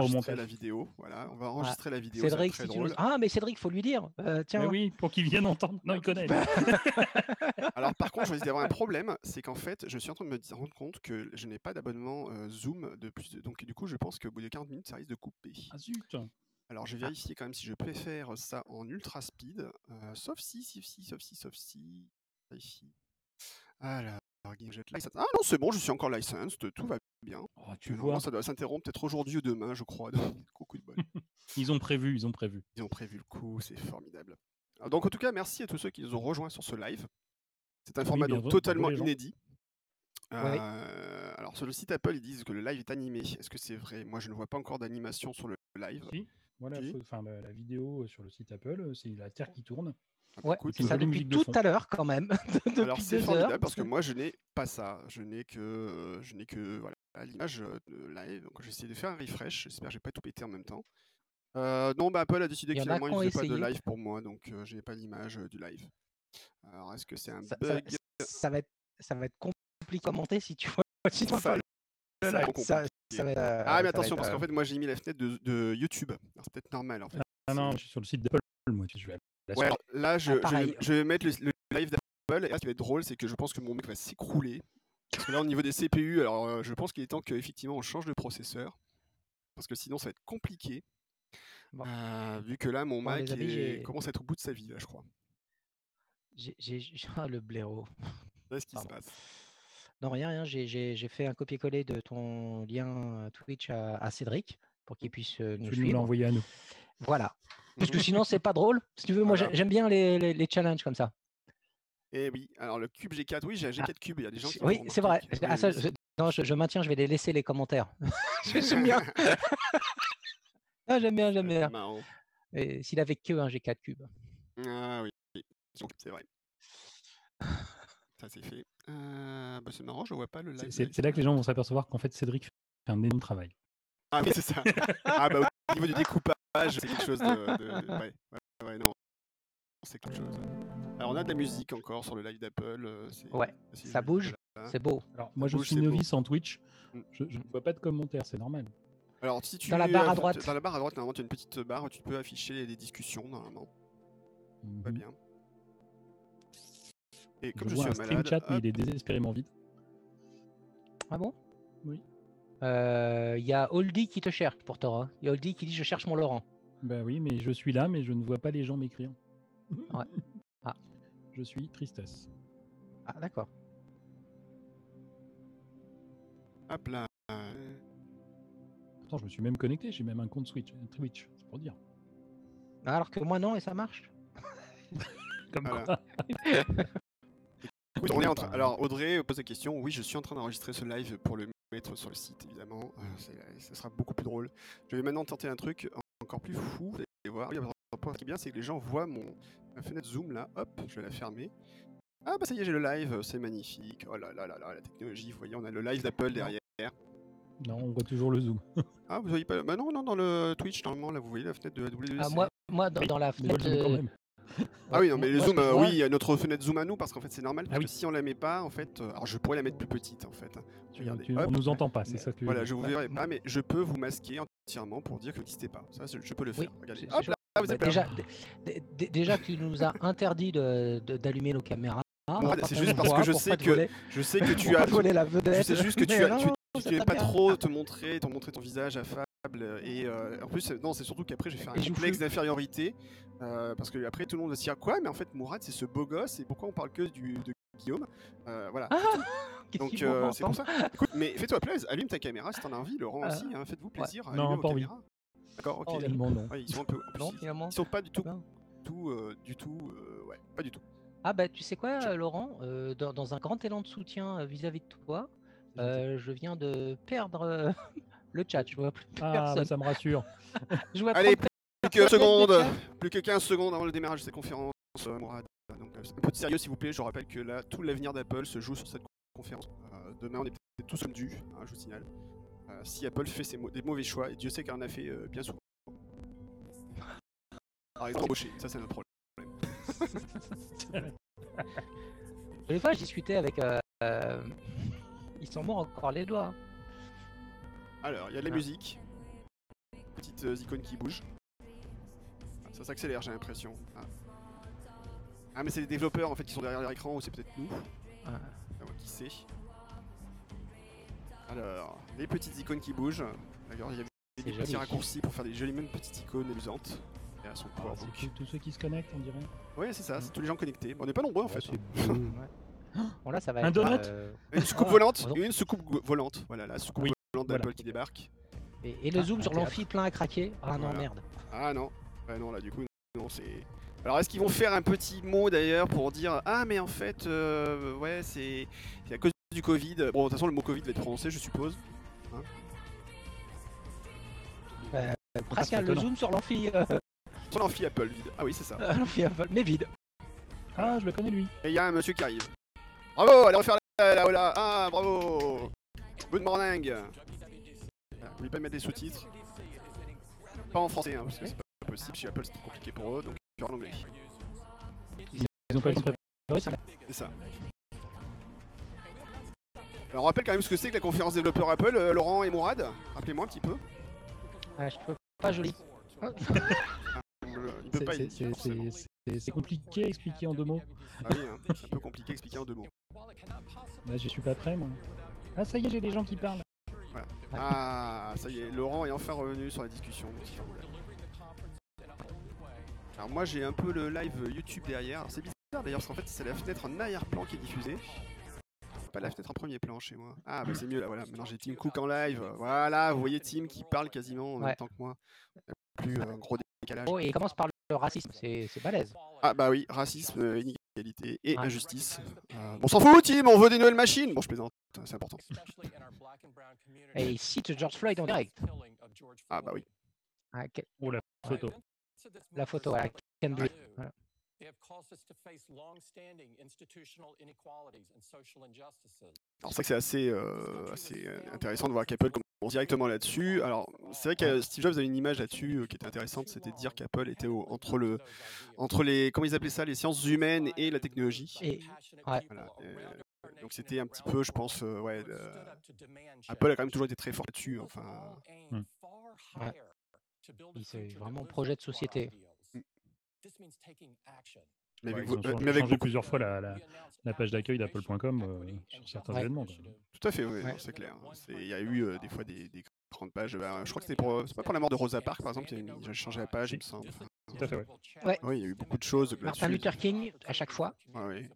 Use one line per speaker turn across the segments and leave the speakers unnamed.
enregistrer
montage.
la vidéo. Voilà, on va enregistrer la vidéo.
Cédric,
c'est
si
très
tu nous-
drôle.
Ah, mais Cédric, faut lui dire. Euh, tiens, Bah,
Mais oui, pour qu'il vienne entendre. Non, il connaît.
Alors par contre, je risque d'avoir un problème, c'est qu'en fait, je suis en train de me di- rendre compte que je n'ai pas d'abonnement euh, Zoom de plus. de- Donc du coup, je pense qu'au bout de 40 minutes, ça risque de couper.
Ah zut.
Alors je vais vérifier quand même si je peux faire ça en ultra speed. euh, sauf si, si, si, sauf si, sauf si. Ici. Alors, gadget license. Ah non, c'est bon, je suis encore licensed, tout va bien.
Oh, tu
Tu vois,
vois,
ça doit s'interrompre peut-être aujourd'hui ou demain, je crois. Donc, coucou de bol.
ils ont prévu, ils ont prévu.
Ils ont prévu le coup, c'est formidable. Alors, donc en tout cas, merci à tous ceux qui nous ont rejoints sur ce live. C'est un format
bien
donc
vrai-
totalement
bravo les gens.
inédit. Euh, alors sur le site Apple, ils disent que le live est animé. Est-ce que c'est vrai Moi, je ne vois pas encore d'animation sur le live.
Si, Voilà,
Oui.
faut- enfin, la, la vidéo euh, sur le site Apple, euh, c'est la Terre qui tourne.
ouais,
écoute,
c'est ça
euh, les
depuis
musiques de
tout
fond.
à l'heure quand même. depuis
Alors c'est
deux
formidable
heures.
parce que moi, je n'ai pas ça. Je n'ai que, euh, je n'ai que voilà l'image euh, de live. Donc j'essaie de faire un refresh. J'espère que j'ai pas tout pété en même temps. Euh, non, bah, Apple a décidé
Il y
que
en a
finalement,
qui
il
ont
ne faisait pas de
essayé.
live pour moi, donc euh, je n'ai pas l'image euh, du live. Alors est-ce que c'est un
Ça, ça-
bug
ça va être, ça va être compliqué à commenter si tu vois. Si tu vois
Ça-
pas le-
ça va être
ça- ça va être, euh, ça
Ah mais
va être,
attention parce
euh,
qu'en fait moi j'ai mis la fenêtre de, de YouTube. Alors, C'est peut-être normal en fait.
Ah non, je suis sur le site d'Apple, moi, tu- je vais aller la suite.
Ouais, alors, là je, je-
Ah, pareil.
je vais mettre le, le live d'Apple et là, ce qui va être drôle c'est que je pense que mon mec va s'écrouler. Parce que là au niveau des CPU, alors euh, je pense qu'il est temps qu'effectivement on change de processeur. Parce que sinon ça va être compliqué.
Bon.
Euh, vu que là mon
Bon,
Mac
les amis,
est-
j'ai-
commence à être au bout de sa vie là je crois.
j'ai- j'ai- j'ai- ah, le blaireau.
Là ce qui se
Pardon.
passe.
Non, rien, rien. J'ai- J'ai j'ai fait un copier-coller de ton lien euh, Twitch à, à Cédric pour qu'il puisse euh, nous
Tu nous l'as
suivre.
envoyé à nous.
Voilà. Parce que sinon, c'est pas drôle. Si tu veux, moi,
Voilà.
j'ai- j'aime bien les, les- les challenges comme ça.
Et Eh oui, alors le cube G4, oui j'ai un G4 cube, il y a des gens qui
Oui,
l'ont
c'est vrai.
remarqué.
Ah,
Oui,
ça,
oui.
je, non, je, je maintiens, je vais les laisser les commentaires. Je- j'aime bien. Ah, j'aime bien, j'aime bien.
Marrant.
Et S'il avait que un G4 cube.
Ah oui, oui, donc c'est vrai. Ça c'est fait. Euh, bah, c'est marrant, je vois pas le
C'est-
live.
C'est c'est là que les gens vont s'apercevoir qu'en fait, Cédric fait un énorme travail.
Ah oui, c'est ça. ah bah au niveau du découpage, c'est quelque chose de. de- de- Ouais, ouais, ouais, non. C'est quelque chose. Alors on a de la
Mmh.
musique encore sur le live d'Apple. euh, c'est-
Ouais,
si
ça
je-
bouge.
voilà.
C'est beau.
Alors, moi, je
bouge,
suis
c'est beau.
novice en Twitch.
Mm.
Je je ne vois pas de commentaires, c'est normal.
Alors si tu
Dans la barre à
euh,
droite.
Dans la barre à droite, normalement tu as une petite barre où tu peux afficher les discussions normalement. Pas
Mhm.
bien. Et comme
Je
je,
vois
suis
un
un
stream
malade,
chat, mais
hop,
il est désespérément vide.
Ah bon
Oui.
Euh, Il y a Oldie qui te cherche pour Torah. Il y a Oldie qui dit Je cherche mon Laurent.
Bah oui, mais je suis là, mais je ne vois pas les gens m'écrire.
Ouais. Ah.
Je suis tristesse.
Ah, d'accord.
hop là. euh,
Pourtant, je me suis même connecté, j'ai même un compte Switch, Twitch, c'est pour dire.
Alors que moi, non, et ça marche.
Comme
Voilà.
quoi.
Écoute, on est en train- Alors Audrey euh, pose la question. Oui, je suis en train d'enregistrer ce live pour le mettre sur le site, évidemment. Euh, c'est- Ça sera beaucoup plus drôle. Je vais maintenant tenter un truc en- encore plus fou. Vous allez voir. Oui, alors, Ce qui est bien, c'est que les gens voient mon ma fenêtre Zoom là. Hop, je vais la fermer. Ah bah ça y est, j'ai le live. C'est magnifique. Oh là là là là, la technologie. Vous voyez, on a le live d'Apple derrière.
Non, on voit toujours le zoom.
Ah vous voyez pas Bah non non dans le Twitch normalement là vous voyez la fenêtre de la WC.
Ah, moi, moi dans, dans la
Mais on
fenêtre.
le zoom quand
euh,
même.
Ah oui, non,
moi,
mais le
ce
zoom,
que je
euh,
vois-
oui, euh, notre fenêtre zoom à nous, parce qu'en fait, c'est normal, parce
Ah oui.
que si on la met pas, en fait, euh, alors je pourrais la mettre plus petite, en fait.
Tu-
Regardez,
tu-
hop.
on nous entend pas, c'est ça que.
Voilà, je vous verrai pas, mais je peux vous masquer entièrement pour dire que vous n'existez pas. Ça, je, je peux le
Oui,
faire. Regardez.
c'est-
Hop
c'est
là, ah, vous
Bah,
êtes pas là.
déjà, dé- dé- dé- déjà, tu nous as interdit de- de- d'allumer nos caméras.
Bon,
Par
c'est
contre,
juste
on
parce que
voit
je
pour
sais
Ah, pas te
que
voler-
Je sais que
pour
tu
pas
as.
te voler la
Je
vedette.
sais juste que
Mais
tu as.
non,
Tu,
c'est
tu es
pas
pas
bien.
trop te montrer, te montrer ton visage affable. Et euh, en plus, euh, non, c'est surtout qu'après, j'ai fait un
Et joufflu.
complexe d'infériorité. euh, parce que après, tout le monde va se dire quoi Mais en fait, Mourad, c'est ce beau gosse, et pourquoi on parle que du, de Guillaume Euh, Voilà.
Ah, Qu'est-ce
Donc
qu'ils vont
euh, c'est pour
entendre
ça. Écoute, mais fais-toi plaisir, allume ta caméra si t'en as envie, Laurent
Euh,
aussi, hein, faites-vous plaisir.
Non,
allumez vos
pas envie.
caméras. D'accord, ok.
Oh, les-
Finalement, non.
Ouais, ils sont un peu. en plus,
Non,
ils-
finalement.
ils sont pas du tout,
Non.
tout, euh, du tout, euh, ouais, pas du tout.
bah. Ah bah tu sais quoi euh, Laurent, Euh, dans, dans un grand élan de soutien euh, vis-à-vis de toi, euh, je viens de perdre euh, le chat, je vois plus
Ah,
personne.
bah, ça me rassure.
Je vois
Allez,
trente
Plus que
personnes dans le
secondes,
chat.
plus que 15 secondes avant le démarrage de cette conférence, euh, Mourad. Donc euh, un peu de sérieux s'il vous plaît. Je rappelle que là, tout l'avenir d'Apple se joue sur cette conférence. Euh, demain, on est peut-être tous dû, je vous signale. Euh, si Apple fait ses mau- des mauvais choix, et Dieu sait qu'elle en a fait euh, bien souvent. Par exemple, embaucher, ça c'est notre problème.
Des fois je discutais avec... euh, euh, ils sont morts encore les doigts. hein.
Alors, il y a de la
Ah.
musique. petites euh, icônes qui bougent. Ah, Ça s'accélère, j'ai l'impression. Ah. Ah, mais c'est les développeurs en fait qui sont derrière leur écran ou c'est peut-être nous.
Ah.
Ah ouais, qui sait Alors, les petites icônes qui bougent. D'ailleurs, il y avait
C'est
des petits
joli.
raccourcis pour faire des jolies mêmes petites icônes amusantes. Et elles sont
Ah, c'est
powerbook.
tous- tous ceux qui se connectent, on dirait.
Ouais, c'est ça, c'est tous les gens connectés. Bon, on n'est pas nombreux en fait.
C'est beau.
Bon, Oh, là, ça va
Un
être,
donut
euh,
Une soucoupe
Ah,
volante,
pardon.
une soucoupe go- volante. Voilà, la soucoupe
Oui,
volante
voilà.
d'Apple qui débarque.
et, et le
Ah,
zoom
un
sur
théâtre.
l'amphi plein à craquer. Ah non,
Voilà.
merde.
Ah non, ouais, non, là du coup, non, c'est. Alors, est-ce qu'ils vont faire un petit mot d'ailleurs pour dire Ah, mais en fait, euh, ouais, c'est c'est à cause du Covid. Bon, de toute façon, le mot Covid va être prononcé, je suppose.
Euh, Pascal, le
étonnant.
zoom sur l'amphi. euh,
Sur l'amphi Apple vide. Ah oui, c'est ça.
l'amphi Apple, mais vide.
Ah, je le connais lui.
Et il y a un monsieur qui arrive. Bravo, allez refaire la la hola. Ah, bravo. Good morning. Ah, N'oubliez pas de mettre des sous-titres. Pas en français, hein, parce que c'est pas possible. Chez Apple, c'est trop compliqué pour eux, donc en anglais.
Ils ont pas eu le temps de préparer ça.
C'est ça. Alors, on rappelle quand même ce que c'est que la conférence développeur Apple, euh, Laurent et Mourad. Rappelez-moi un petit peu.
Ah, je peux pas joli. Ah,
Euh, Il peut
C'est-
pas y
c'est- c'est-
forcément.
c'est- c'est- C'est compliqué à expliquer en deux mots.
Ah oui, hein, c'est un peu compliqué à expliquer en deux mots.
Là, je Bah, suis pas prêt, moi. Ah, ça y est, j'ai des gens qui parlent.
Ah, ça y est, Laurent est enfin revenu sur la discussion. C'est cool. Alors moi j'ai un peu le live YouTube derrière. Alors, C'est bizarre d'ailleurs parce qu'en fait c'est la fenêtre en arrière-plan qui est diffusée. C'est Pas la fenêtre en premier plan chez moi. Ah bah c'est mieux là voilà. Maintenant j'ai Tim Cook en live. Voilà, vous voyez Tim qui parle quasiment en
Ouais.
même temps que moi. Il y a Plus euh, un gros décalage.
Oh, et il commence par le racisme, c'est c'est balèze.
Ah bah oui, racisme, euh, inégalité et
Ouais.
injustice. Euh, on s'en fout Tim, on veut des nouvelles machines. Bon je plaisante, c'est important.
Et il cite George Floyd en direct.
Ah bah oui.
Ah, que-
Photo.
La photo, voilà. Ken Blue.
Ah,
Voilà.
Alors c'est vrai que c'est assez, euh, assez euh, intéressant de voir qu'Apple commence directement là-dessus. Alors c'est vrai que euh, Steve Jobs avait une image là-dessus euh, qui était intéressante, c'était de dire qu'Apple était au- entre le entre les comment ils appelaient ça les sciences humaines et la technologie.
Et- ouais.
Voilà, euh, donc c'était un petit peu, je pense, euh, ouais. euh, Apple a quand même toujours été très fort là-dessus. Enfin,
Hmm.
Ouais. Il s'est vraiment projet de société.
mais
Ouais,
avec,
ils ont
vo-
changé-
mais avec
changé
beaucoup-
plusieurs fois la, la- la page d'accueil d'apple.com euh, sur certains
Ouais.
événements. quoi.
Tout à fait, oui,
Ouais.
c'est clair. C'est- Il y a eu euh, des fois des, des grandes pages. bah, je crois que c'était pour, euh, c'est pas pour la mort de Rosa Parks par exemple, il y a une- ils ont changé la page, il me semble.
Tout à fait, ouais.
Ouais.
Oui, il y a eu beaucoup de choses là-dessus.
Martin Luther King, à chaque fois.
Bah, Ouais,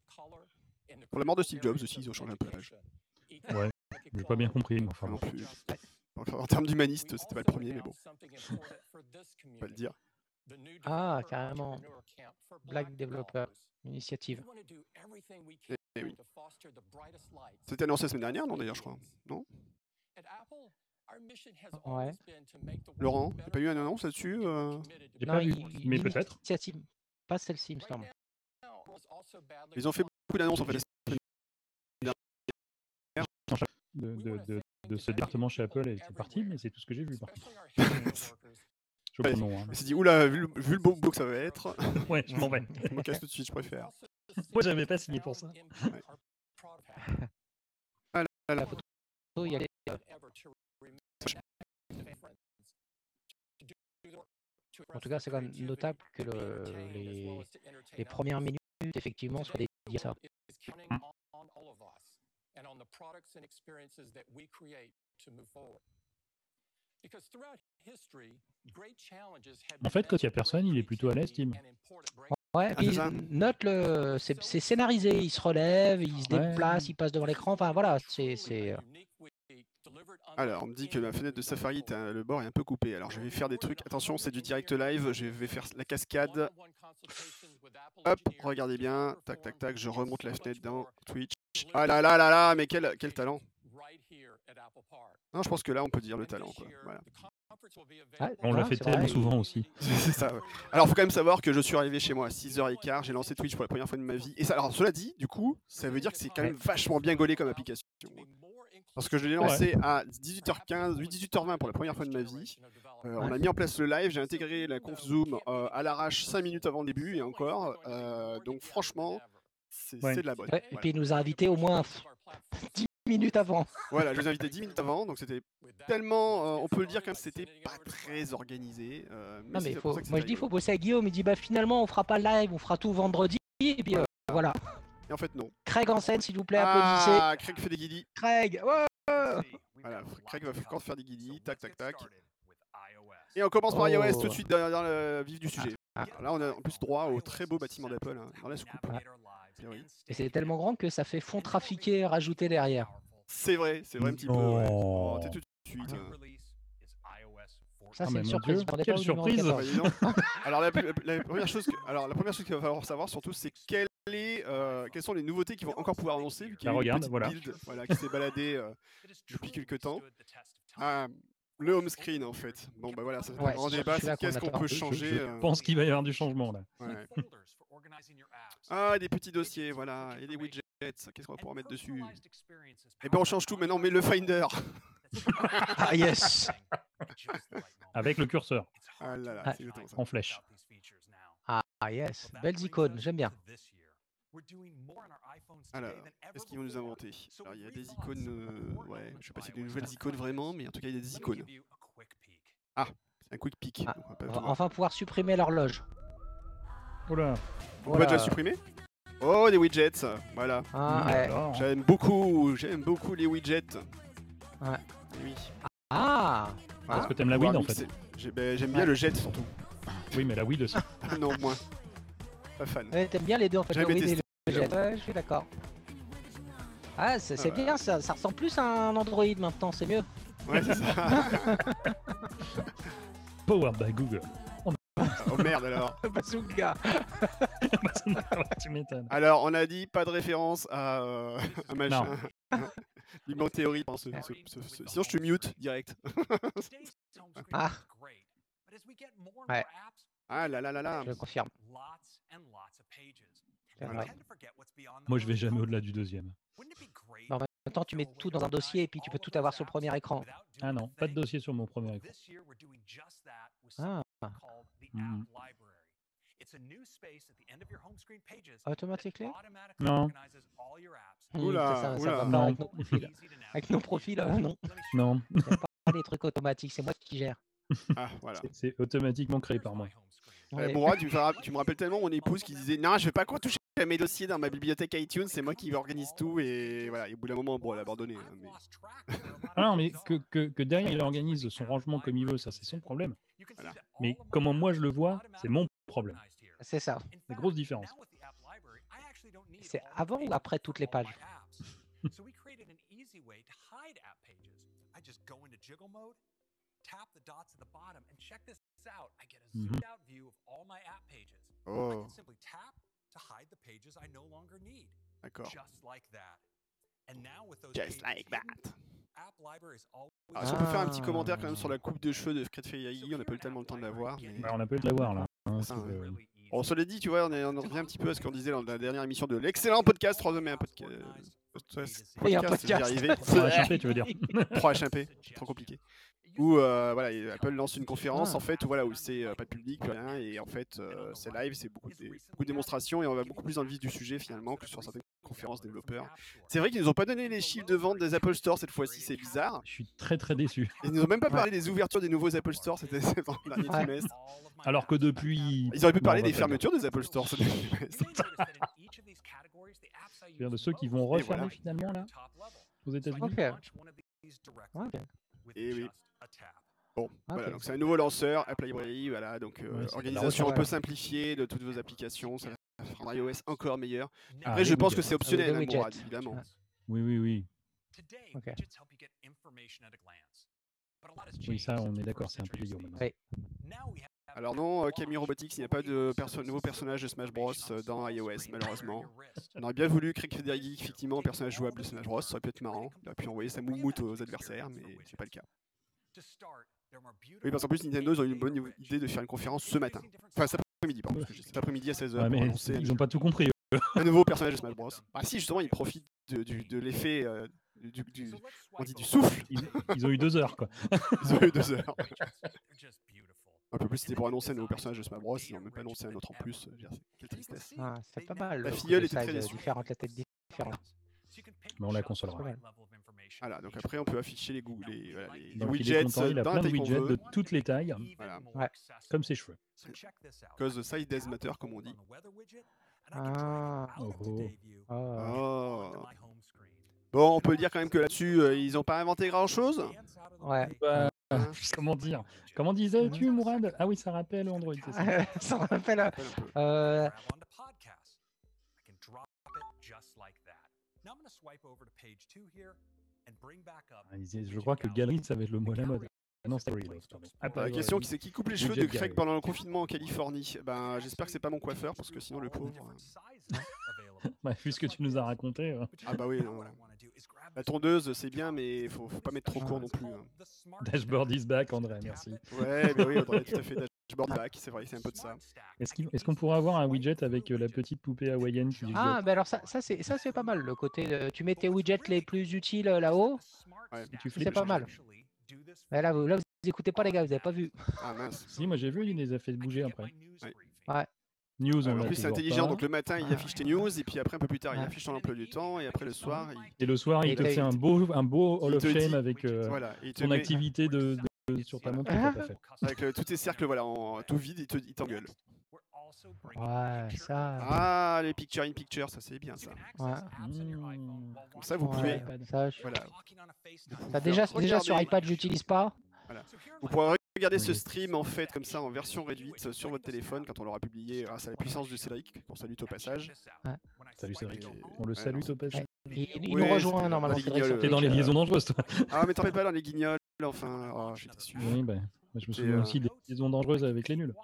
ouais. Pour la mort de Steve Jobs aussi, ils ont changé un peu la page.
Ouais, j'ai pas bien compris. mais Enfin,
Non
bon.
plus. Enfin, en termes d'humaniste, c'était pas le premier, mais bon, on va le dire.
Ah, carrément. Black Developer, initiative.
Eh- eh oui. C'était annoncé la semaine dernière, non d'ailleurs, je crois. Non
Ouais.
Laurent, il n'y a pas eu une annonce là-dessus euh
J'ai
Non,
pas vu,
il- il-
mais peut-être.
Initiative, pas celle-ci, il me semble.
Ils ont fait beaucoup d'annonces en fait. la semaine
De, de, de, de ce département chez Apple et c'est parti, mais c'est hein, tout ce que j'ai vu. Par contre. euh, Je prends le nom. hein.
dernière. Il s'est dit, oula, vu, le- vu le beau book que ça va être,
Ouais, je m'en vais.
je me casse tout de suite, je préfère.
Moi, j'avais pas signé pour ça.
La photo, il y a les- En tout cas, c'est quand même notable que le- les, les premières minutes, effectivement, soient dédiées à ça.
En fait, quand il y a personne, il est plutôt à l'aise, Tim.
Ouais,
Ah, c'est
puis
ça.
note le, c'est c'est scénarisé, il se relève, il se
Ouais.
déplace, il passe devant l'écran, enfin voilà, c'est, c'est, euh,
Alors, on me dit que ma fenêtre de Safari, est un- le bord est un peu coupé. Alors, je vais faire des trucs. Attention, c'est du direct live. Je vais faire la cascade. Hop, regardez bien. Tac, tac, tac. Je remonte la fenêtre dans Twitch. Ah là là là là, mais quel, quel talent. Non, je pense que là, on peut dire le talent. Quoi. Voilà.
ah,
On l'a
ouais,
fait
c'est
tellement
vrai.
souvent aussi.
C'est ça. ouais. Alors, faut quand même savoir que je suis arrivé chez moi à 6h15. J'ai lancé Twitch pour la première fois de ma vie. Et ça, alors, cela dit, du coup, ça veut dire que c'est quand même vachement bien gaulé comme application. Parce que je l'ai lancé à 18h15, 18h20 pour la première fois de ma vie. Euh, On a mis en place le live, j'ai intégré la conf Zoom euh, à l'arrache 5 minutes avant le début et encore. euh, donc franchement, c'est
Ouais.
c'est de la bonne.
Ouais, Et
Voilà.
puis il nous a invités au moins pff, 10 minutes avant.
Voilà, je vous invitais 10 minutes avant, donc c'était tellement. euh, on peut le dire quand même, c'était pas très organisé. euh, mais
Non,
c'est
mais
pour
faut,
ça que c'est
moi je dis,
rigolo.
faut bosser à Guillaume. Il dit, bah finalement, on fera pas le live, on fera tout vendredi. Et puis euh, voilà.
Et en fait, non.
Craig en scène, s'il vous plaît, applaudissez.
Ah, Craig fait des guidis.
Craig, ouais.
Voilà,
Voilà,
fr-
Craig va encore faire des guidis, tac tac tac.
Et on commence par
Oh.
iOS tout de suite dans, dans le vif du sujet.
Ah.
Alors Là, on a en plus droit au très beau bâtiment d'Apple hein, dans la soucoupe.
Ah.
Eh oui.
Et c'est tellement grand que ça fait fond trafiqué rajouté derrière.
C'est vrai, c'est vrai un petit peu. ouais. Oh, t'es tout de suite. hein.
Ça,
Ah,
c'est
mais
une
mon
surprise.
Dieu,
on est
quelle
pas au numéro
surprise.
14.
Bah, dis donc. alors, la, la- la première chose que- alors, la première chose qu'il va falloir savoir surtout, c'est quelle est, euh, quelles sont les nouveautés qu'ils vont encore pouvoir annoncer vu qu'il y a
Bah,
eu
regarde,
une petite
voilà.
build voilà, qui s'est baladée euh,
Depuis quelques temps.
à Ah, le home screen en fait. Bon, bah voilà, ça fait
Ouais,
un grand
je-
débat,
je suis là
c'est qu'est-ce
qu'on
qu'on
attend.
peut
Je- je-
changer.
Je,
euh,
pense qu'il va y avoir du changement là.
ouais.
Ah,
Ah, des petits dossiers, voilà, et des widgets, qu'est-ce qu'on va pouvoir mettre dessus Eh ben on change tout maintenant, mais le Finder
Ah yes
Avec le curseur.
Ah là là,
Ah.
c'est exactement ça.
En flèche.
Ah yes, belles icônes, j'aime bien.
Alors, Ah Qu'est-ce qu'ils vont nous inventer Alors, il y a des icônes, euh, ouais, je sais pas si c'est des nouvelles icônes vraiment, mais en tout cas, il y a des icônes. Ah, Un quick peek.
Ah,
donc on va pas
On
tout
va
voir.
enfin pouvoir supprimer l'horloge.
Oh là.
On peut déjà
Voilà.
supprimer Oh, des widgets Voilà.
Ah,
Oh là
ouais.
là.
J'aime beaucoup, j'aime beaucoup les widgets.
Ouais.
Oui.
Ah,
Voilà.
Parce que t'aimes la
Pouvoir
Wii en
mixer.
fait.
J'ai- ben, J'aime bien
Ouais.
le jet surtout.
Oui, mais la Wii aussi.
non, moins. Pas fan.
ouais, t'aimes bien les deux en fait.
J'avais
le Wii et
testé,
le Jet. Ouais, je suis d'accord. Ah, c'est c'est
Ah ouais.
bien, ça, ça ressemble plus à un Android maintenant, c'est mieux.
Ouais, c'est ça.
Powered by Google.
oh merde alors.
Bazooka.
tu m'étonnes.
Alors, on a dit pas de référence à euh, un machin.
Non.
Libre en théorie. par ce- ce- ce- ce- Sinon, je te mute direct.
Ah. Ouais.
Ah là là là là.
Je confirme. C'est
Voilà.
vrai.
Moi, je vais jamais au-delà du deuxième.
Maintenant, tu mets tout dans un dossier et puis tu peux tout avoir sur le premier écran.
Ah non, pas de dossier sur mon premier écran.
Ah, Mm.
Hmm.
automatically
Non.
Hmm, ça,
Oula,
ça, ça
oula.
va
Non.
pas avec nos profils. Avec nos profils, euh, non.
Non,
Pas les trucs automatiques, c'est moi qui gère.
Ah, voilà.
c'est- c'est automatiquement créé par moi.
Euh,
Ouais.
Bourra, tu me, fais ra- tu me rappelles tellement mon épouse qui disait Non, je vais pas quoi toucher à mes dossiers dans ma bibliothèque iTunes, c'est moi qui organise tout. Et voilà, et au bout d'un moment, bon, elle a abandonné. hein, mais-
Ah non, mais que, que, que derrière, il organise son rangement comme il veut, ça, c'est son problème.
Voilà.
Mais comment moi je le vois, c'est mon problème.
C'est ça.
La grosse différence.
C'est avant ou après toutes les pages
Mhm.
Mm-hmm. Oh, d'accord. Just like that. Alors, si on peut faire un petit
Ah.
commentaire quand même sur la coupe de cheveux de Fred Feyagi, on n'a pas eu tellement le temps de la voir. Mais...
Ouais, on a pas eu de l'avoir là.
Ah,
hein,
Ça,
c'est que-
Bon, cela dit, tu vois, on, est, on en revient un petit peu à ce qu'on disait dans la dernière émission de l'excellent podcast 3 mais un podca- euh, podcast.
Oui, un
j'y
podcast.
arrivais.
Pour HMP, tu veux dire.
3HMP, trop compliqué. Où euh, voilà, et Apple lance une conférence
Ah.
en fait où voilà où c'est euh, pas de public, plus rien et en fait euh, c'est live, c'est beaucoup, de- beaucoup de démonstrations et on va beaucoup plus dans le vif du sujet finalement que sur certaines conférences développeurs. C'est vrai qu'ils nous ont pas donné les chiffres de vente des Apple Store cette fois-ci, c'est bizarre.
Je suis très très déçu.
Ils nous ont même pas parlé des ouvertures des nouveaux Apple Store, c'était c'était dans le dernier
Ouais.
trimestre.
Alors que depuis.
Ils auraient pu
Oh. Non, on
parler
va
des
pas dire.
fermetures des Apple Store ce dernier trimestre.
C'est-à-dire de ceux qui vont
Et
refermer
voilà.
finalement là aux États-Unis.
Ok. Ouais, bien.
Et Eh oui. Voilà,
Ok.
donc c'est un nouveau lanceur, Apple Library, voilà, donc euh,
Ouais, c'est-
organisation un
Ouais.
peu simplifiée de toutes vos applications, ça rendra iOS encore meilleur.
Ah, les
Après, je pense que
widgets.
c'est optionnel,
Ah,
hein,
les
Bourad,
widgets.
évidemment.
Ouais.
Oui, oui, oui.
Ok.
Oui, ça, on est d'accord, c'est un peu idiot maintenant.
Ouais.
Alors non, euh, Camille Robotics, il n'y a pas de perso- nouveau personnage de Smash Bros euh, dans iOS, malheureusement. On aurait bien voulu Craig Federighi, effectivement, un personnage jouable de Smash Bros, ça aurait pu être marrant. Il aurait pu envoyer sa moumoute aux adversaires, mais c'est pas le cas. Oui, parce qu'en plus, Nintendo, ils ont eu une bonne idée de faire une conférence ce matin. Enfin, cet après-midi, pardon, parce que cet après-midi à 16h,
Ouais,
pour
mais
annoncer
ils n'ont pas tout compris. eux.
un nouveau personnage de Smash Bros. Ah si, justement, ils profitent de, du- de l'effet... euh, du- du, on dit du souffle
Ils, ils ont eu deux heures quoi.
Ils ont eu deux heures. Un peu plus, c'était pour annoncer un nouveau personnage de Smash Bros. Ils n'ont même pas annoncé un autre en plus. Je veux dire, Quelle tristesse.
Ah, c'est pas mal.
La
le
filleule
de
était très
taille, euh,
déçue.
différente, la tête différente. Ah,
Mais Bah, on la consolera.
Ouais.
Voilà, donc après, on peut afficher les, goût- les, voilà, les
Donc, il est
widgets
content, il a
dans
plein de
la taille qu'on
widgets
veut.
de toutes les tailles,
Voilà.
Ouais.
comme ses cheveux.
Cause the size does matter, comme on dit.
Ah.
Oh.
Ah.
Oh. Bon, on peut dire quand même que là-dessus, euh, ils n'ont pas inventé grand-chose.
Ouais.
Bah,
Hein
comment dire Comment disais-tu, Mourad Ah oui, ça rappelle Android. c'est ça.
ça me rappelle. euh,
Rappelle un peu.
Euh,
Ah, ils disaient- Je crois que galerie, ça va être le mot à la mode. Ah Non, c'est Gallery, pardon. Ah,
La
ouais,
Euh, question,
oui.
c'est qui coupe les cheveux
Widget
de
Gallery.
Craig pendant le confinement en Californie Ben, j'espère que c'est pas mon coiffeur, parce que sinon le pauvre. euh,
Bah, vu ce que tu nous as raconté, euh,
Ah bah oui, non, voilà. La tondeuse, c'est bien, mais faut, faut pas mettre trop court non plus. hein.
Dashboard is back, André, merci.
Ouais, mais oui, Audrey, tout à fait. Dashboard back, c'est vrai, c'est un peu de ça.
Est-ce qu'il- est-ce qu'on pourrait avoir un widget avec euh, la petite poupée hawaïenne qui
Ah, bah alors ça, ça c'est ça c'est pas mal le côté. euh, tu mets tes widgets les plus utiles euh, là-haut.
Ouais.
tu
flippes. C'est pas mal. Mais là vous, là vous écoutez pas les gars, vous avez pas vu.
Ah mince.
Si, moi j'ai vu, il les a fait bouger après.
Ouais.
News, on
Alors, en
l'a
plus, c'est
toujours
intelligent,
pas.
donc le matin, il affiche tes news, et puis après, un peu plus tard, il
Ouais.
affiche ton emploi du temps, et après, le soir, il,
Ah. Et le soir, il
Et
te
t'as
fait
eu-
un beau, un beau Hall
il
of
te dit-
Shame avec euh,
voilà, et il te
ton
met-
activité de, de- sur ta montre. que
Ah.
t'as pas fait.
avec euh, tous tes cercles, voilà, en, tout vide, il te- il t'engueule.
Ouais, ça.
ah, les picture in picture, ça c'est bien ça.
Ouais.
Mmh.
Comme ça, vous pouvez,
Ouais, ça, je-
voilà,
ça, déjà,
faire
déjà sur
regarder-
iPad, j'utilise pas.
vous pourrez regarder ce
Oui.
stream en fait comme ça en version réduite euh, sur votre téléphone quand on l'aura publié grâce à la puissance du Cédric, qu'on salue au passage.
Salut Cédric.
Et-
On le
ouais,
salue,
non.
au passage.
Il, il- il
Oui,
nous rejoint
c'était-
normalement.
vas-y,
c'est vrai,
guignol,
sur
T'es dans les
Twitch, euh,
liens dangereuses, toi.
Ah, mais t'en fais pas dans les guignols, enfin. Oh, j'étais déçu.
Oui, bah, moi, je me
C'est,
souviens
euh,
aussi des liaisons dangereuses avec les nuls.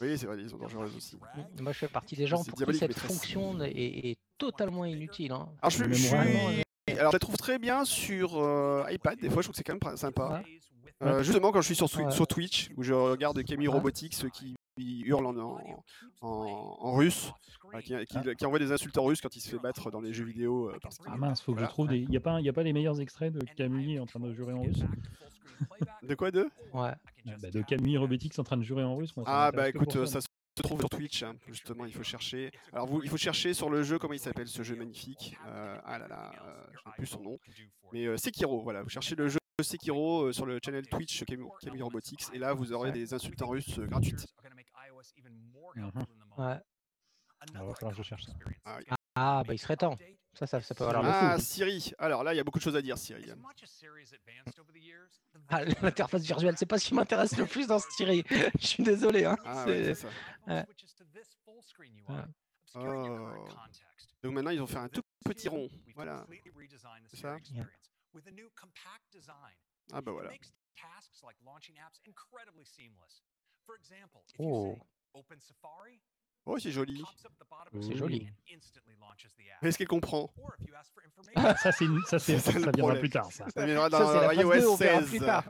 Oui, c'est vrai, ils sont dangereux aussi.
Moi, je fais partie des gens
C'est
pour qui
diabolique,
cette
maîtresse.
fonction est, est totalement inutile. hein.
Alors je,
Mais
je
vraiment,
suis... Alors, je la trouve très bien sur euh, iPad, des fois je trouve que c'est quand même pra- sympa. Euh, justement quand je suis sur, Swi-
Ouais.
sur Twitch, où je regarde Camille
Ouais.
Robotics ceux qui qui hurle en, en, en- en russe, euh, qui, qui- qui envoie des insultes en russe quand il se fait battre dans les jeux vidéo. euh, par Steam.
Ah mince, faut que je
Voilà.
trouve des. Il n'y a, pas un- y a pas les meilleurs extraits de Camille en train de jurer en russe
De quoi de
Ouais.
Ah, bah, De Camille Robotix en train de jurer en russe. Moi, ça
Ah
m'intéresse
bah
que
écoute,
pour
euh, ça se trouve sur Twitch, hein, justement, il faut chercher. Alors vous, il faut chercher sur le jeu, comment il s'appelle ce jeu magnifique Euh, Ah là là, euh, je n'ai plus son nom. Mais euh, Sekiro, voilà, vous cherchez le jeu Sekiro euh, sur le channel Twitch Camille Camille Robotics, et là vous aurez des insultes en russe euh, gratuites.
ouais.
Alors, va falloir que je cherche ça.
Ah oui.
Ah, bah il serait temps. Ça, ça, ça peut valoir le coup.
Ah Siri, alors là il y a beaucoup de choses à dire Siri.
Ah, L'interface virtuelle, c'est pas ce qui m'intéresse le plus dans ce tiré. Je suis désolé. Hein.
Ah
c'est-
ouais, c'est ça.
Ouais. Ouais.
Oh. Donc maintenant ils ont fait un tout petit rond, voilà. C'est ça
Yeah.
Ah bah voilà.
Oh.
Oh c'est joli.
C'est joli.
Est-ce qu'elle comprend
Ça, c'est une- ça, c'est-
C'est
ça,
le
ça viendra
problème.
plus tard. Ça.
Ça viendra
Ça, c'est
dans
la phase deux, on
iOS
verra plus
16.
tard.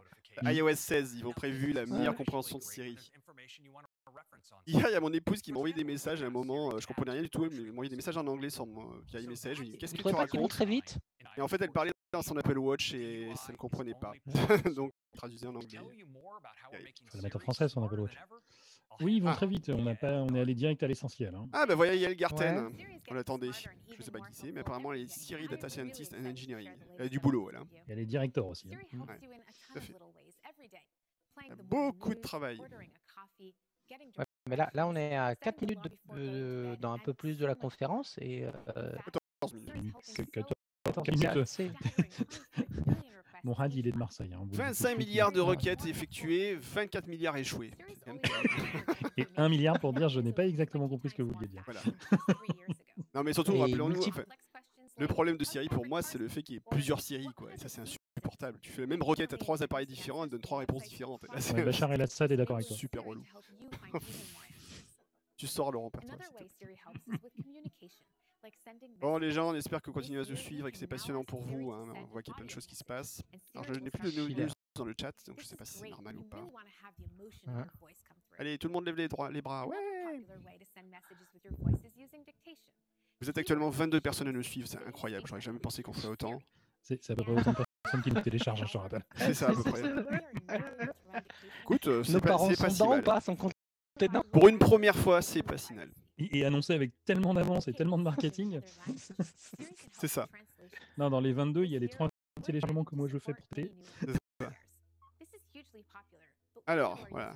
Euh, iOS 16, ils ont prévu la meilleure compréhension de Siri. Hier, il y a mon épouse qui m'a envoyé des messages à un moment, euh, je comprenais rien du tout, mais elle m'a envoyé des messages en anglais sans mon- via iMessage. Je lui ai dit, qu'est-ce
Vous
que
trouvez
tu
pas qu'ils vont
racontes
très vite
Et en fait, elle parlait dans son Apple Watch et ça ne comprenait pas. Donc, elle traduisait en anglais.
Faut le mettre en français, son Apple Watch. Oui, ils vont
Ah.
très vite. On, a pas, on est allé direct à l'essentiel. hein.
Ah, bah voilà, Yael Garten.
On l'attendait. Je sais pas qui c'est, mais apparemment elle est Siri Data Scientist and Engineering. Elle a du boulot, elle. hein.
Et elle est directeur aussi. hein.
Mm.
Ouais.
Tout à
fait.
fait.
Il y a beaucoup de travail.
Mais là, là, on est à 4 minutes de- euh, dans un peu plus de la conférence. et euh,
14 minutes.
14 minutes.
c'est-
Mon rad, il est de Marseille. hein, au bout du
25
coup,
milliards de
il-
requêtes effectuées, 24 milliards échouées. C'est quand même terrible.
Et 1 milliard pour dire je n'ai pas exactement compris ce que vous vouliez dire.
Voilà. Non, mais surtout,
Et
rappelons-nous,
multiple.
enfin, le problème de Siri pour moi, c'est le fait qu'il y ait plusieurs Siri, quoi. Et ça, c'est insupportable. Tu fais la même requête à trois appareils différents, elle donne trois réponses différentes. Là, c'est-
Ouais, Bachar El Assad est d'accord avec toi.
Super relou. tu sors, Laurent, par toi, s'il te plaît. Bon, les gens, on espère que vous continuez à nous suivre et que c'est passionnant pour vous. hein. On voit qu'il y a plein de choses qui se passent. Alors, je n'ai plus de news dans le chat, donc je ne sais pas si c'est normal ou pas. Allez, tout le monde lève les, droits- les bras. Ah Ouais. Vous êtes actuellement 22 personnes à nous suivre, c'est incroyable. J'aurais jamais pensé qu'on ferait autant.
C'est c'est à peu près autant de personnes qui le téléchargent, je te rappelle.
C'est ça, à peu près. Écoute, euh,
Nos
c'est pas,
parents
c'est
sont
pas si
dedans ou
mal.
pas Sont contents dedans
Pour une première fois, c'est pas si mal.
Et, et annoncé avec tellement d'avance et tellement de marketing.
C'est ça.
Non, dans les 22, il y a les trois téléchargement que moi je fais pour télé.
Alors, voilà.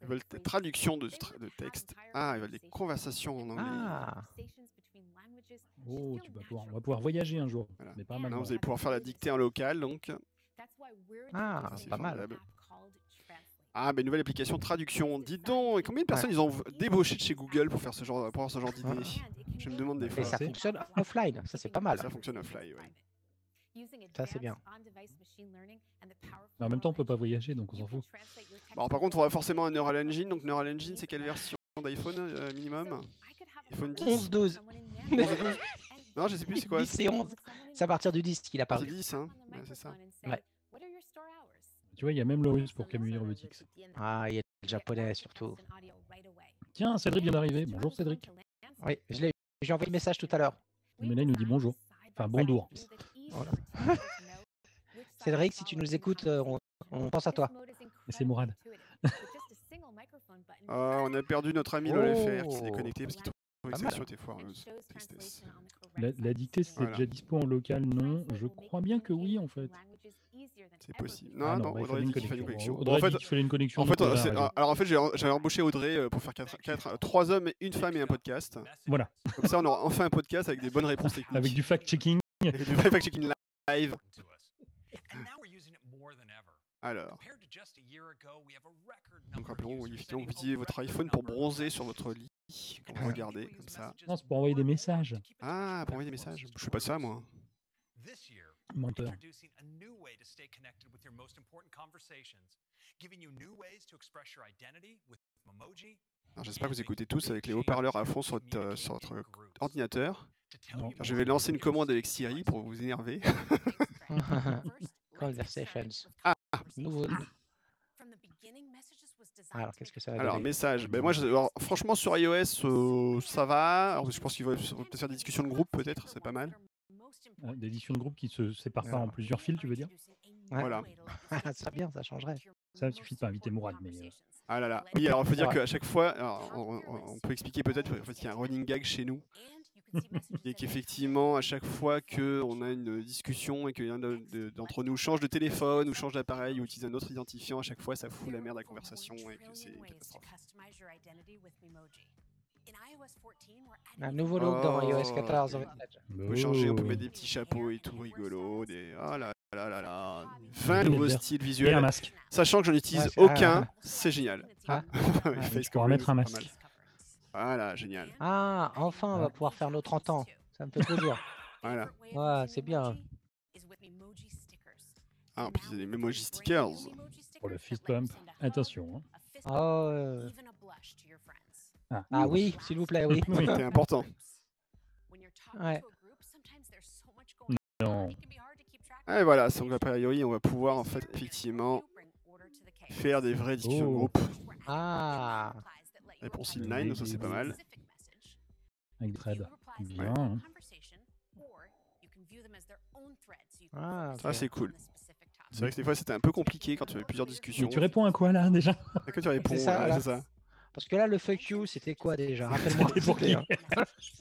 Ils veulent des traductions de, tra- de texte. Ah, ils veulent des conversations en anglais.
Ah.
Oh, tu vas pouvoir, on va pouvoir voyager un jour,
Voilà.
mais pas
Maintenant,
maintenant.
Hein, vous allez pouvoir faire la dictée en local, donc.
Ah,
c'est
pas mal.
formidable. Ah, mais nouvelle application de traduction. Dis donc, et combien de
Ouais.
personnes ils ont v- débauché de chez Google pour faire ce genre, pour avoir ce genre d'idée Je me demande des
Et
fois.
ça
c'est-
fonctionne offline, ça c'est pas mal.
Ça fonctionne offline, ouais.
Ça, c'est bien.
Mais en même temps, on peut pas voyager, donc on s'en fout.
Bon, par contre, on a forcément un Neural Engine. Donc, Neural Engine, c'est quelle version d'iPhone euh, minimum iPhone 10.
11, 12.
11, 12. Non, je sais plus c'est quoi.
10 et 11. C'est à partir du 10 qu'il a
C'est
parlé.
10, hein Ouais, c'est ça.
Ouais.
Tu vois, il y a même le russe pour Camus Robotics.
Ah, il y a le japonais surtout.
Tiens, Cédric vient d'arriver. Bonjour Cédric.
Oui, je l'ai- j'ai envoyé le message tout à l'heure.
Mélanie nous dit bonjour. Enfin, bonjour.
Voilà. Cédric, si tu nous écoutes, euh, on, on pense à toi.
c'est Mourad.
Ah, on a perdu notre ami le LFR qui s'est
Oh.
déconnecté parce qu'il trouvait que
mal.
sa sotte était foireuse. Tristesse.
La, la dictée, c'est
Voilà.
déjà dispo en local Non, je crois bien que oui, en fait.
C'est possible. Non, non,
bah, il
Audrey
fallait
dit
une
qu'il fallait une
connexion.
connexion.
Audrey
En fait,
dit qu'il fallait une connexion.
En fait, euh,
donc Audrey a
c'est-
raison.
alors en fait, j'ai- j'avais embauché Audrey euh, pour faire quatre, quatre, trois hommes, et une femme et un podcast.
Voilà,
Comme ça, on aura enfin un podcast avec des bonnes réponses techniques.
avec du fact-checking.
Et du vrai fact-checking live. Alors,
Donc
donc
rappelons,
rappelons,
oui,
effectivement, vous utilisez votre iPhone pour bronzer sur votre lit. Quand vous regardez, comme ça.
Non, c'est pour envoyer des messages.
Ah, pour envoyer des messages. Je fais pas ça, moi.
Menteur.
Alors, J'espère que vous écoutez tous avec les haut-parleurs à fond sur votre, euh, sur votre ordinateur.
Non.
Je vais lancer une commande avec Siri pour vous énerver.
Conversations.
Ah.
Nouveau. Alors,
Alors,
qu'est-ce que ça va
Alors,
donner
message. Ben moi, je- alors, franchement, sur iOS, euh, ça va. Alors, je pense qu'ils vont peut-être faire des discussions de groupe, peut-être, c'est pas mal.
Ah, Des éditions de groupe qui se séparent pas
Alors.
en plusieurs fils, tu veux dire
Voilà.
Ah, Ça serait bien, ça changerait.
Ça suffit de pas inviter Mourad, mais, euh,
Ah là là. Oui, alors il faut dire
Ouais.
qu'à chaque fois, alors, on, on- on peut expliquer peut-être, en fait, il y a un running gag chez nous. Et qu'effectivement, à chaque fois qu'on a une discussion et que l'un de- de- d'entre nous change de téléphone ou change d'appareil ou utilise un autre identifiant, à chaque fois, ça fout la merde à la conversation et que c'est une catastrophe.
Un nouveau look dans
Oh,
iOS 14.
putain.
Bah
On peut changer, on peut mettre des petits chapeaux et tout rigolo. Des... Ah là là là là. 20 nouveaux styles
Et un
visuels.
masque.
Sachant que j'en utilise
Ouais, c'est-
aucun,
ah,
c'est génial.
Ah.
Ouais,
Ah,
face
tu pourras
covering,
mettre un
c'est pas
masque.
mal. Voilà, génial.
Ah, enfin, on va pouvoir faire nos 30 ans. Ça me fait plaisir.
Voilà.
Ouais, c'est bien.
Ah, puis c'est des Memoji stickers.
Pour le fist pump. Attention. hein.
Oh, euh,
Ah,
Ah oui, s'il vous plaît, oui.
Oui.
C'était important.
Ouais.
Non.
Et voilà, donc a priori, on va pouvoir en fait effectivement faire des vraies discussions de
Oh.
groupe.
Ah.
Réponse inline, ça c'est pas mal.
Avec des threads. Bien. hein.
Ah,
Ça
ok.
c'est cool. C'est vrai que des fois c'était un peu compliqué quand tu avais plusieurs discussions.
Mais tu réponds à quoi là déjà
À quoi tu réponds
ça,
ouais,
là.
c'est ça.
Parce que là, le fuck you, c'était quoi déjà Rappelle-moi.
C'était pour
s'il te
qui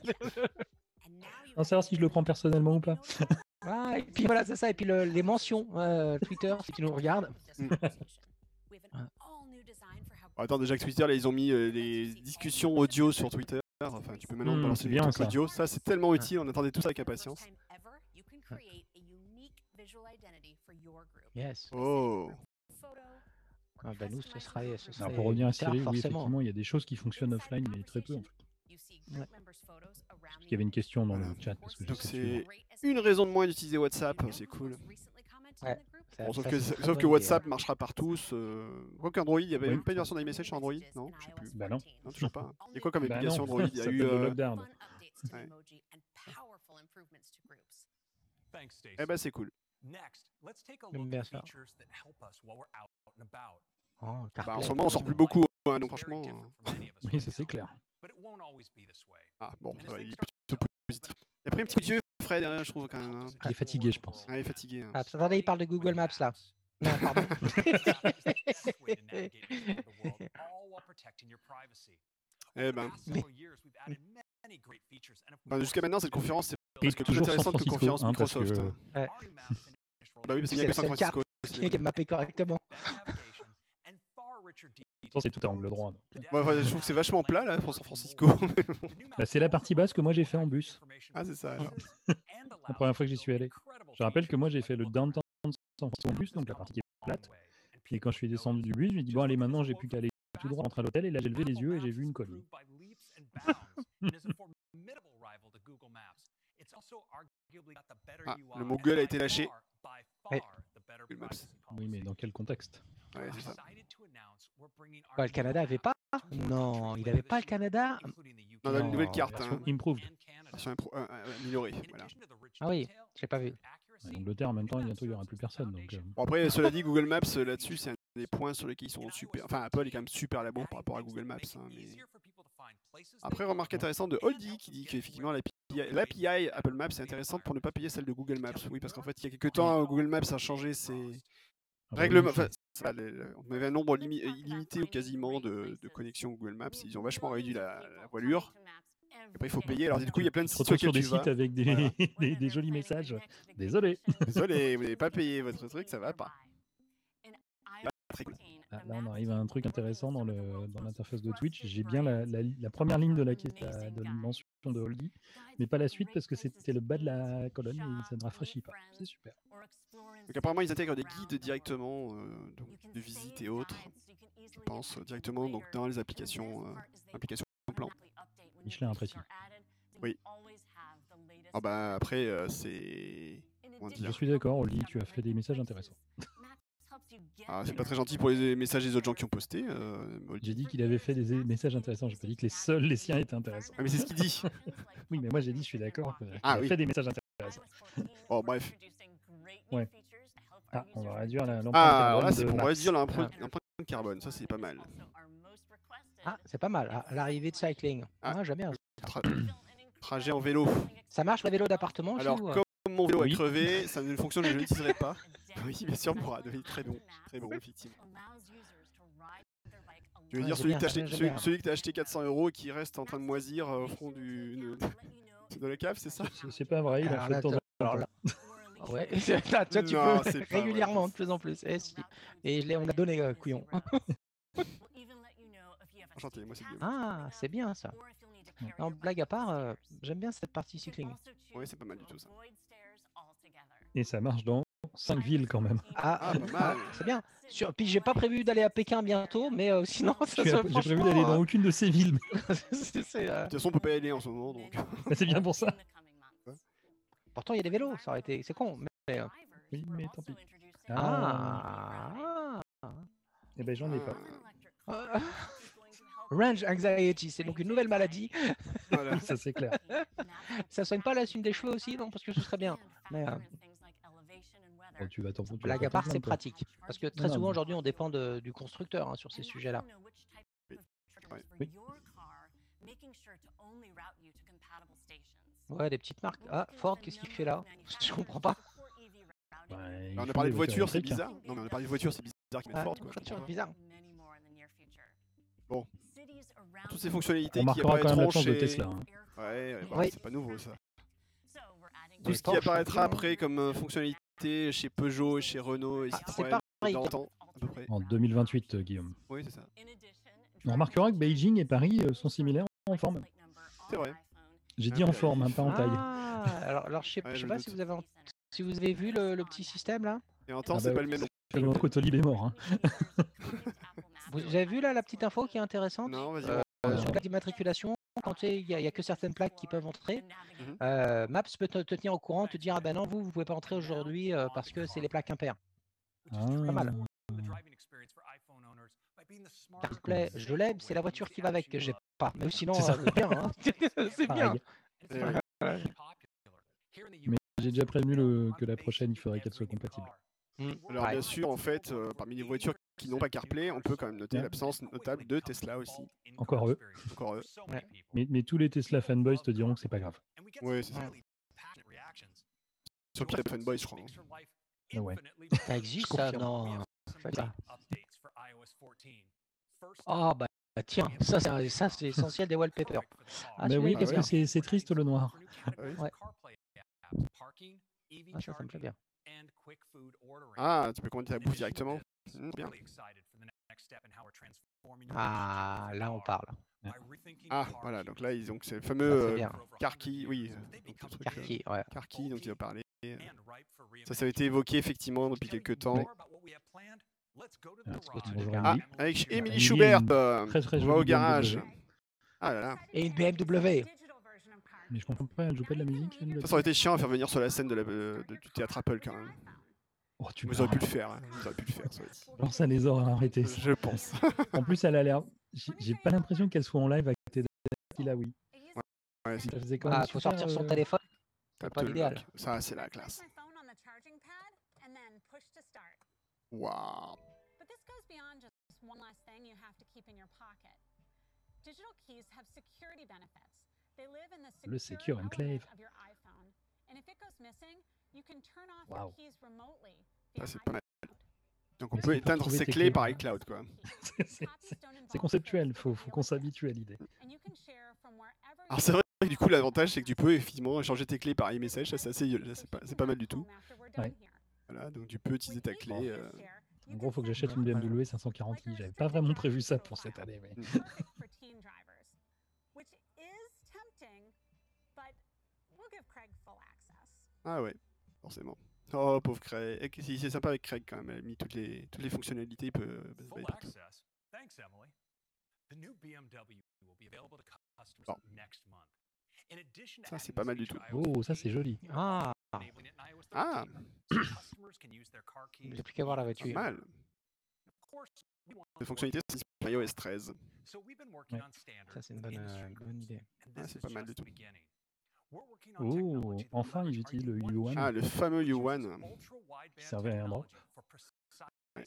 plaît, hein.
On va savoir si je le prends personnellement ou pas.
Ah, et puis voilà, c'est ça. Et puis le- les mentions euh, Twitter, si tu nous regardes.
Hmm. Ah, Attends, déjà que Twitter, là, ils ont mis euh, les discussions audio sur Twitter. Enfin, tu peux maintenant
Hmm,
balancer
c'est
les
bien,
trucs
ça.
audio. Ça, c'est tellement utile. On attendait tout ça avec impatience.
Yes.
Oh,
Ah, bah, nous, ce serait. Ce
Alors
serait
pour revenir à
clair,
Siri, oui,
forcément.
effectivement, il y a des choses qui fonctionnent offline, mais très peu en fait.
Ouais.
Parce qu'il y avait une question dans le
Voilà.
chat. Parce que
Donc
je sais
c'est-
plus.
une raison de moins d'utiliser WhatsApp. C'est cool.
Ouais. Ça-
Bon, sauf
ça,
que,
c'est une très
sauf que
bonne idée,
WhatsApp
ouais.
marchera par tous. euh, Quoi qu'Android, il n'y avait
Oui.
même pas une version d'iMessage sur Android Non, je sais plus.
Bah non.
Non, toujours pas. Il y a quoi comme
Bah
application
non,
Android Il y a
ça
eu.
s'appelle le
euh,
lockdown.
Ouais. Eh
Eh
ben,
ben,
c'est cool.
J'aime bien ça. Oh,
Bah, en
CarPlay.
ce moment, on sort plus beaucoup. hein, donc, franchement. euh,
Oui, ça c'est clair.
Ah, bon, ça va, il est plutôt positif. Il a pris un petit coup de yeux, Fred, hein, je trouve quand même. hein.
Il est fatigué, je pense.
Ah, il est fatigué. hein.
Ah, attendez, il parle de Google Maps là. Non, pardon.
Eh ben.
Enfin, Jusqu'à maintenant, cette conférence, c'est
Et
presque plus
toujours San
intéressante que
Francisco,
conférence
hein, parce
Microsoft.
que- Ouais.
hein.
Bah oui, parce
C'est
qu'il n'y a
la
que San
seule carte
Francisco.
qui est mappée correctement.
Pourtant, c'est tout à angle droit.
Ouais, enfin, je trouve que c'est vachement plat là pour San Francisco.
Ah,
Bah, c'est la partie basse que moi, j'ai fait en bus.
Ah, c'est ça. alors.
La première fois que j'y suis allé. Je rappelle que moi, j'ai fait le downtown de San Francisco en bus, donc la partie qui est plate. Puis quand je suis descendu du bus, je me dis bon allez maintenant j'ai plus qu'à aller tout droit rentrer à l'hôtel et là j'ai levé les yeux et j'ai vu une colline.
Ah, le mot gueule a été lâché.
Ouais.
Google Maps.
Oui mais dans quel contexte
Ouais, c'est ça.
Quoi, le Canada avait pas hein. Non, il avait pas le Canada.
Non, la
Non,
nouvelle carte.
version
hein.
improved.
Version impro- euh, euh, améliorée, voilà.
Ah oui, je l'ai pas vu.
Ouais, L'Angleterre en même temps bientôt il y aura plus personne donc. euh,
Bon, après, cela dit, Google Maps euh, là-dessus, c'est un des points sur lesquels ils sont super. Enfin, Apple est quand même super labour par rapport à Google Maps. hein, mais- Après, remarque intéressante de Holdy qui dit qu'effectivement, l'API l'API Apple Maps est intéressante pour ne pas payer celle de Google Maps. Oui, parce qu'en fait, il y a quelques temps, hein, Google Maps a changé ses
un
règles.
revenu,
Enfin, c'est pas les- le- on avait un nombre limi- euh, illimité ou quasiment de, de connexions Google Maps. Ils ont vachement réduit la, la voilure. Après, il faut payer. Alors, du coup, il y a plein de
Tu te
sites sur
retrouves sur
lesquels
des
tu vas.
sites avec des,
Voilà.
des, des jolis messages. Désolé.
Désolé, vous n'avez pas payé votre truc, ça va pas. Très cool.
Ah, là on arrive à un truc intéressant dans le- dans l'interface de Twitch. J'ai bien la, la- la première ligne de la, de la- de la mention de Holdy, mais pas la suite parce que c'était le bas de la colonne et ça ne rafraîchit pas. C'est super.
Donc, apparemment, ils intègrent des guides directement euh, donc, de visite et autres, je pense, euh, directement donc, dans les applications, euh, applications plan.
Michelin imprécis.
Oui. Ah bah après, euh, c'est. comment
Je
dire
suis d'accord, Holdy, tu as fait des messages intéressants.
Ah, c'est pas très gentil pour les messages des autres gens qui ont posté. euh, Moldy.
J'ai dit qu'il avait fait des messages intéressants. J'ai pas dit que les seuls, les siens étaient intéressants.
Ah, mais c'est ce qu'il dit.
Oui, mais moi j'ai dit, je suis d'accord. euh, qu'il
Ah
a
oui.
fait des messages intéressants.
Oh, bref.
Ouais. Ah, on va réduire la l'empreinte
Ah, alors
carbone
là, c'est
de
pour
Maps.
réduire
Ah,
l'empreinte l'empreinte carbone. Ça, c'est pas mal.
Ah, c'est pas mal. ah, L'arrivée de cycling.
Ah.
Ah, jamais. un-
Tra- trajet en vélo.
Ça marche la vélo d'appartement chez
Alors,
vous, euh
comme mon vélo
Oui.
a crevé, ça ne fonctionne, je ne l'utiliserai pas. Oui, bien sûr, pour Adobe. Très bon. Très bon, effectivement. Je veux
Ouais, j'aime
dire, celui
bien,
que t'as
j'aime
acheté,
bien, j'aime
celui,
bien.
celui que t'as acheté 400 euros qui reste en train de moisir euh, au front du, de la cave, c'est ça
C'est- C'est pas vrai, il a
Alors
fait
là,
de temps en temps.
alors là, Ouais, là, toi, tu
Non,
peux
c'est pas
régulièrement de plus en plus. Eh, si. Et je l'ai- on l'a donné, euh, couillon.
Enchanté, moi, c'est Guillaume.
Ah, c'est bien ça. Non, blague à part, euh, j'aime bien cette partie cycling.
Ouais, c'est pas mal du tout, ça.
Euh.
Et ça marche dans 5 villes quand même.
Ah,
Ah, pas mal.
c'est bien. Sur, puis j'ai pas prévu d'aller à Pékin bientôt, mais euh, sinon ça euh,
Je suis
se
à- J'ai prévu d'aller dans aucune de ces villes, mais
c'est- c'est, euh,
De toute façon, on peut pas y aller en ce moment, donc.
mais c'est bien pour ça.
Pourtant, il y a des vélos, ça aurait été. C'est con. mais- mais, euh,
Oui, mais tant pis.
Ah.
Eh ben j'en ai pas.
Ah. Range anxiety, c'est donc une nouvelle maladie.
Voilà.
Ça c'est clair.
Ça soigne pas la cime des cheveux aussi, non Parce que ce serait bien. Mais euh,
Bon, Oh, tu vas t'en tu vas
blague
pas
à part,
t'en
c'est
plaindre, toi.
pratique. Parce que très
Non,
souvent
mais-
aujourd'hui, on dépend de- du constructeur hein, sur ces
ces
sujets-là.
sujets-là.
Ouais.
Oui.
Ouais, des petites marques. Ah, Ford, qu'est-ce qu'il fait là Je comprends pas.
Bah,
Ouais,
Alors, on
ils
a
font
parlé
des
de voiture, c'est
électriques, hein.
bizarre. Non, mais on a parlé de voiture, c'est bizarre qu'ils mettent
Ah,
Ford, quoi.
je comprends pas. bizarre.
Bon. Toutes ces fonctionnalités
On
qui
marquera quand même
apparaîtront
l'absence de
chez...
Tesla. hein.
Ouais, ouais, bah,
Oui.
c'est pas nouveau, ça.
Du
Tout ce
Porsche,
qui apparaîtra
tranquille, hein.
après comme euh, fonctionnalité chez Peugeot et chez Renault et
Ah, c'est
Citroën
pareil.
dans le temps, à peu près.
En 2028, euh, Guillaume.
Oui, c'est ça.
On remarquera que Beijing et Paris euh, sont similaires en forme.
C'est vrai.
J'ai
bah
dit en forme, hein, pas en taille.
Ah, alors, alors je sais,
Ouais,
je
je
sais pas
note.
si vous avez, ent- si vous avez vu le, le petit système là.
Et en temps,
Ah
c'est
bah
pas
oui.
le même.
C'est le moment qu'Autolib est mort. hein.
Vous vous avez vu là la petite info qui est intéressante
Non, vas-y.
Euh,
on-
Sur la plaque d'immatriculation, quand tu sais, il n'y a, il y a que certaines plaques qui peuvent entrer,
Mhm.
euh, Maps peut te, te tenir au courant, te dire ah ben non, vous, vous pouvez pas entrer aujourd'hui euh, parce que c'est les plaques impaires.
Ah.
mal.
Hmm.
S'il vous plaît, je
Je
l'ai,
l'ai,
mais c'est la voiture qui va avec que j'ai pas. Mais sinon,
C'est ça.
euh, c'est bien, hein. c'est bien. Euh.
Pareil.
Eh
Mais j'ai déjà prévenu le- que la prochaine, il faudrait qu'elle soit compatible.
Mm.
Alors
Ouais.
bien sûr, en fait, euh, parmi les voitures qui n'ont pas CarPlay, on peut quand même noter
Ouais.
l'absence notable de Tesla aussi.
Encore eux.
Encore eux.
Ouais.
Mais, mais tous les Tesla fanboys te diront que c'est pas grave.
Ouais, c'est ça. Sur le pire, les fanboys, je crois. hein.
Ah ouais.
Ça existe ça
confirme.
Non.
Je sais pas.
Ah bah Ah, tiens, ça, c'est un- ça, c'est l'essentiel des wallpapers. Ah,
Bah
celui-là,
oui,
il est
parce
bien.
que c'est c'est triste le noir.
Ouais.
E
Ah, ça, ça me plaît bien.
Ah, tu peux commander ta bouffe directement. Hmm, bien.
Ah, là, on parle.
Ah, voilà, donc là, ils ont c'est le
Ça, c'est
fameux euh,
bien.
Karki, oui, euh, donc le truc, euh,
Karki, ouais.
Karki, donc il a parlé. euh, Ça, ça a été évoqué effectivement depuis quelques temps.
bonjour,
Ah,
Emily.
avec
Bah,
Émilie
Emily,
Schubert,
une
euh,
Très très
on
joli.
va au garage. Ah là là,
Et une BMW.
Mais je comprends pas, elle joue pas de la musique. elle, le-
ça aurait été chiant à faire venir sur la scène de la- euh, de- du théâtre Apple quand même.
Oh, tu
Ils auraient pu le faire, hein, ils auraient pu le faire, ça aurait été-
Alors ça les aura arrêtés.
Je pense.
En plus, elle a l'air. J'ai j'ai pas l'impression qu'elle soit en live à côté de là, oui.
Ouais, c'est
Ça faisait quand même
Ah, faut
super,
sortir son
euh,
téléphone.
Apple
pas l'idéal.
Lock. Ça, c'est la classe. Waouh.
But this goes beyond just one last thing you have to keep in your pocket. Digital keys have security benefits. They live in the
Le secure
secure
enclave.
element of your iPhone. And if it goes missing, you can turn off
Wow.
your keys remotely.
Ah,
via
c'est pas mal.
iCloud.
Donc on
Est-ce qu'on
peut
peut
éteindre
retrouver
ses
tes
clés
clés
par
là
iCloud, quoi.
C'est- c'est- C'est conceptuel, faut, faut qu'on s'habitue à l'idée.
Alors c'est vrai que du coup l'avantage c'est que tu peux effectivement changer tes clés par iMessage, ça c'est assez, ça, c'est pas, c'est pas mal du tout.
Ouais.
Voilà, donc tu peux utiliser ta clé. euh,
En gros, faut que j'achète une BMW 540 i. J'avais pas vraiment prévu ça pour cette année, mais
Mm. Ah ouais, forcément. Oh pauvre Craig, Eh, qu'est-ce qu'il- c'est sympa avec Craig quand même, elle a mis toutes les, toutes les fonctionnalités. Il peut... bah, bah,
Full
il peut tout.
access. Thanks, Emily. The new BMW will be available to customers
Bon.
next month. In addition to
Oh. Ça, c'est
adding
pas mal
this
du
feature
tout.
to iOS
Oh, ça, c'est
8,
joli.
Ah.
enabling it in iOS
Ah.
13, so customers can use their car
Il
keys
n'y a plus qu'à voir la voiture.
Pas mal,
Of course, we want
les
more.
fonctionnalités sont sur iOS 13.
So we've been working
Ouais.
on standards
Ça, c'est une
with
bonne,
industry
euh,
groups,
bonne idée.
and
Ah,
this
c'est
is
pas mal
just
du
the
tout.
beginning. We're working on
Oh,
technology that
enfin, ils
leverages
utilisent le
RU1
yuan.
chip
Ah, le fameux
which uses
Yuan,
ultra-wideband
servait à rien
technology for
Ouais.
precise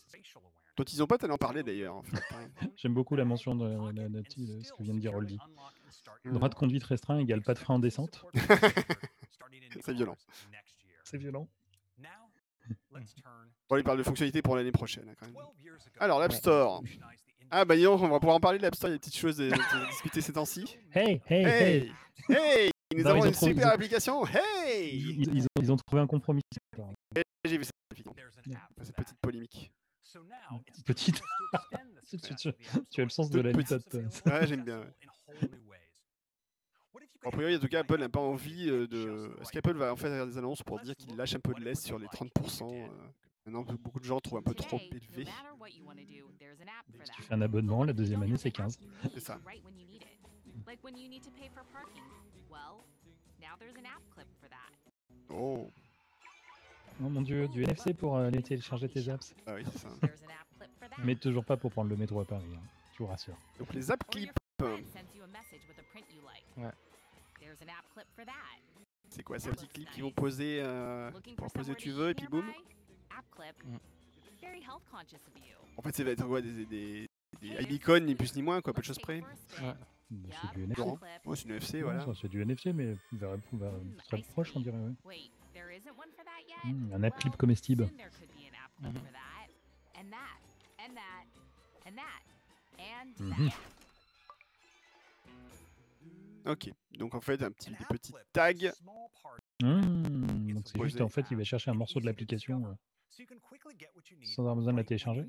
spatial awareness.
dont ils n'ont pas tellement parlé d'ailleurs. en fait, hein.
J'aime beaucoup la mention de,
Pocket
de- de-
and
de- de ce
still
que vient de dire
securely
Oldie.
unlock and start
Mm.
your
Droit de
car.
conduite restreint égale pas de frein en descente.
C'est violent.
C'est violent. Hmm.
Bon, il parle de fonctionnalités pour l'année prochaine hein, quand même. Alors,
Alors,
l'App
l'App
Ouais. Store.
Store.
Ah bah dis donc, on va pouvoir en parler de l'App Store, il y a des petites choses dont on a discuté ces temps-ci.
Hey, hey, hey,
Hey Hey Nous
Non,
avons
ils ont
une
trouvé-
super
ils ont-
application Hey
Ils, ils ont, ils ont trouvé un compromis. apparemment.
J'ai vu ça, effectivement. Enfin, cette petite polémique.
Petite. Tu- tu- tu- tu as le sens de la méthode, toi.
Ouais, j'aime bien, ouais. Hmm. En priori, en tout cas, Apple n'a pas envie euh, de. Est-ce qu'Apple va en fait faire des annonces pour dire qu'il lâche un peu de l'est sur les 30% euh, Maintenant que beaucoup de gens trouvent un peu trop élevé.
Si tu fais un abonnement, la deuxième année, c'est 15.
C'est ça. Oh
Oh mon dieu, du NFC pour euh, aller télécharger tes apps.
Ah oui, c'est ça.
Mais toujours pas pour prendre le métro à Paris, hein. je vous rassure.
Donc les app um, clips, euh, c'est quoi C'est un petit clip qu'ils vont poser euh, pour poser tu veux et puis boum
Mm.
En fait, ça va être quoi Des, des, des icônes, ni plus ni moins, quoi, peu de choses près.
Mais C'est du NFC.
Laurent. Ouais, c'est une UFC,
Ouais,
voilà.
ça, C'est du NFC, mais vers, vers,
Hmm.
très proche, on dirait. ouais. Hmm, un app clip comestible. Mhm.
Ok, donc en fait, un petit, des petits
Petit
tags.
tag.
Hmm, donc c'est juste,
Posé.
en fait, il va chercher un morceau de l'application. euh.
Sans avoir besoin de la télécharger.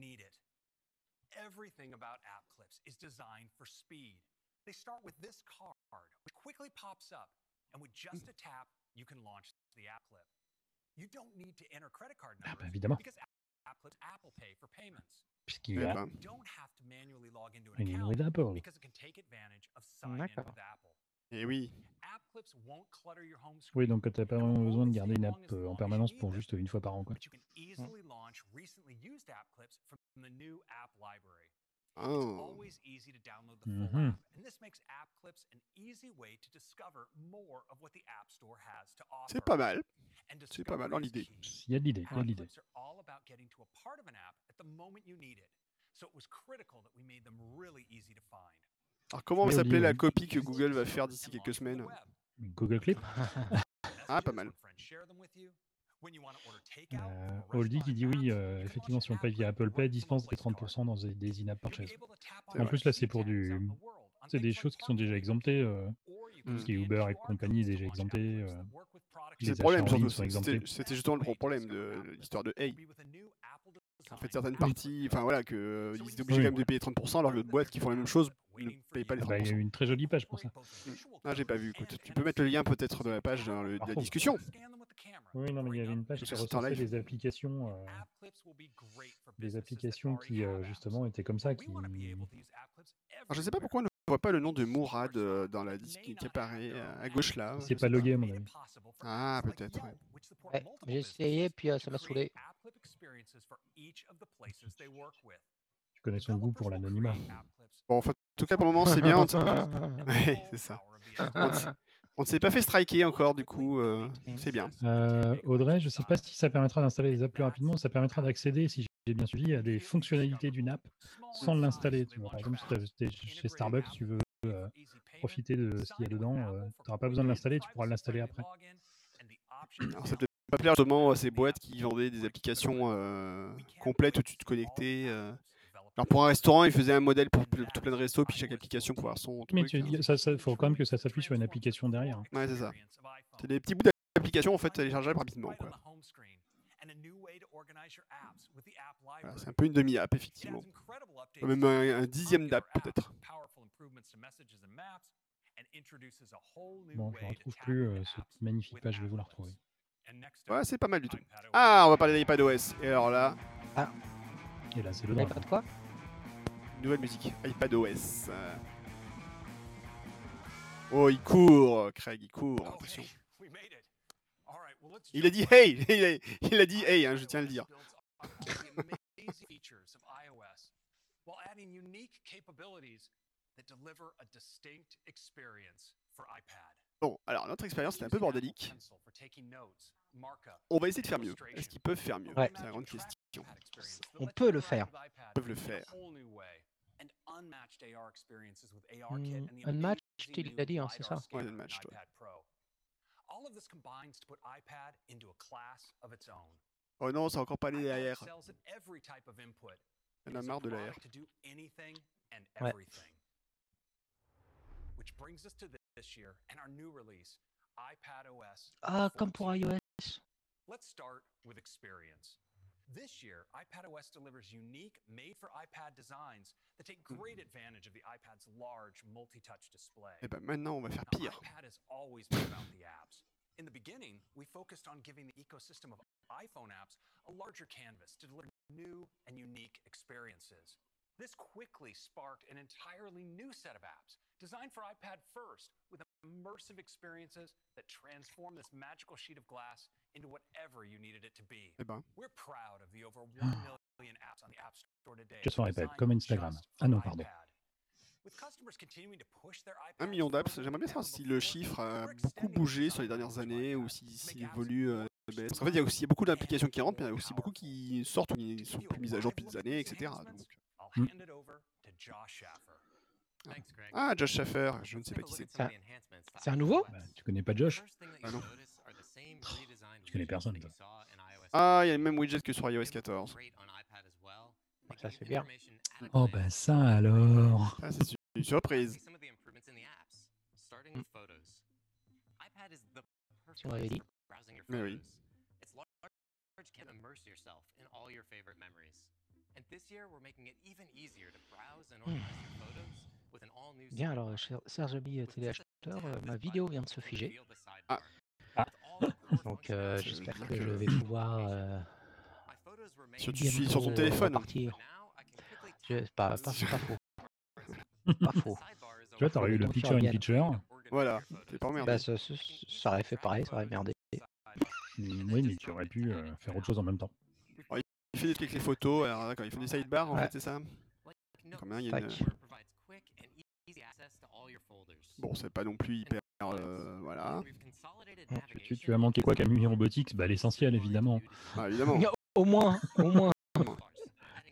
Hmm.
Ah bah évidemment, puisqu'il
Eh
y a
ben,
une librairie d'Apple.
D'accord.
et Eh oui,
Oui, donc t'as pas vraiment besoin de garder une app euh, en permanence pour juste une fois par an, quoi.
but you can easily launch recently used app clips from the new app library. It's
Oh.
always easy to download the full
Mhm.
app, and this makes app clips an easy way to discover more of what the App Store has to offer.
c'est pas mal.
And
c'est pas mal
discovery
dans
is
l'idée.
key.
Il y a de l'idée, il y a
App
de l'idée.
clips are all about getting to a part of an app at the moment you need it. So it was critical that we made them really easy to find.
Alors comment va
Joli,
s'appeler la
oui.
copie que Google va faire d'ici quelques semaines
Google Clip
Ah, pas mal.
Euh, Oldie qui dit oui, euh, effectivement, si on paye via Apple Pay, dispense les 30% dans des, des in-app purchases.
En plus, là, c'est pour du.
C'est des choses qui sont déjà exemptées. euh,
Mm.
Ce qui est Uber et compagnie est déjà exempté. euh,
C'est
les
le problème,
achats en ligne
surtout.
sont
C'était
exemptés.
c'était justement le gros problème de l'histoire de Hey. En fait, certaines
Oui.
parties, enfin voilà, que euh, ils étaient obligés
Oui.
quand même de payer 30%, alors que d'autres boîtes qui font la même chose ne payent pas les
Ah bah,
30%.
il y a eu une très jolie page pour ça.
Ah, j'ai pas vu. écoute. Tu peux mettre le lien peut-être de la page dans le- de la
Par contre.
discussion.
Oui, non, mais il y avait une page qui
Sur Star
recensait
Life.
les applications, euh, les applications qui euh, justement étaient comme ça, qui
Alors, je sais pas pourquoi on ne voit pas le nom de Mourad euh, dans la liste qui qui apparaît euh, à gauche là.
C'est pas logué, à mon avis.
Ah, peut-être, ouais.
Ouais, j'ai essayé, puis euh, ça m'a saoulé.
tu connais son goût pour l'anonymat.
Bon, enfin, en tout cas, pour le moment, c'est bien. On ne Ouais, c'est ça. s'est pas fait striker encore, du coup, euh, c'est bien.
Euh, Audrey, je sais pas si ça permettra d'installer les apps plus rapidement, ça permettra d'accéder, si j'ai bien suivi, à des fonctionnalités d'une app sans l'installer. tu vois. Par exemple, si t'as- t'es chez Starbucks, tu veux euh, profiter de ce qu'il y a dedans, tu n'auras pas besoin de l'installer, tu pourras l'installer après.
Alors, ça peut pas plaire justement à ces boîtes qui vendaient des applications euh, complètes où tu te connectais. euh. Alors, pour un restaurant, ils faisaient un modèle pour ple- tout plein de restos, puis chaque application pour avoir son
Mais
truc.
tu-
hein.
ça, ça- faut quand même que ça s'appuie sur une application derrière. hein.
Ouais, c'est ça. C'est des petits bouts d'applications, en fait, téléchargeables rapidement. quoi. Voilà, Ah, c'est un peu une demi-app, effectivement. Même un, un dixième d'app, peut-être.
Bon, je ne retrouve plus euh, cette magnifique page, je vais vous la retrouver.
Ouais, c'est pas mal du tout. Ah, on va parler d'iPadOS. Et alors là,
Et là, c'est le
Mais
drame.
pas de quoi
nouvelle musique, iPadOS. euh. Oh, il court, Craig, il court. Attention. Il a dit hey, il a, il a dit hey, hein, je tiens à le dire. Bon, alors notre expérience est un peu bordélique. On va essayer de faire mieux. Est-ce qu'ils peuvent faire mieux
Ouais.
C'est la grande question.
On peut le faire.
Ils
peuvent le faire.
Hmm, unmatched, il l'a dit, hein, c'est ça.
Ouais, unmatched, ouais. Oh non, c'est encore pas les AR. On a marre de l'AR.
Ouais. Ah, comme pour iOS.
Let's start with experience. This year, iPadOS delivers unique, made for iPad designs that take great advantage of the iPad's large multi touch display.
Et Hmm. Eh ben maintenant, on va faire
Now,
pire.
iPad has always been about the apps. In the beginning, we focused on giving the ecosystem of iPhone apps a larger canvas to deliver new and unique experiences. This quickly sparked an entirely new set of apps designed for iPad first with immersive experiences that transform this magical sheet of glass into whatever you needed it to be.
Eh ben,
We're proud of the over 1 million apps on the App Store today.
Just sur iPad,
designed
comme Instagram.
just
Ah non,
for
pardon.
iPad. With customers continuing to push their
un
iPads
million d'apps.
further
J'aimerais bien
than
savoir si le
before,
chiffre a
we're
beaucoup
extending the
bougé sur les
design
dernières
of the
années
iPad,
ou s'il
make
s'il
apps
évolue. euh,
more
baisse. Parce qu'en fait, il y a aussi il y a beaucoup d'applications qui rentrent, mais il y en a aussi beaucoup qui sortent ou qui ne sont plus mises à jour depuis des années, etc. Donc,
I'll
Mm.
hand it over to Josh Schaffer. Thanks, Greg.
Ah, Josh Schaffer, je ne sais pas qui c'est.
Ça- c'est un nouveau
Bah, tu connais pas Josh
Ah non.
Tu connais personne, toi.
Ah, il y a le même widget que sur iOS 14.
Ah, ça, c'est bien.
Oh, bah ça alors
Ah, c'est une surprise.
Si on l'avait dit.
Mais oui.
Bien, alors, euh, cher Serge Ami, euh, téléacheteur, euh, ma vidéo vient de se figer.
Ah.
Ah.
Donc, euh,
C'est-
j'espère
donc,
que je
euh,
vais pouvoir. euh,
Sur, tu
bien
suis sur ton
euh,
téléphone.
repartir. Je- c'est pas, pas, pas faux. pas faux.
Tu vois, t'aurais eu le
Bon,
picture in
Fabian.
picture.
Voilà, t'es pas emmerdé.
Bah, ça, ça- ça aurait fait pareil, ça aurait merdé.
Mm, Oui, mais tu aurais pu euh, faire autre chose en même temps.
Oh, Il fait des trucs avec les photos, alors d'accord, il fait des sidebars en
Ouais.
fait, c'est ça Quand même, il y a une-
Tac.
Bon, c'est pas non plus hyper. euh, voilà.
Tu, tu as manqué quoi Camille Robotics Bah l'essentiel évidemment.
Ah, évidemment,
Il y a Au moins, au moins.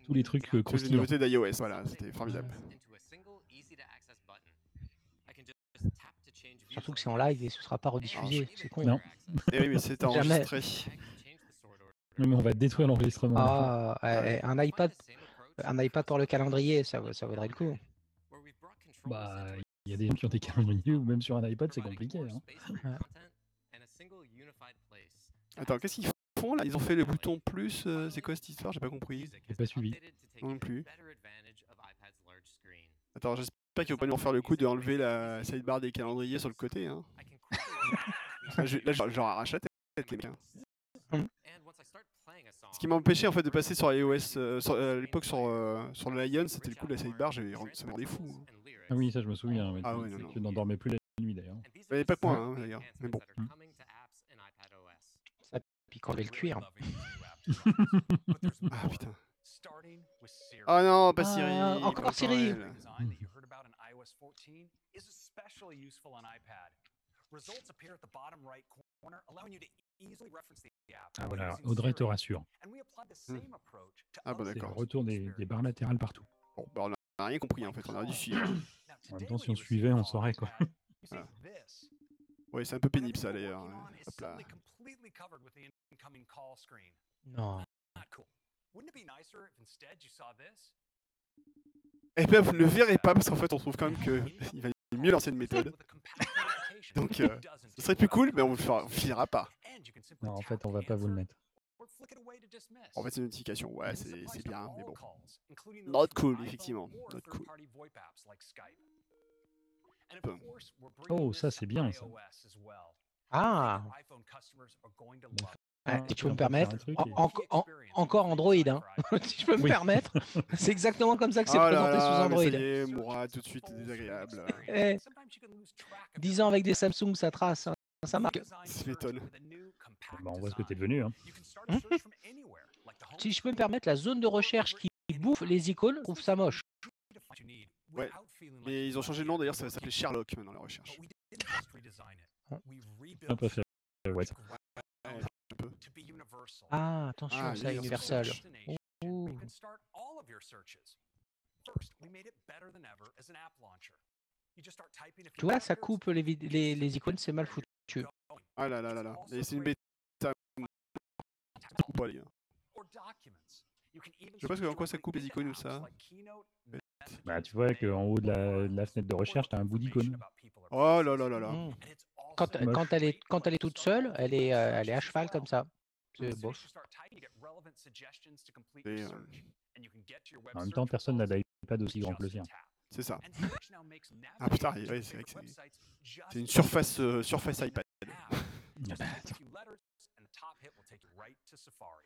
Tous les trucs euh,
c'est une
croustillants.
nouveauté d'iOS, voilà, c'était formidable.
Surtout que c'est en live et ce sera pas rediffusé. C'est con.
Non.
Et oui, mais Ah, c'est
Jamais.
enregistré.
Oui, mais on va détruire l'enregistrement. à la fin.
Ah, eh, eh, un iPad, un iPad pour le calendrier, ça, vaut- ça vaudrait le coup.
Bah, il y a des gens qui ont des calendriers ou même sur un iPad, c'est compliqué. hein.
Attends, qu'est-ce qu'ils font là Ils ont fait le bouton plus. euh, c'est quoi cette histoire J'ai pas compris.
J'ai pas suivi.
Non plus. Attends, j'espère qu'ils vont pas nous refaire le coup de enlever la sidebar des calendriers sur le côté. Hein. Là, je, là, je- je leur arrache la tête, les mecs. hein.
Hum.
Ce qui m'empêchait en fait de passer sur iOS, euh, sur- euh, à l'époque sur, euh, sur le Lion, c'était le coup de la sidebar, j'avais rendu ça me rendait fou. hein.
Ah oui, ça je me souviens. mais
Ah
tu-
oui, non, non.
tu n'en dormais plus la nuit d'ailleurs.
Mais pas que moi, hein, d'ailleurs. Mais bon.
Hmm.
Puis qu'on avait le cuir. hein.
Ah putain. Ah non, pas
Ah,
Siri.
encore
pas
Siri.
Corel.
Ah voilà, Audrey te rassure.
Hmm. Mmh.
Ah bah
C'est le
D'accord.
retour des, des barres latérales partout.
Bon, bah, on a rien hein. compris en fait, on a dû suivre.
En même temps, si on suivait, on saurait, quoi.
Voilà. Ouais, c'est un peu pénible ça d'ailleurs. hein. Hop là.
Non.
Eh bien, vous ne le verrez pas parce qu'en fait, on trouve quand même que il valait mieux l'ancienne méthode. Donc, euh, Ce serait plus cool, mais on ne le filera pas.
Non, en fait, on va pas vous le mettre.
En fait, c'est une notification, ouais, c'est c'est bien, mais bon.
Not cool, effectivement. Not cool.
Peu.
Oh, ça, c'est bien, ça.
Ah,
Ah,
euh, si
tu
tu peux
vas
me
pas faire
permettre,
un truc
en-
et-
en- en- encore Android, hein. si je peux me
Oui.
permettre, c'est exactement comme ça que c'est
Ah là
présenté
là,
sous
mais ça
Android.
y est, Mourad, tout de suite, c'est désagréable.
Eh, 10 Eh, ans avec des Samsung, ça trace, hein, ça marque.
Ça m'étonne.
Bah, on voit ce que t'es devenu. Hein.
Hum? Si je peux me permettre, la zone de recherche qui bouffe les icônes, je trouve ça moche.
Ouais, Mais ils ont changé de nom, d'ailleurs, ça va s'appeler Sherlock maintenant, la recherche.
On peut faire euh, what
Un peu.
Ah, attention,
Ah,
ça, universal.
universal search.
Ouh.
You can start all of your searches. First, we made it better than ever as an app launcher. You just start typing if
Tu
you
vois,
want
ça
to,
coupe les, vid- les, les icônes, c'est mal foutu.
Ah là là là là. Et c'est une bêta. ou pas, les gars.
or documents. You can even
Je sais pas
switch
en quoi
to
ça coupe les
related
icônes ou
apps
ça.
like Keynote,
Mais-
Messages,
Bah, tu vois qu'en haut de la, de la fenêtre de
or
recherche, t'as un bout
information
d'icône.
about people or
Oh là là là là.
Hmm.
Mm.
places. And it's also
Quand,
Moche.
quand, elle est, quand elle est toute seule, elle est, euh, elle est à cheval comme ça.
As
C'est
soon as
bof.
euh, you start typing, you get relevant suggestions to complete
Et,
your
euh,
search, and you can get to your web
En même
search
temps, personne n'a
results
d'iPad aussi grand
just
que le
a
sien.
tap.
C'est ça.
And search now makes
Ah putain,
navigating to
ouais, c'est vrai
different
que c'est-
websites just
C'est une
as
surface, euh, surface
easy as
iPad.
an app.
Ah bah,
Just a few letters, and the top hit will take you right to Safari.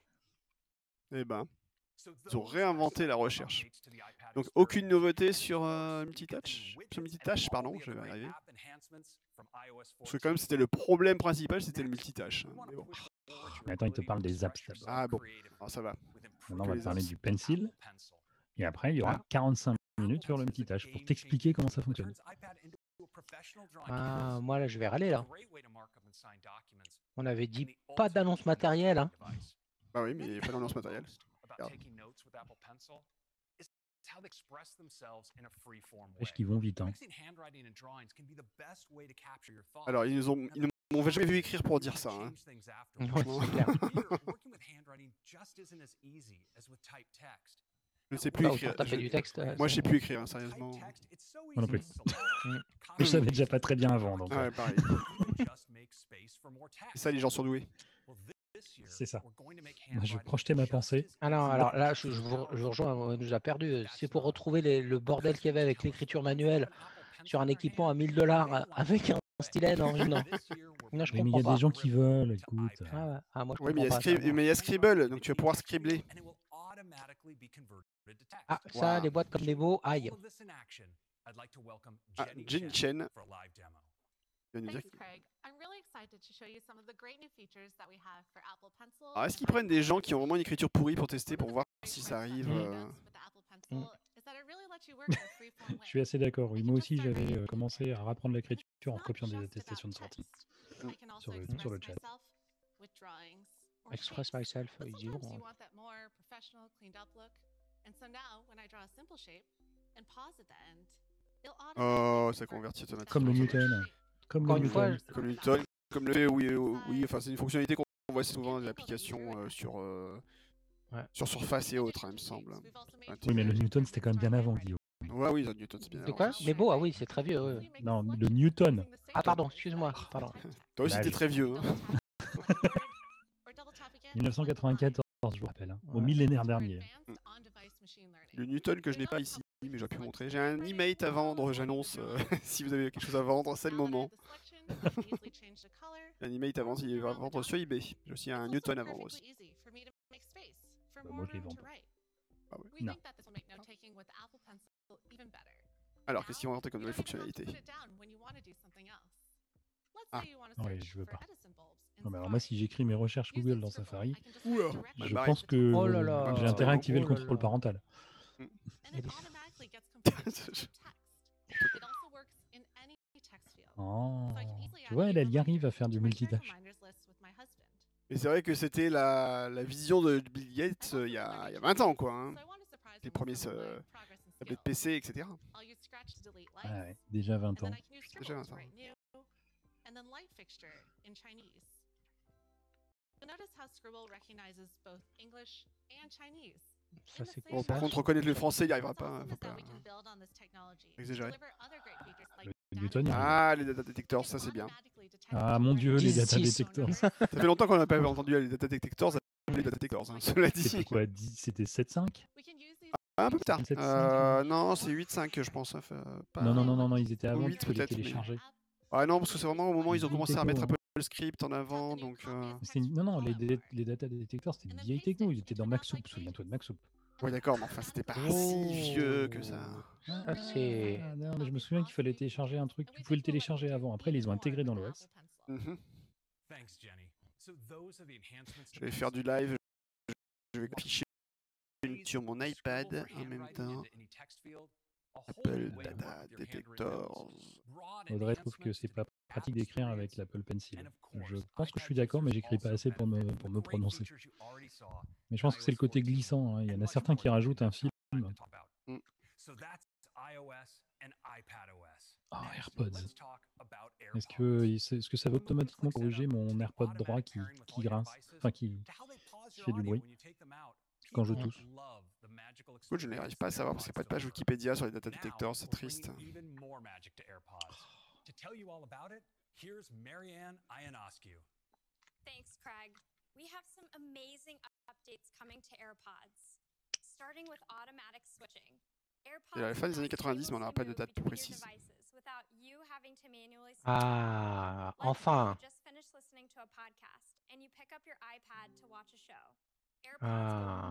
Eh ben.
Ils ont réinventé la recherche.
Donc, aucune nouveauté sur euh, multitouch Sur multitâche, pardon, je vais y arriver. Parce que quand même, c'était le problème principal, c'était le multitâche. hein, mais bon.
Mais attends, il te parle des apps, d'abord.
Ah bon, alors ça va.
Maintenant, on va
les
te parler
apps.
du pencil. Et après, il y aura 45 minutes sur le petit tâche pour t'expliquer comment ça fonctionne.
Ah, moi, là, je vais râler, là. On avait dit pas d'annonce matérielle, hein.
Bah oui, mais il fallait un lance matériel. Regarde.
Parce qu'ils vont vite. Hein.
Alors,
Alors, ils nous ont. Ils ne m'ont jamais vu écrire pour dire ça. hein.
Ouais, c'est clair.
Je ne sais plus
Là, autant
écrire.
Ah, taper
je-
du texte. euh,
Moi,
c'est-
je sais plus écrire, hein, sérieusement.
Moi non plus.
Mm.
Je savais déjà pas très bien avant, donc. euh,
Ah ouais, pareil. C'est ça, les gens surdoués.
C'est ça. Moi, je projetais ma pensée.
Ah non, alors là, je, je vous, je vous rejoins, on nous a perdu. C'est pour retrouver les- le bordel qu'il y avait avec l'écriture manuelle sur un équipement à 1000 dollars euh, avec un stylet. Non, je- non. Non, je
Oui, mais il y
comprends
a
pas.
des gens qui veulent, écoute.
Ah, ouais. Ah, moi, je
Oui, mais il y, a
comprends pas. ça,
Scrib-
moi.
mais il y a Scribble, donc tu vas pouvoir scribbler.
Ah, ça,
Waouh.
les boîtes comme les mots, aïe.
Ah, Jenny Chen. vient nous dire
Thanks,
que-
Craig. I'm really excited to show you some of the great new features that we have for Apple Pencil.
Alors, Ah, est-ce qu'ils prennent des gens qui ont vraiment une écriture pourrie pour tester, pour voir si ça arrive
Mm.
euh,
Je suis assez d'accord. Oui, moi aussi, j'avais euh, commencé à reprendre l'écriture en copiant des attestations de sortie.
Mm.
sur le- sur le chat.
Express myself, ils y vont, hein.
Oh, ça convertit automatiquement.
Comme le Newton. Comme
Encore
le
une fois,
Newton.
Comme Newton, comme le. Oui, euh, oui, enfin, c'est une fonctionnalité qu'on on voit souvent des applications euh, sur, euh,
Ouais.
sur Surface et autres, hein, il me semble.
Oui, mais le Newton, c'était quand même bien avant, Guillaume.
Ouais, oui, The Newton, c'est bien.
De
alors.
quoi Mais beau, ah oui, c'est très vieux. ouais.
Non, le Newton.
Ah, pardon, excuse-moi. Pardon.
Toi aussi,
Bah,
t'es
je-
très vieux. hein.
1994, je vous rappelle, hein, au
Ouais.
millénaire dernier.
Le Newton que je n'ai pas ici, mais j'aurais pu vous montrer. J'ai un e-mate à vendre, j'annonce. euh, si vous avez quelque chose à vendre, c'est le moment. Un e-mate à vendre, il va vendre sur eBay. J'ai aussi un Newton à vendre aussi.
Bah, moi, je les vends pas.
Ah ouais.
Non.
Alors, qu'est-ce qu'ils ont inventé comme nouvelle fonctionnalité Ah.
Oh,
Ouais, je veux pas. Non, mais alors moi, si j'écris mes recherches Google dans Safari,
Oula. Bah,
je
bah,
pense que
Oh là là.
j'ai intérêt à activer
Oh
le
là
contrôle
là.
parental.
Mm.
Oh. Tu vois, elle, elle y arrive à faire du multitâche.
Et c'est vrai que c'était la, la vision de Bill Gates euh, il y, a, il y a 20 ans, quoi. hein. Les premiers euh, tablettes PC, etc.
Ah ouais, déjà 20 ans.
Déjà 20 ans.
Ça, c'est
Bon,
Ça,
par contre,
je-
reconnaître le français, il n'y arrivera pas. hein, faut pas- Exagéré.
Le Newton, il arrive.
Ah, les data detectors, ça c'est bien.
Ah, mon dieu, les data
Dix-six.
detectors.
Ça fait longtemps qu'on n'a pas entendu les data detectors, les data detectors, hein, cela
C'était
dit.
quoi dix- C'était 7-5
Un peu plus tard.
Sept, cinq,
Euh,
ouais.
non, c'est 8-5, je pense. hein, fait, euh, pas-
Non, non, non, non, non, ils étaient
Ou
avant,
huit,
tu peux les
peut-être, mais-
télécharger.
Ah non, parce que c'est vraiment au moment où ils ont
Huit
commencé à
techno,
remettre un
hein.
peu le script en avant, donc. euh,
C'était une- Non, non, les, dé- les data detectors, c'était une vieille techno. Ils étaient dans MaxOop. Souviens-toi de MaxOop.
Oui, d'accord, mais enfin, c'était pas si vieux que ça.
Ah,
Ah, c'est-
ah, non, mais je me souviens qu'il fallait télécharger un truc. Tu pouvais le télécharger avant. Après, ils les ont intégré dans l'OS.
Mhm.
Thanks, Jenny. So those are the enhancements
Je vais faire du live. Je vais picher une- sur mon iPad en même temps. Apple Data Detectors.
Audrey trouve que c'est pas pratique d'écrire avec l'Apple Pencil. Je pense que je suis d'accord, mais j'écris pas assez pour me, pour me prononcer. Mais je pense que c'est le côté glissant. hein. Il y en a certains qui rajoutent un fil.
Mm.
Ah, AirPods. Est-ce que, est que ça va automatiquement corriger mon AirPod droit qui, qui grince Enfin, qui. fait du bruit quand je tousse.
Écoute, je n'arrive pas à savoir parce qu'il n'y a pas de page Wikipédia sur les data
Data
detectors, c'est triste.
To tell you all about it, here's Marianne Ionescu.
Thanks, Craig. We have some amazing updates coming to AirPods, starting with automatic switching. AirPods
la fin des
now
années 90, mais on n'aura pas de
seamlessly
date
move between your
précise.
devices without you having to manually switch.
Ah,
Like if you
enfin.
just finished listening to a podcast and you pick up your iPad to watch a show. AirPods will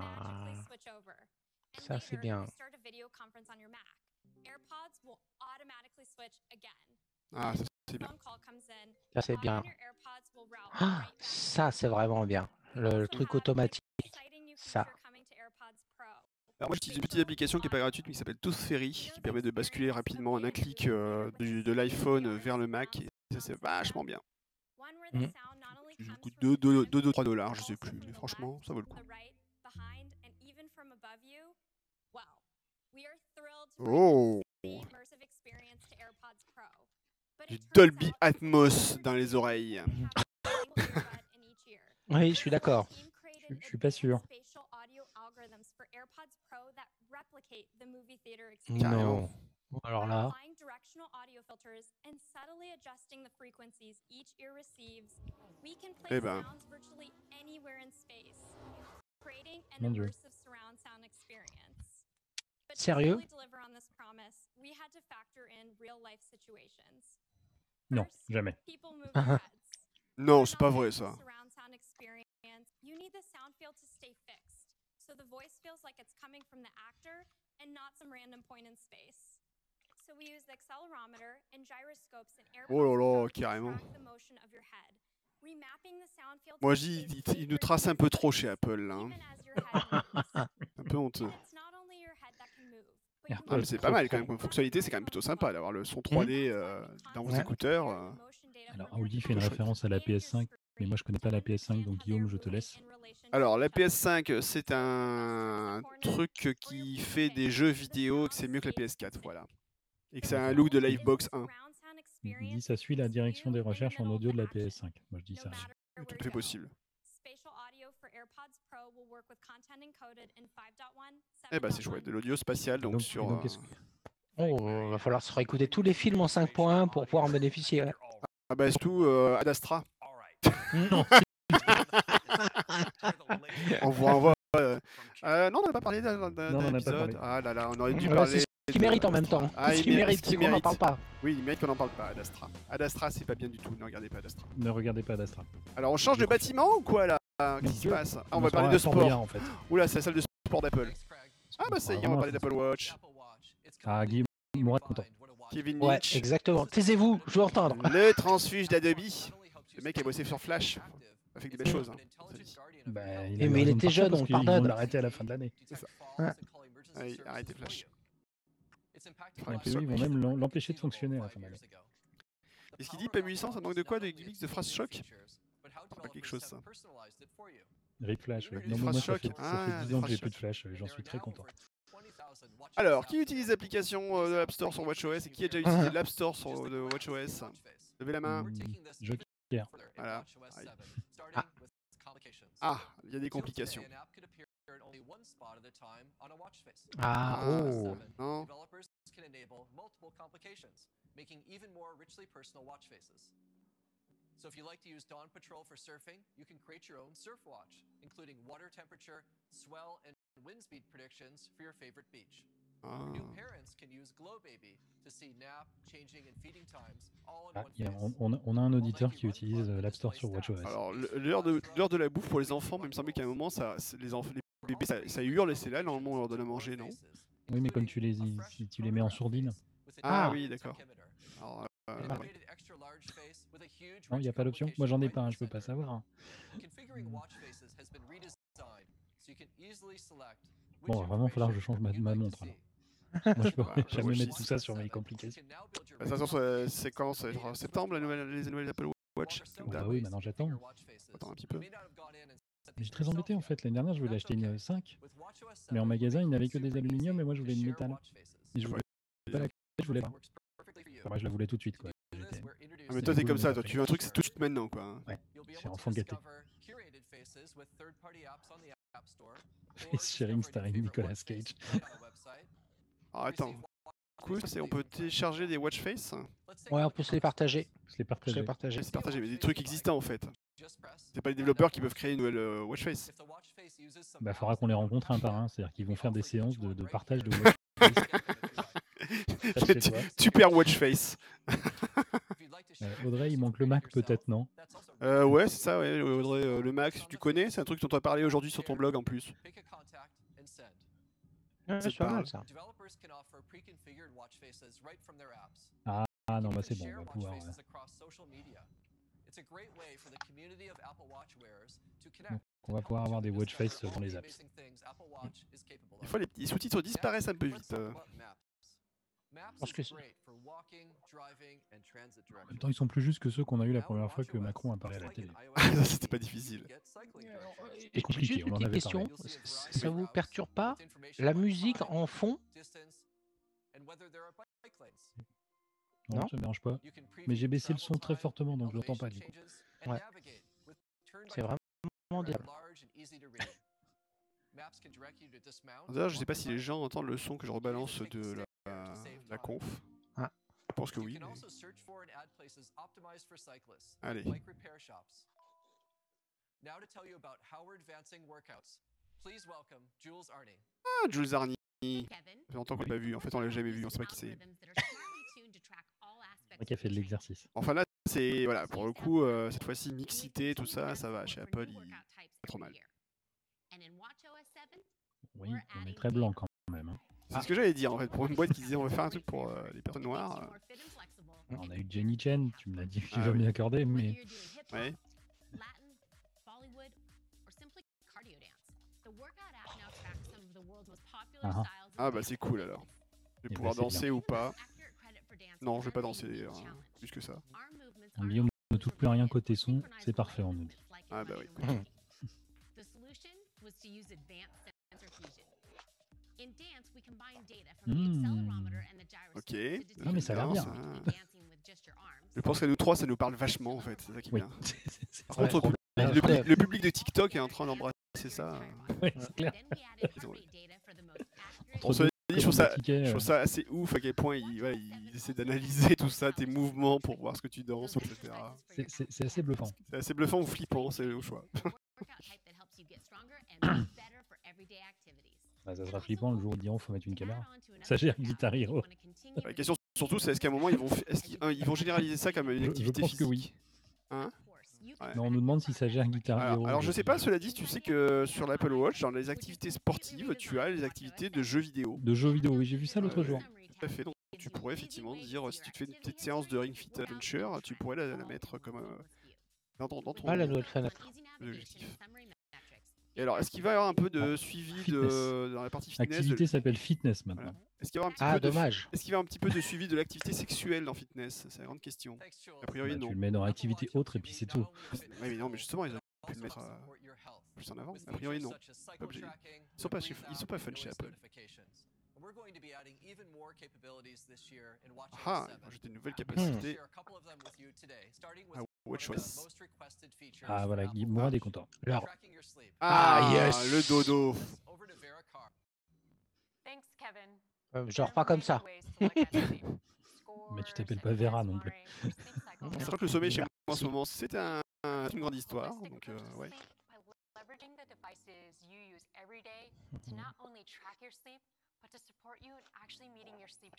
magically
Ah.
switch over. And
Ça, c'est
later,
bien.
If you start a video conference on your Mac, AirPods will automatically switch again.
Ah, ça, c'est bien.
Phone call comes in.
Ça, c'est
audio
bien.
in your AirPods will route
Ah,
right back to
ça, c'est vraiment bien. Le, le truc automatique. Ça.
Alors moi j'utilise une petite application qui n'est pas gratuite mais qui s'appelle Tooth Fairy qui permet de basculer rapidement en un clic euh, du- de l'iPhone vers le Mac et ça c'est vachement bien.
Mm.
Ça
Ça
coûte 2, 2, 2, 3 dollars je sais plus mais franchement ça vaut le coup. Oh Du Dolby Atmos dans les oreilles.
Oui, je suis d'accord.
Je- je suis pas sûr.
Carrément.
Non. Alors là,
Applying directional audio filters and subtly adjusting the frequencies each ear receives, we can place
Eh ben.
sounds virtually anywhere in space, creating an
Mon Dieu.
immersive surround sound experience. But to
Sérieux?
really deliver on this promise, we had to factor in real life situations.
Non,
First,
jamais.
people move their heads.
Non
For
c'est pas vrai
non-immersive
ça.
surround sound experience, you need the sound field to stay fixed, so the voice feels like it's coming from the actor and not some random point in space. So we use the accelerometer and gyroscopes and air
Oh là là, carrément.
the motion of your head. Remapping the sound field
Moi
to
je dis
stay
ils- ils- ils nous
safer
tracent un
in
peu trop
space,
chez Apple là. hein.
even as your head moves.
Un peu honteux.
And it's not only your head that can move, but
Ah,
you
Ah,
can
mais c'est pas mal quand même comme
control
fonctionnalité c'est
the
quand même plutôt
sound
sympa
flow.
d'avoir le son 3D euh, dans vos
Ouais.
écouteurs. euh.
Alors, Audi fait une référence à la PS5, mais moi, je connais pas la PS5, donc, Guillaume, je te laisse.
Alors, la PS5, c'est un truc qui fait des jeux vidéo et que c'est mieux que la PS4, voilà. Et que ça a un look de Livebox 1.
Il dit ça suit la direction des recherches en audio de la PS5. Moi, je dis ça.
hein.
Tout à fait possible.
AirPods Pro will work with content encoded in 5.1,
Eh bah, c'est chouette,
7.1,
de l'audio spatial, donc,
donc- et
sur.
donc,
euh,
est-ce que-
Oh, euh, va falloir se réécouter tous les films en 5.1 pour pouvoir en bénéficier. ouais.
Ah bah, surtout euh, Ad Astra.
Non.
On voit, on voit. euh, euh, non, on n'a pas parlé d'un d'un-
Non, on
d'un
en a pas
épisode.
parlé.
Ah là là, on aurait dû
Voilà,
parler.
bah, c'est ce qu'il mérite en même temps.
Ah,
ce
il
qu'il
mérite,
mérite,
ce qu'il
c'est qu'on n'en
mérite.
parle pas.
Oui, il mérite qu'on n'en parle pas, Ad Astra. Ad Astra, c'est pas bien du tout, ne regardez pas Ad Astra.
Ne regardez pas d'Astra.
Alors, on change de bâtiment ou quoi là Qu'est-ce qui se
Dieu.
passe Ah, on va parler de sport.
en fait.
Oula, c'est la salle de sport d'Apple. Ah bah, ça y est, on va
Vraiment, c'est-
parler d'Apple Watch.
Ah, Guillaume, moi, content.
Kevin
Ouais,
Leach.
exactement. Taisez-vous, je veux entendre.
Le transfuge d'Adobe. Le mec a bossé sur Flash. Ça fait que des belles choses. hein.
Bah, il
Mais
a eu
il
raison de
était
partir
jeune,
parce
on
qu'ils vont
pardonne.
l'arrêter à la fin de l'année.
C'est ça.
Ouais.
Allez, arrêtez Flash.
Et puis, oui, ils vont même l'en- l'empêcher de fonctionner à la fin de l'année.
Est-ce qu'il dit PEM800 Ça manque de quoi de gimmicks de phrases choc
Ça rappelle quelque chose, ça.
Rip Flash, ouais.
Les
Non, mais
phrases
moi, ça
choc.
fait, ça
Ah,
fait
les
10 ans que j'ai
phrases
plus de
choc.
Flash, euh, j'en suis très content.
Alors, qui utilise l'application euh, de l'App Store sur WatchOS et qui a déjà utilisé l'App Store sur, de WatchOS Levez la main.
Hmm. hein.
Joker.
Voilà. Aïe.
Ah.
Ah, il y a des complications.
Ah,
Ah.
oh.
Non
Developers can enable multiple complications, making even more richly personal watch faces. So if you like to use Dawn Patrol for surfing, you can create your own surf watch, including water temperature, swell, and wind speed predictions for your favorite beach.
Ah.
New parents can use Glow Baby to see nap, changing, and feeding times all in
Ah,
one
il y a-
place.
on, on a- on a un auditeur qui utilise euh, l'App Store sur WatchOS.
Alors, le- l'heure de, l'heure de la bouffe pour les enfants, mais il me semblait qu'à un moment, ça, c'est- les, enf- les bébés, ça, ça hurle et c'est là, normalement, on leur donne à manger, non
Oui, mais comme tu les- si tu les mets en sourdine.
Ah,
Ah.
oui, d'accord. Alors, euh,
Ah.
ouais.
Non, hein, il n'y a pas l'option Moi, j'en ai pas, un, je peux pas savoir. hein.
Configuring watch faces has been redesigned, so you can easily select which
Bon, va vraiment falloir que je change ma-
information
ma
you'd like
montre,
to see.
Moi, je peux
Bah,
jamais
ouais,
mettre tout
si.
ça sur mes
You
complications.
can now build your
Bah, ça,
own
c'est-
watch
c'est quand C'est genre en septembre, la nouvelle, les nouvelles Apple Watch comme
Bon,
d'hab.
bah oui, maintenant j'attends.
Attends un petit peu.
Mais j'ai très embêté en fait. L'année dernière, je voulais acheter une euh, 5.
Mais en magasin, il n'avait que des aluminium et moi je voulais une
métal.
métal.
Et je voulais pas la je voulais pas. Enfin, moi, je la voulais tout de suite, quoi. J'étais-
Ah, mais toi, t'es
cool,
comme ça,
mais
toi,
après-
tu veux un truc, c'est tout de suite maintenant, quoi. hein.
c'est enfant gâté.
Face sharing starring Nicolas Cage.
Alors, attends, cool, c'est on peut télécharger des watch face.
Ouais, on peut se les partager.
Je l'ai
Je les
partagé.
partager.
C'est partagé, mais des trucs existants en fait.
C'est
C'est pas les développeurs qui peuvent créer une nouvelle euh, watch face.
Bah, faudra qu'on les rencontre un par un. C'est-à-dire qu'ils vont faire des séances de, de partage de watch.
Le tu- Super watch face.
Euh, Audrey, il manque le Mac, peut-être, non
Euh, ouais, c'est ça, ouais, Audrey, euh, le Max, tu connais, c'est un truc dont on as parlé aujourd'hui sur ton blog en plus.
Ouais,
C'est
C'est pas
pas-
mal ça.
Ah
Ah
non, bah c'est bon, on va pouvoir. euh, on va pouvoir avoir des watch face dans les apps.
Des fois, les petits sous-titres disparaissent un peu vite. euh.
Parce que c'est-
En même temps, ils sont plus justes que ceux qu'on a eu la première fois que Macron apparaît à la
ah
télé.
Ça, c'était pas difficile.
Et
compliqué,
Juste
on en
une petite
avait parlé.
question. c- c- Ça vous perturbe pas La musique en fond
Non,
Non.
ça me dérange pas.
Mais j'ai baissé le son très fortement, donc je l'entends pas du coup.
Ouais. C'est vraiment diable.
D'ailleurs, je sais pas si les gens entendent le son que je rebalance de la, la, la conf.
Ah.
Je pense que oui. mais- Allez.
Like repair shops. Now to tell you about how we're advancing workouts. Please welcome Jules Arney.
Ah, Jules Arny. Ça
Kevin,
fait longtemps qu'on l'a pas vu. En fait, on l'a jamais vu. On sait pas qui c'est.
Le mec a fait de l'exercice.
Enfin là, c'est voilà pour le coup euh, cette fois-ci mixité, tout ça, ça va chez Apple. ils- pas trop mal.
Oui, on est très blanc quand même. hein.
C'est ce que j'allais dire en fait pour une boîte qui disait on va faire un truc pour euh, les personnes noires. euh,
Alors, on a eu Jenny Chen, tu me l'as dit, tu
Ah
vas
oui.
m'y accorder, mais
Ouais.
Ah ah.
Ah bah c'est cool alors. Je
Eh
vais
bah,
pouvoir
c'est bien.
danser ou pas. Non, je vais pas danser d'ailleurs, hein, plus que ça.
Bon, Guillaume ne touche plus à rien côté son, c'est parfait, on nous dit.
Ah bah oui. Ok.
Ah, mais ça a l'air bien.
Je pense qu'à nous trois, ça nous parle vachement en fait. C'est ça qui est
Oui.
bien.
C'est- c'est-
Par
Ouais,
contre, le,
Robert
public- le
Steph.
public- le public de TikTok est en train d'embrasser c'est ça.
Ouais, c'est clair.
On se dit, je trouve ça,
Ticket,
je
euh,
trouve ça assez ouf à quel point il, ouais, il essaie d'analyser tout ça, tes mouvements pour voir ce que tu danses, etc.
c'est- C'est c'est assez bluffant.
C'est assez bluffant ou flippant, c'est au choix.
Bah, ça sera flippant le jour où ils diront faut mettre une caméra. Ça gère Guitar Hero.
La question surtout, c'est est-ce qu'à un moment ils vont, f- est-ce qu'ils- un, ils vont généraliser ça comme
Je,
une
je
activité
pense que
physique
oui.
Hein
Mais on nous demande si ça gère Guitar Hero.
Alors, alors, je sais pas, cela dit, tu sais que sur l'Apple Watch, dans les
Would you
activités
completely
sportives, tu as les
redesign
activités
Watch
de jeux vidéo.
De jeux vidéo, oui, j'ai vu ça l'autre
Ouais,
jour.
Tout à fait. Donc, tu pourrais effectivement dire, euh, si tu te fais une petite séance de Ring Fit Adventure, tu pourrais la, la mettre comme euh, dans, ton- dans ton.
Ah, la nouvelle fenêtre.
l'objectif. Et alors, est-ce qu'il va y avoir un peu de suivi de,
Ah, Fitness.
dans la partie fitness de-
L'activité s'appelle fitness maintenant.
Est-ce qu'il y aura un petit
Ah,
peu de
dommage.
Est-ce qu'il y a un petit peu de suivi de l'activité sexuelle dans fitness C'est la grande question. A priori,
Bah,
non.
tu le mets dans activité autre et puis c'est tout.
Ouais, mais non, mais justement, ils auraient pu le mettre euh, plus en avant. A priori, non. Pas obligé.
Ils sont pas, chez- ils sont pas fun chez Apple.
Ah,
Ah,
ils ont ajouté une nouvelle capacité. Ah, Watch OS.
Ah voilà, Guy Mourad est content.
Alors,
Ah,
Ah, yes.
le dodo.
Thanks, Kevin.
euh, genre pas comme ça.
Mais tu t'appelles pas Vera non plus.
Sachant que le sommet chez
Bah,
Bizarre.
moi en ce moment, c'est un- un- une grande histoire. Donc, euh, ouais.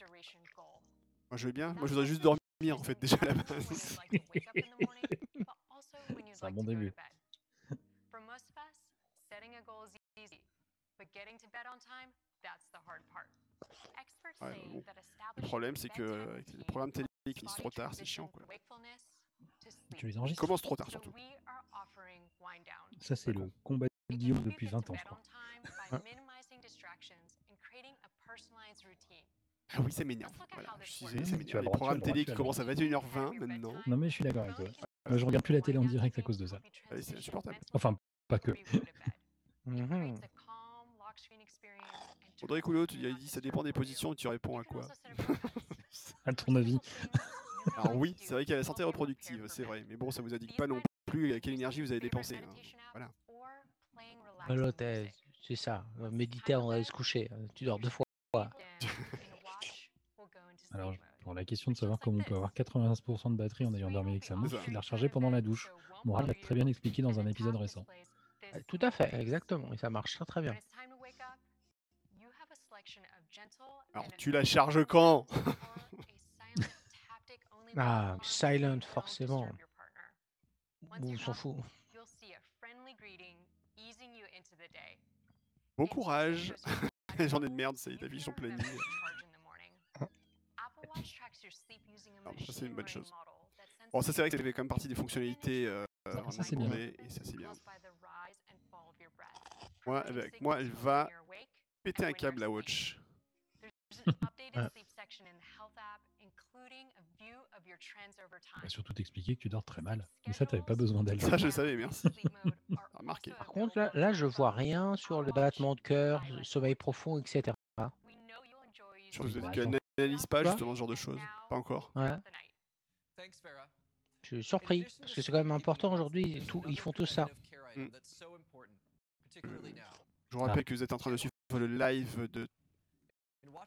Moi, je vais bien. Moi, je voudrais juste dormir, en fait, déjà à la base.
C'est un bon début.
For most of us, setting a goal is easy, but getting to bed on time, that's the hard part. Experts
Ouais,
say
bon.
that
Le
establishing
problème, c'est que
bedtime
euh, avec les
routine
programmes télé qui
helps
finissent
body
trop tard, c'est
transition
chiant, quoi.
from wakefulness to sleep.
Tu les
Ils
enregistres
commencent trop tard,
So
surtout.
we are offering wind down.
Ça c'est le combat de Guillaume depuis 20 ans, je crois.
crois. minimizing distractions and creating a personalized routine.
Ah oui, ça m'énerve. Voilà, je suis désolé, ça
Mais tu as le
m'énerve.
droit,
Les
tu as
programmes
le droit,
télé
tu as
qui
le
commencent à
droit.
21h20 maintenant.
Non mais je suis d'accord avec toi. Moi, je regarde plus la télé en direct à cause de ça.
Ouais, c'est insupportable.
Enfin, pas que.
Mhm.
Audrey Coulot, tu il dit ça dépend des positions et tu réponds à quoi
À ton avis.
Alors oui, c'est vrai qu'il y a la santé reproductive, c'est vrai. Mais bon, ça vous indique pas non plus à quelle énergie vous avez dépensé. hein. Voilà.
Voilà, t'es- c'est ça. euh, Méditer avant d'aller se coucher. euh, Tu dors deux fois.
Alors, Pour la question de savoir comment on peut avoir 95% de batterie en ayant dormi avec sa
C'est
montre,
ça.
puis de la recharger pendant la douche. Moral l'a très bien expliqué dans un épisode récent.
Euh, Tout à fait, exactement. Et ça marche très très bien.
Alors, tu la charges quand
Ah, silent, forcément.
Bon, on s'en fout.
Bon courage Journée de merde, ça y est, t'affiches ton planning. Alors, ça, c'est une bonne chose. Bon, ça c'est vrai que ça fait quand même partie des fonctionnalités euh, vraiment
ça, c'est bien.
demandées, et ça c'est bien. Moi, avec moi, elle va péter un câble la watch.
Ouais.
Et surtout t'expliquer que tu dors très mal. Mais ça, t'avais pas besoin d'elle.
Ça, Ah, je le savais, merci. Remarqué.
Par
Par contre, là, là, je vois rien sur le battement de cœur, le sommeil profond, etc.
Surtout
Ouais,
qu'elle
attends.
n'analyse pas
Quoi
justement ce genre de choses. Pas encore.
Ouais. Je suis surpris, parce que c'est quand même important aujourd'hui. tout- Ils font tout ça.
Hmm.
Mm.
Trois
Je vous rappelle que vous êtes en train de suivre le live de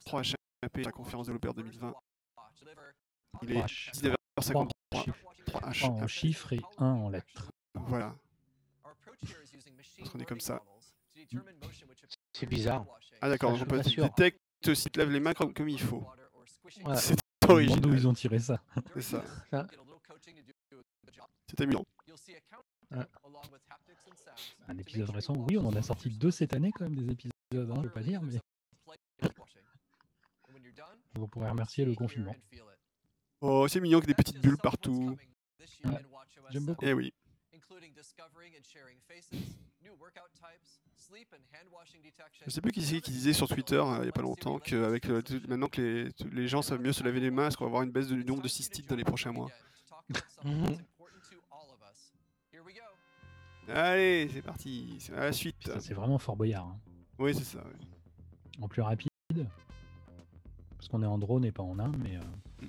3HMP, la conférence de l'Opéra 2020. Il est 19h53.
Un en chiffres et un en lettres.
Voilà.
On est comme ça.
C'est bizarre.
Ah d'accord,
je
donc
suis
on
pas sûr.
détecte si tu laves les mains comme, comme il faut.
Ouais.
C'est
Je me demande D'où
original.
ils ont tiré ça
C'est ça.
Ça.
C'est amusant.
Ouais.
Un épisode récent. Oui, on en a sorti deux cette année quand même des épisodes. Hein, je veux pas dire, mais vous pourrez remercier le confinement.
Oh, c'est mignon qu'il y ait des petites bulles partout.
Ouais. J'aime beaucoup.
Eh oui. Je sais plus qui c'est qui disait sur Twitter euh, il y a pas longtemps que avec le- tout- maintenant que les, tous les gens savent mieux se laver les mains, est-ce qu'on va avoir une baisse du nombre de cystites dans les prochains mois Mhm. Allez, c'est parti, c'est à la suite.
Ça, c'est vraiment Fort Boyard. hein.
Oui, c'est ça. ouais.
En plus rapide. Parce qu'on est en drone et pas en un, mais euh,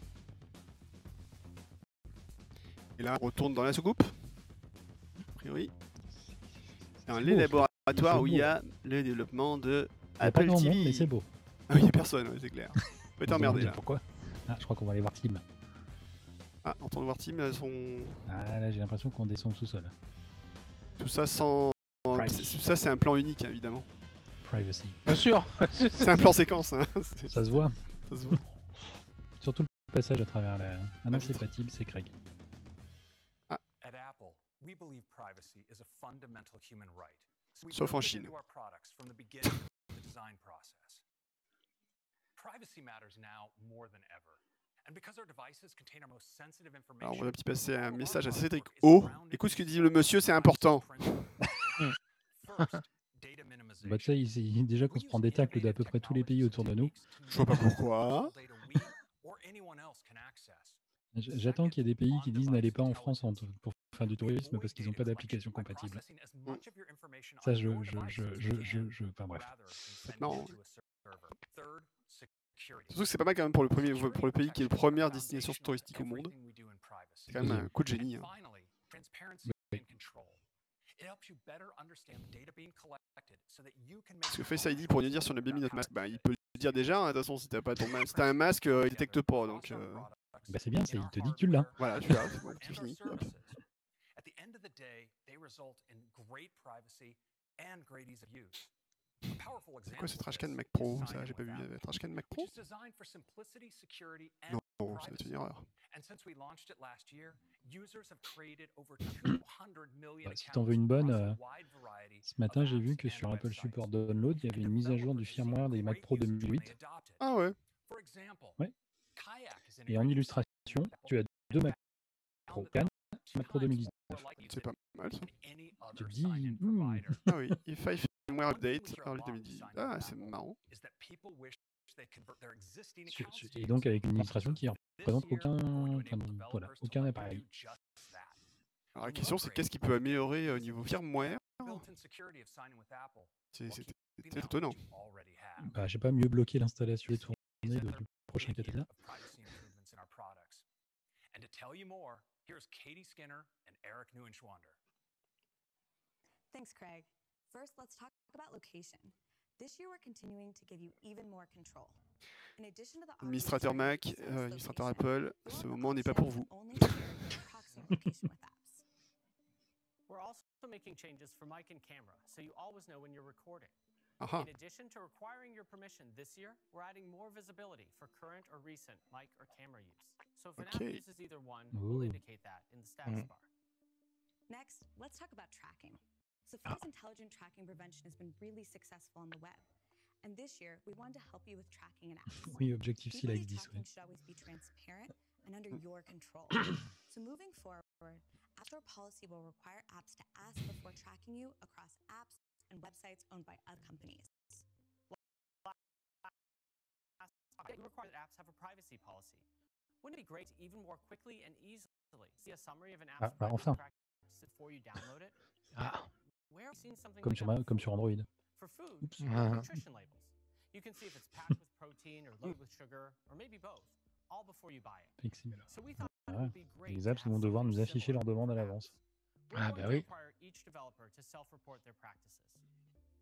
Et là, on retourne dans la soucoupe. A priori, dans
beau,
l'élaboration laboratoire
C'est
où il y
beau.
a le développement de
Il y a pas
Apple
grand monde,
TV.
mais c'est beau.
Ah, il y a personne, ouais, c'est clair. On peut
On va
t'emmerder
dire
là.
Pourquoi Ah, je crois qu'on va aller voir Tim.
Ah, en train de voir Tim, euh, son...
Ah là, j'ai l'impression qu'on descend au sous-sol.
tout ça sans.
Privacy.
c'est- Tout ça, c'est un plan unique, hein, évidemment.
Privacy.
Bien sûr
C'est un plan séquence, hein. c'est-
Ça se voit.
ça se voit.
Surtout le passage à travers la. Ah non, c'est pas Tim, c'est Craig.
At Apple, we believe privacy is a fundamental human right. So we
Sauf en
built it
Chine.
into our products from the beginning of the design process. Privacy matters now more than ever. And because our devices contain our most sensitive
Alors,
information,
on va un petit passer un
all
message à
our
Cédric
artwork is
O.
surrounded
Écoute ce que
by
dit le monsieur, c'est important.
privacy principles. First, data minimization.
Bah, tu sais, ici, déjà qu'on se prend des tacles d'à peu près tous les pays autour de nous.
Je vois pas pourquoi.
J- J'attends qu'il y ait des pays qui disent n'allez pas en France en- pour faire du tourisme parce qu'ils n'ont pas d'application compatible. Ça, je, je, je, je, je, je- enfin bref.
Maintenant, Surtout que c'est pas mal quand même pour le, premier, pour le pays qui est la première destination touristique au monde. C'est quand même un coup de génie. hein.
Parce
Parce que Face ID, pour nous dire si on a bien mis notre masque, bah, il peut le dire déjà. hein, De toute façon, si t'as pas ton masque, si t'as un masque, euh, il détecte pas. Donc, euh,
Bah, c'est bien, c'est- il te dit que tu l'as.
Voilà, tu l'as, c'est bon, c'est fini. Hop.
At the end of the day, they result in great privacy and great ease of use. A powerful
c'est
example
quoi ce
of
trashcan
this
Mac
is
Pro
Sign
Ça,
In
j'ai pas vu.
Without,
euh, Trashcan Mac Pro
which is designed for simplicity, security, and
Non, ça doit être une
privacy.
erreur.
And since we launched it last year, users have created over 200 million
Bah, si
accounts
t'en veux une bonne,
across a
euh,
wide variety
Ce matin,
of
j'ai vu
apps
que
and
sur Apple
websites.
Support Download, il y avait une mise à jour du firmware des Mac Pro 2008.
Ah ouais
For example,
Ouais.
Kayak is
Et en
integrated
illustration, tu as deux Mac Pro Can, Mac Pro 2019.
C'est pas mal ça.
Tu te dis, hmm.
Ah oui, E5 Firmware Update, early 2010. Ah, c'est marrant.
Sur- sur- Et donc avec une illustration qui représente aucun, enfin, voilà, aucun appareil.
Alors la question, c'est qu'est-ce qui peut améliorer euh, au niveau firmware C'est c'est- c'est étonnant. Mm.
Bah, je sais pas, mieux bloquer l'installation et tourner de- du prochain Catalan.
And to tell you more, here's Katie Skinner and Eric Neuenschwander.
Thanks, Craig. First, let's talk about location. This year, we're continuing to give you even more control. In addition to the options
Administrateur
for your
Mac,
business
euh, administrateur
location,
Apple,
your
ce moment n'est
option
pas pour
is
vous.
only to share your proximate location with apps.
We're also making changes for mic and camera, so you always know when you're recording.
Ah ah,
In addition to requiring your permission this year, we're adding more visibility for current or recent mic or camera use. So if an
Okay.
app uses either one,
Ooh.
we'll indicate that in the status
Mm.
bar.
Next, let's talk about tracking. Safari's intelligent tracking prevention has been really successful on the web. And this year, we wanted to help you with tracking and apps.
Oui, Objective
We
C
believe
Live 10.
tracking
ouais.
should always be transparent and under your control. so moving forward, outdoor policy will require apps to ask before tracking you across apps and websites owned by other companies.
Update will require that apps have a privacy policy. Wouldn't it be great to even more quickly and easily see a summary of an
Ah,
app's
bah,
privacy
enfin.
practices before you download it?
Ah,
Where have we seen something
Comme
like
sur,
that
ma- comme sur
before?
Android.
For food,
Oups.
there
Ah.
are nutrition labels. You can see if it's packed with protein or loaded with sugar, or maybe both, all before you buy it.
XML.
So we thought it
Ah,
would be great
les
to
apps
have
vont devoir
something
nous afficher
similar
leurs demandes à
for
l'avance.
apps. We're
Ah,
going
bah
to
oui.
require each developer to self-report their practices.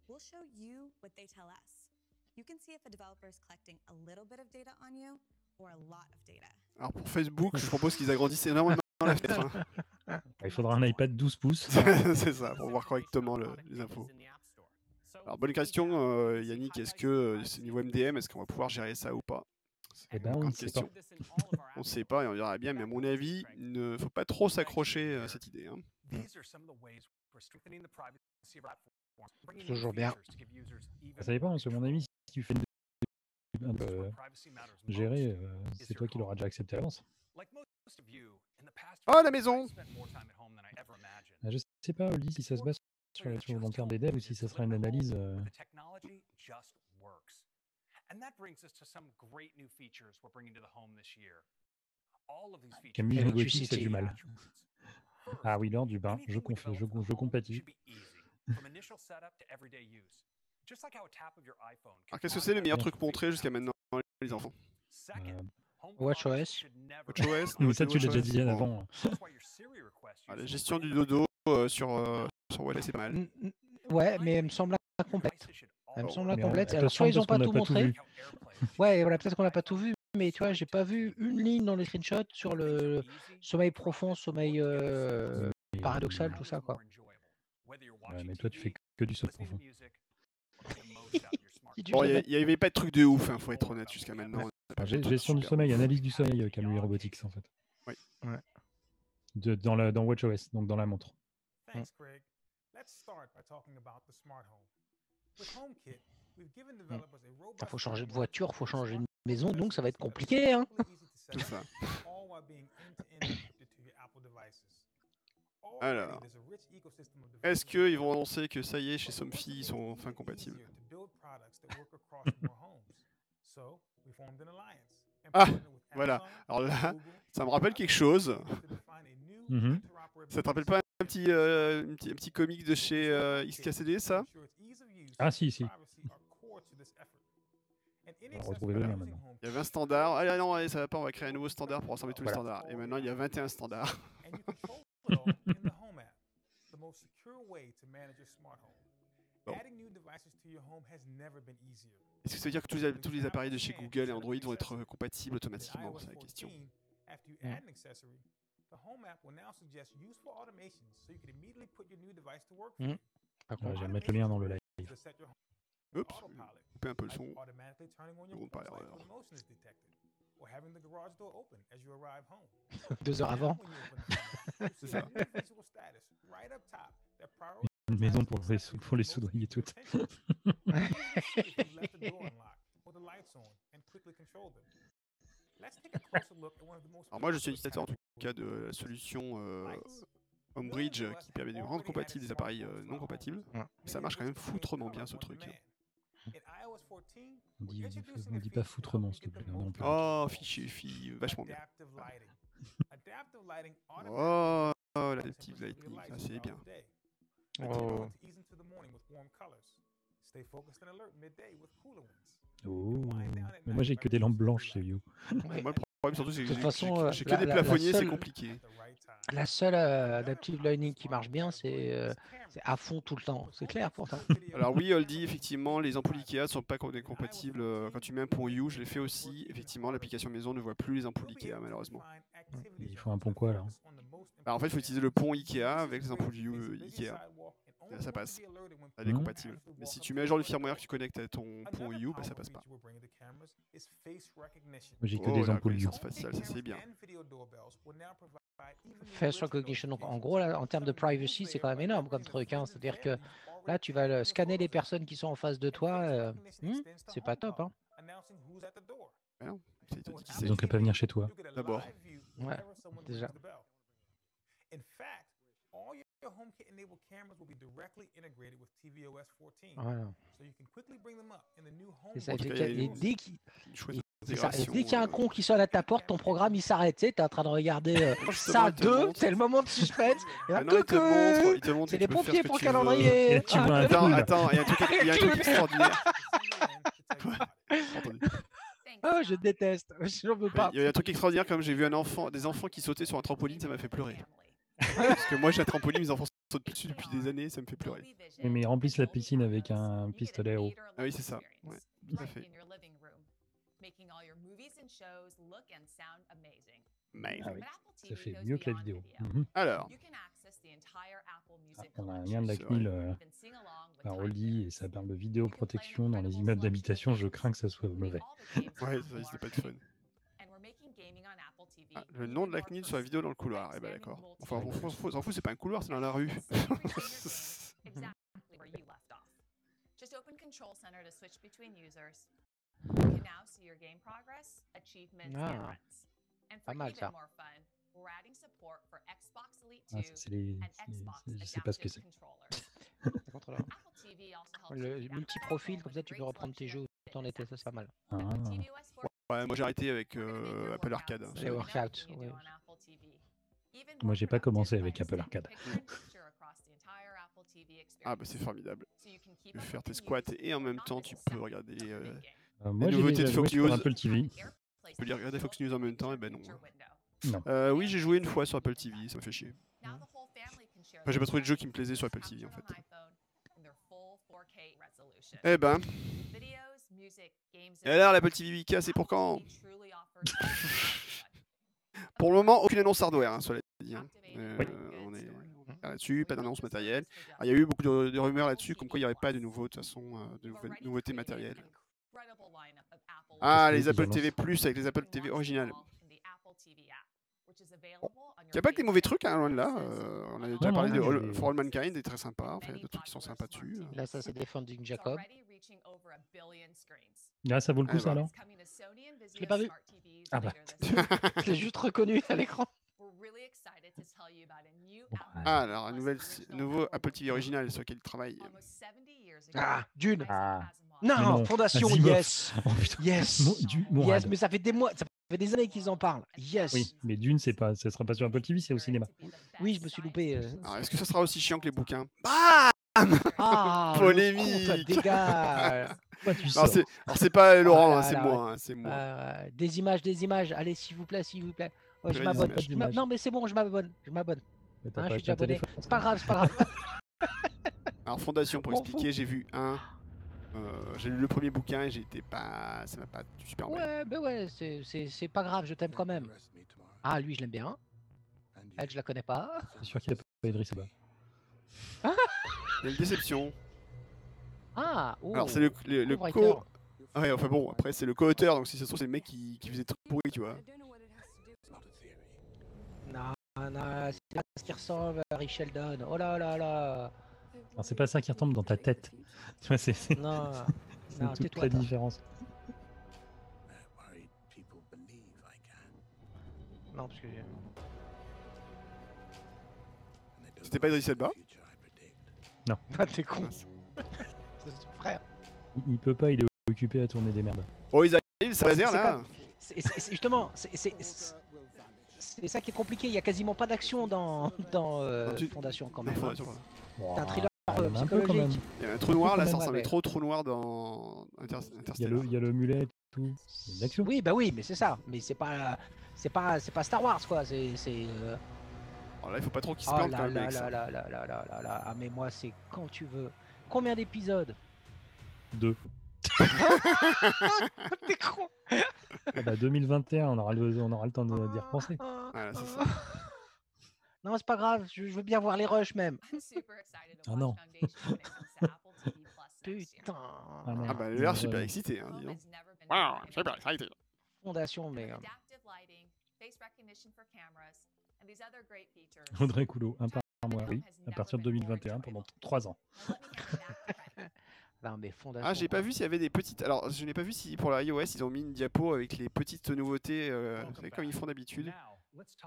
We'll show you what they tell us. You can see if a developer is collecting a little bit of data on you or a lot of data.
Alors pour Facebook, je propose qu'ils agrandissent énormément la fenêtre. hein.
Il faudra un iPad 12 pouces.
c'est ça, pour voir correctement le- les infos. Alors bonne question, euh, Yannick, est-ce que euh, c'est niveau MDM, est-ce qu'on va pouvoir gérer ça ou pas C'est
Eh
une
ben, on
grande
ne sait pas.
question. On ne sait pas et on verra bien, mais à mon avis, il ne faut pas trop s'accrocher à cette idée. hein.
Toujours bien.
Ah, Ça dépend, parce que mon ami, si tu fais une... euh, gérer, euh, c'est toi qui l'auras déjà accepté à l'avance.
Oh, la maison
Ah, Je sais pas, Oli, si ça se base sur la sur le long terme des devs ou si ça sera une analyse. euh,
The technology just works. And that brings us to some great new features we're bringing to the home this year. All of these features
Ah, Camille
have
Noguchi,
key
c'est du
mal.
attributes. First,
Ah oui, l'heure du bain, je,
anything we
conf... je,
develop
con-
from
je
home
compatis.
should be easy, from initial setup to everyday use. Just like how a tap of your iPhone can
Alors qu'est-ce que c'est le meilleur
automatically
truc montré jusqu'à
configure
maintenant, les enfants
apps. Second,
Euh,
home
WatchOS.
consoles should never-
WatchOS,
Mais ça,
Nokia
tu l'as déjà
WatchOS,
dit
bon.
avant.
That's why your Siri requests
Ah,
use
la
the
gestion du
brand-
dodo euh, sur, euh, sur Wallet, c'est pas mal.
n- n- Ouais, mais elle me semble incomplète. Elle me semble
Oh, Mais on-
incomplète.
de
Alors,
toute
soit ils
façon,
n'ont pas
parce
tout
qu'on n'a
montré.
pas tout vu.
Ouais, voilà, peut-être qu'on n'a pas tout vu, mais tu vois, j'ai pas vu une ligne dans les screenshots sur le sommeil profond, sommeil euh,
Et-
paradoxal, tout ça, quoi.
Ouais, mais toi, tu fais que du saut profond.
Si tu
Bon,
veux,
il y a-
bah,
il y avait pas de truc de ouf, hein, faut être honnête jusqu'à maintenant.
Ouais.
on a pas fait
Gé-
de truc
Gestion du
super.
sommeil, analyse du sommeil, euh, Camille Robotics, en fait.
Oui.
Ouais.
De, dans, la, dans WatchOS, donc dans la montre.
Thanks, Greg. Let's start by talking about the smart home. With HomeKit, we've given developers a robust
faut changer de
framework
voiture, faut
for
changer de
smart home
maison, donc ça va être
accessories that
compliqué, hein.
are simply easy to set
Tout ça.
up, all while being end-to-end encrypted to your Apple devices. Already,
Alors.
there's a rich ecosystem of
Ah Est-ce
devices
qu'ils vont annoncer que ça y est,
But
chez
once it
Somfy, ils
gets
sont
even
enfin compatibles
easier to build products that work across more homes. So, we formed an alliance and
Ah,
partnered with
voilà.
Amazon,
Alors là,
Google,
ça me
and
rappelle
others
quelque chose.
to define a new
Mhm.
interoperability
Ça te rappelle pas un petit, euh, un petit, un petit comique de chez euh, XKCD, ça
Ah, si, si.
On va
retrouver le lien maintenant.
Il y avait un standard. Ah non, allez, ça va pas, on va créer un nouveau standard pour rassembler tous les
Voilà.
standards. Et maintenant, il y a 21 standards. Bon. Est-ce que ça veut dire que tous les, tous les appareils de chez Google et Android vont être euh, compatibles automatiquement C'est la question.
After you
Mm.
add an accessory, the Home app will now suggest useful automations so you can immediately put your new device to work.
Mm. pas con.
Ouais, je vais mettre le lien dans le live.
To set your home
Oups,
autopilot.
couper un peu le
like
son.
automatically turning on your
Bon, pas
porch
l'air
light when
d'avoir.
motion is detected, or having the garage door open as you arrive home.
deux heures
Now,
avant.
when you open the home, you
C'est
see a
ça.
new visual status right up top that
Une maison
prioritizes
pour les sou- pour les soudoyer
accessories that most need your
toutes.
attention. You can see if you left the door unlocked or the lights on and quickly control them. Let's take a closer look at one of the most
Alors moi, je suis
popular
utilisateur en tout cas
categories,
de la solution euh,
lights.
Homebridge euh, qui permet de rendre compatibles des appareils euh, non compatibles. Ça marche quand même foutrement bien, ce truc.
On dit, on dit, on dit pas foutrement, s'il te plaît. on est en plein-
Oh, fichier, fille, vachement bien.
Adaptive lighting. Adaptive lighting
Oh,
automatically
la
adjusts
petite lightning, ça c'est
temperature of your lights throughout
bien.
the day. The
Oh.
technology ease into the morning with warm colors. Stay focused and alert midday with cooler ones.
Oh. Mais moi, j'ai que des lampes blanches, c'est vieux.
Ouais.
Moi, le problème surtout, c'est que
De
j'ai-
toute façon,
j'ai-
euh,
j'ai que
la-
des
la- la
plafonniers, c'est
seule-
compliqué.
At the right time.
La seule euh, adaptive lighting qui marche bien, c'est euh, c'est à fond tout le temps. C'est clair pourtant.
Alors oui, Oldie, effectivement, les ampoules Ikea sont pas con- compatibles. euh, Quand tu mets un pont You, je l'ai fait aussi. Effectivement, l'application maison ne voit plus les ampoules Ikea, malheureusement.
Il faut un pont quoi, hein. alors
Bah, en fait, il faut utiliser le pont Ikea avec les ampoules You euh, Ikea. Là, ça passe. Elle est
Hmm.
compatible. Mais si tu mets à jour le firmware que tu connectes à ton pont You, bah, ça passe pas.
Moi, J'ai que
Oh,
des
la
ampoules
reconnaissance
Hue.
faciale, ça c'est bien.
Face recognition, donc en gros, là, en termes de privacy, c'est quand même énorme comme truc. hein. C'est-à-dire que là, tu vas le- scanner les personnes qui sont en face de toi. euh, hmm, c'est pas top. Hein.
C'est tout ce qui
Ils ont
sait.
qu'à pas venir chez toi.
D'abord.
Ouais, déjà.
In fact, all your HomeKit enabled cameras will be directly integrated with tvOS 14,
Voilà.
so you can quickly bring them up in the new home.
Et ça
tout
fait
cas,
qu'il y a-
il y a
et
une-
dès qu'il
Une chouette
et ça- et
intégration,
dès qu'il y a un
euh,
con qui sonne à ta porte, ton programme il s'arrête. Tu es en train de regarder euh,
justement,
ça
il te
2,
montre-
c'est le moment de suspense. Et là,
Ah non, il te
coucou,
montre, il te montre
c'est
que
les
tu peux faire
pompiers
ce que
pour le
tu veux.
calendrier. Ah,
Et tu vois un
Attends,
Cool.
attends, il y a un truc, il y a un truc extraordinaire. Attendez.
Ah, je déteste, je n'en veux pas.
Il y a un truc extraordinaire comme j'ai vu un enfant, des enfants qui sautaient sur un trampoline, ça m'a fait pleurer. Parce que moi j'ai un trampoline, mes enfants sautent dessus depuis des années, ça me fait pleurer.
Oui, mais ils remplissent la piscine avec un pistolet à eau.
Ah oui, c'est ça, ouais, tout à fait. Mais...
Ah oui, ça fait mieux que la vidéo. Mhm.
Alors,
Ah, on a un lien de la
C'est
CNIL euh, par Oli et ça parle de vidéoprotection dans les immeubles d'habitation. Je crains que ça soit mauvais.
ouais, ça c'était pas de fun. Ah, le nom de la CNIL sur la vidéo dans le couloir, eh ben d'accord. Enfin, on s'en fout, on s'en fout, c'est pas un couloir, c'est dans la rue.
Ah, pas mal ça.
Ah, ça, c'est les... c'est- c'est- Je sais pas ce que c'est.
Le multi-profil, comme ça tu peux reprendre tes jeux où t'en étais, ça c'est pas mal.
Ah,
Ouais, moi j'ai arrêté avec euh, Apple Arcade. hein,
Les
c'est-
workouts, ouais.
Moi, j'ai pas commencé avec Apple Arcade.
Ah bah c'est formidable. Tu peux faire tes squats et en même temps tu peux regarder, euh,
Euh, moi, j'ai
nouveautés
déjà
de
joué
Fox
sur
News.
Apple TV.
tu peux regarder Fox News en même temps, et ben non. hein.
Non.
Euh, oui, j'ai joué une fois sur Apple TV, ça me fait chier. Enfin, j'ai pas trouvé de jeu qui me plaisait sur Apple TV en fait.
information.
Eh ben.
Videos, music, games,
Et alors, l'Apple TV 8K, c'est pour quand
truly offers something
Pour le moment, aucune annonce hardware, hein, cela dit. hein. Euh,
Oui.
on est on est là-dessus, pas d'annonce matérielle. Ah, Il y a eu beaucoup de, de rumeurs là-dessus, comme quoi il n'y aurait pas de nouveau, de toute façon, euh, de nouveau- nouveautés matérielles.
incredible lineup of Apple
Ah,
Parce
les
qu'ils
Apple
annoncent-
TV Plus avec les Apple TV originales.
in the Apple TV app, which is available on
Il
your
n'y a pas que des mauvais trucs, hein, loin de là. euh, on a déjà
non,
parlé
non,
de
mais
All-
les-
For All Mankind, des très sympa, enfin, des trucs qui sont sympas dessus. euh.
Là, ça, c'est des Funding Jacob.
already reaching over a billion screens.
Là, ça vaut le
Ah
coup,
bah.
ça, non
It's coming to Sony and
l'ai pas
Vizio
vu.
smart TVs
Ah bah.
later this year.
Je l'ai juste reconnu à l'écran.
We're really excited to tell you about a new
Bon,
Apple
Ah,
TV
alors, un
Plus
nouvel,
original
nouveau Apple TV
movie.
original sur lequel il travaille.
Almost 70 years ago,
Ah, Dune.
Isaac
Ah.
Asimov
Non,
non,
Fondation,
Asimov.
yes.
Oh, putain.
Yes.
Mo- du- Mourad.
Yes, mais ça fait des mois, ça fait des années qu'ils en parlent. Yes.
Oui, mais Dune, c'est pas, ça sera pas sur Apple TV, c'est au cinéma.
Oui, je me suis loupé. euh.
Alors, est-ce que ça sera aussi chiant que les bouquins Bah
Ah, le con, toi,
Polémique.
dégage.
Pourquoi tu
Alors,
sors
c'est alors, c'est pas Laurent,
là
hein, c'est
là,
moi, hein, c'est moi.
Euh, des images, des images. Allez, s'il vous plaît, s'il vous plaît. Ouais, je
Purée, des
m'abonne.
images.
je m'ab- Non, mais c'est bon, je m'abonne. Je m'abonne.
Mais t'as
Hein,
pas
je suis
acheté un
déjà abonné.
téléphone.
C'est pas grave, c'est pas grave.
Alors Fondation, pour
M'en fous.
expliquer, j'ai vu un. euh, j'ai lu le premier bouquin et j'étais pas. Ça m'a pas super mal.
Ouais, ben ouais, c'est- c'est c'est pas grave, je t'aime quand même. Ah, lui, je l'aime bien. Elle, je la connais pas.
C'est sûr qu'il n'y a pas Idriss Elba.
Il y a une déception.
Ah, oh.
Alors c'est le, le, le
pauvre
co. ah
acteur.
Ouais, enfin bon, après c'est le co-auteur, donc si ça se trouve, c'est le mec qui, qui faisait tout pourri, tu vois.
Non, non, c'est pas ce qui ressemble à Rick Sheldon. Oh là là là.
Alors, c'est pas ça qui retombe dans ta tête. Tu vois, c'est c'est-
Non,
c'est
non,
toute
tais-toi.
la
toi.
différence.
Non, parce que.
C'était pas Idriss Elba
Ah, t'es con.
Mince.
C'est son frère.
Il, il peut pas, il est occupé à tourner des merdes.
Oh, ils arrivent, ça va
C'est
dire là
comme- C'est- c'est- c'est- Justement, c'est- c'est c'est- c'est ça qui est compliqué. Il y a quasiment pas d'action dans, dans euh,
Ah, tu-
Fondation quand
Non,
même. hein.
Fondation, pardon.
C'est un thriller euh,
Ah, il y en a un peu quand même.
psychologique.
Il y a un trou noir là,
Ouais,
ça
ouais,
ressemblait
ouais.
trop au trou noir dans Inter-
Il y a le,
Interstellar.
il y a le mulet et tout. Il y a de l'action.
Oui, bah oui, mais c'est ça. Mais c'est pas, c'est pas, c'est pas Star Wars quoi. C'est, c'est. euh,
Alors là, il faut pas trop qu'ils se
Oh
plantent quand
là
même
là
avec
là
ça.
là là là là là là. Ah mais moi c'est quand tu veux. Combien d'épisodes
Deux.
T'es con.
Ah bah, 2021, on aura le, on aura le temps de- d'y repenser.
Voilà, c'est ça.
Non, c'est pas grave. Je, je veux bien voir les rushs même.
I'm super excited to
Ah
watch
non.
Foundation when it comes to Apple TV Plus next year.
Putain.
merde.
Ah bah, il a l'air super excité, hein, dis
Chrome
donc.
has never been
Waouh,
better in
super
everything.
excité.
Fondation mais.
With
euh,
Adaptive lighting, face recognition for cameras, and these other great features.
Audrey Coulot, un par
Time
mois,
at
oui,
home has
à
never
partir de
been more
2021
enjoyable.
pendant trois ans.
Now let me hand it back to Frank.
Non Bah, mais Fondation.
Ah, j'ai pas
quoi.
vu s'il y avait des petites. Alors, je n'ai pas vu si pour la iOS ils ont mis une diapo avec les petites nouveautés, euh, vous savez, comme ils font d'habitude.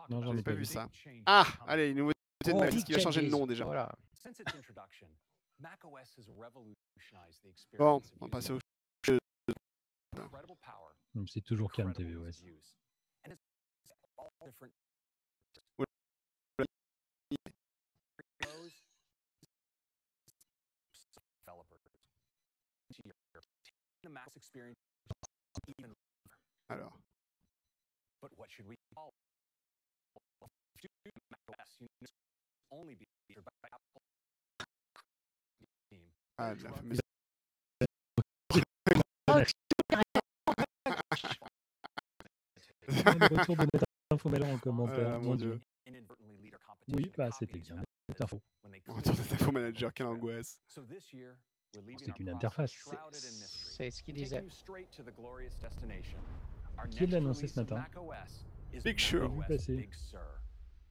Non, j'en ai pas vu
ça. Ah, allez, les nouveautés de
Oh,
Mac,
big
qui va changer de
changes.
nom déjà.
Voilà.
Since its introduction, macOS has revolutionized the
Bon,
experience
on va
of
passer
using
au.
incredible power,
Donc, C'est toujours calme
incredible
TVOS.
ease of use. And it's all different those developers to your the Mac's experience even
Alors,
but what should we call it? macOS you know, only be featured by Apple team.
ah, la fameuse-
Le retour de notre infomel en
Ah,
commentaire.
mon dieu.
Inadvertently lead our competition
Oui,
to
bah
copy
c'était
these
bien.
methods
Cette info.
when they
On
clearly
retourne à
see
Info
them.
Manager, quelle angoisse.
So this year, we're leaving
c'est
our
qu'une
process
interface.
C'est-
shrouded in mystery.
C'est ce qu'il
and taking
disait.
you straight to the glorious destination. Our
Qui
next
l'a annoncé
release
ce
of
matin
macOS is
Big Sur.
macOS
J'ai vu passer.
Big Sur.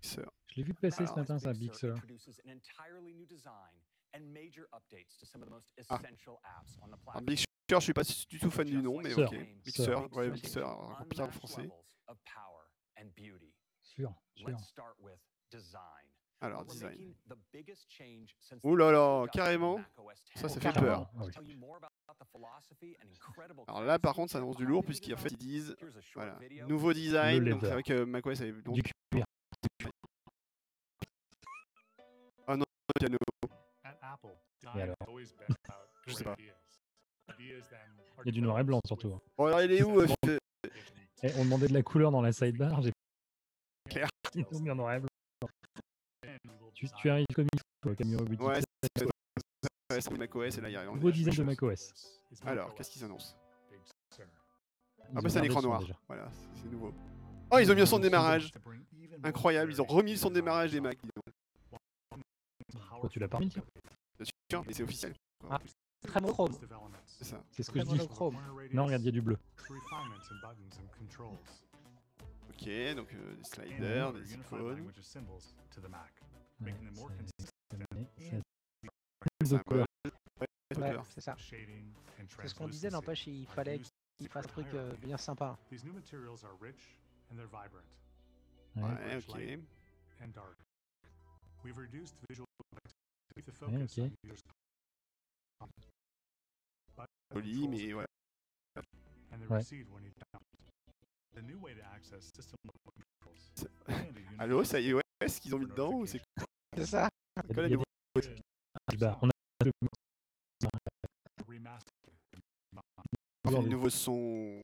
Sœur.
Je l'ai vu passer ce
Alors,
matin, ça, Big Sur.
introduces an entirely new design and major updates to some of the most
Ah.
essential apps on the
Alors,
platform.
Big Sur, je suis pas du tout fan du nom, mais
Sœur.
ok. Big
Sœur.
Sur, ouais,
Sœur.
Big Sur, encore pire en français.
Sûr, sûr.
Let's start with design.
Alors,
We're
design.
making the biggest change since
Ouh
the
là
introduction
là,
of
carrément.
macOS
Ça,
10.
ça fait
Carrément,
peur.
ah oui.
Tell you more about the philosophy and incredible
Alors là, par
concepts
contre, ça annonce du
behind
lourd,
the new
puisqu'en fait,
design.
ils disent
Here's a short
voilà,
video.
nouveau design.
Le
donc C'est
leather.
vrai que macOS avait donc
Du cuir.
Ah piano.
At Apple,
Et alors
Je sais pas.
Il
Il y a du noir et blanc surtout. hein.
Bon, alors il est où euh, putain
Eh, on demandait de la couleur dans la sidebar, j'ai
Claire.
Ils ont mis en noir et blanc. Tu, tu arrives comme il faut, Camille Robiti.
Ouais, OS, macOS, et là, il y a
Nouveau design de macOS.
Alors, qu'est-ce qu'ils annoncent
Ils
Ah,
ont
bah, c'est un
gardé
écran
le son
noir.
déjà.
Voilà, c'est- c'est nouveau. Oh, ils ont mis le son de démarrage Incroyable, ils ont remis le son de démarrage des Macs. dis donc.
Pourquoi tu l'as pas mis tiens
Bien sûr, mais c'est officiel.
Ah, très monochrome.
C'est ça.
C'est ce que je dis.
monochrome.
Non, regarde, il y a du bleu.
Ok, donc euh, des sliders, des icônes.
Ouais, c'est- c'est- c'est- de couleur.
Ouais, c'est
Ouais,
clair.
c'est ça. C'est ce qu'on disait, n'empêche, il fallait qu'il fasse un truc euh, bien sympa.
Ouais,
Ouais, ok.
ouais, ok.
Joli, mais ouais.
Ouais.
Allo, ça y est, ouais, ce qu'ils ont mis dedans ou c'est
C'est ça.
Il y
quoi
a
la
des-
nouveauté
du bas. Eh ben, On a le
Enfin, les nouveaux sons.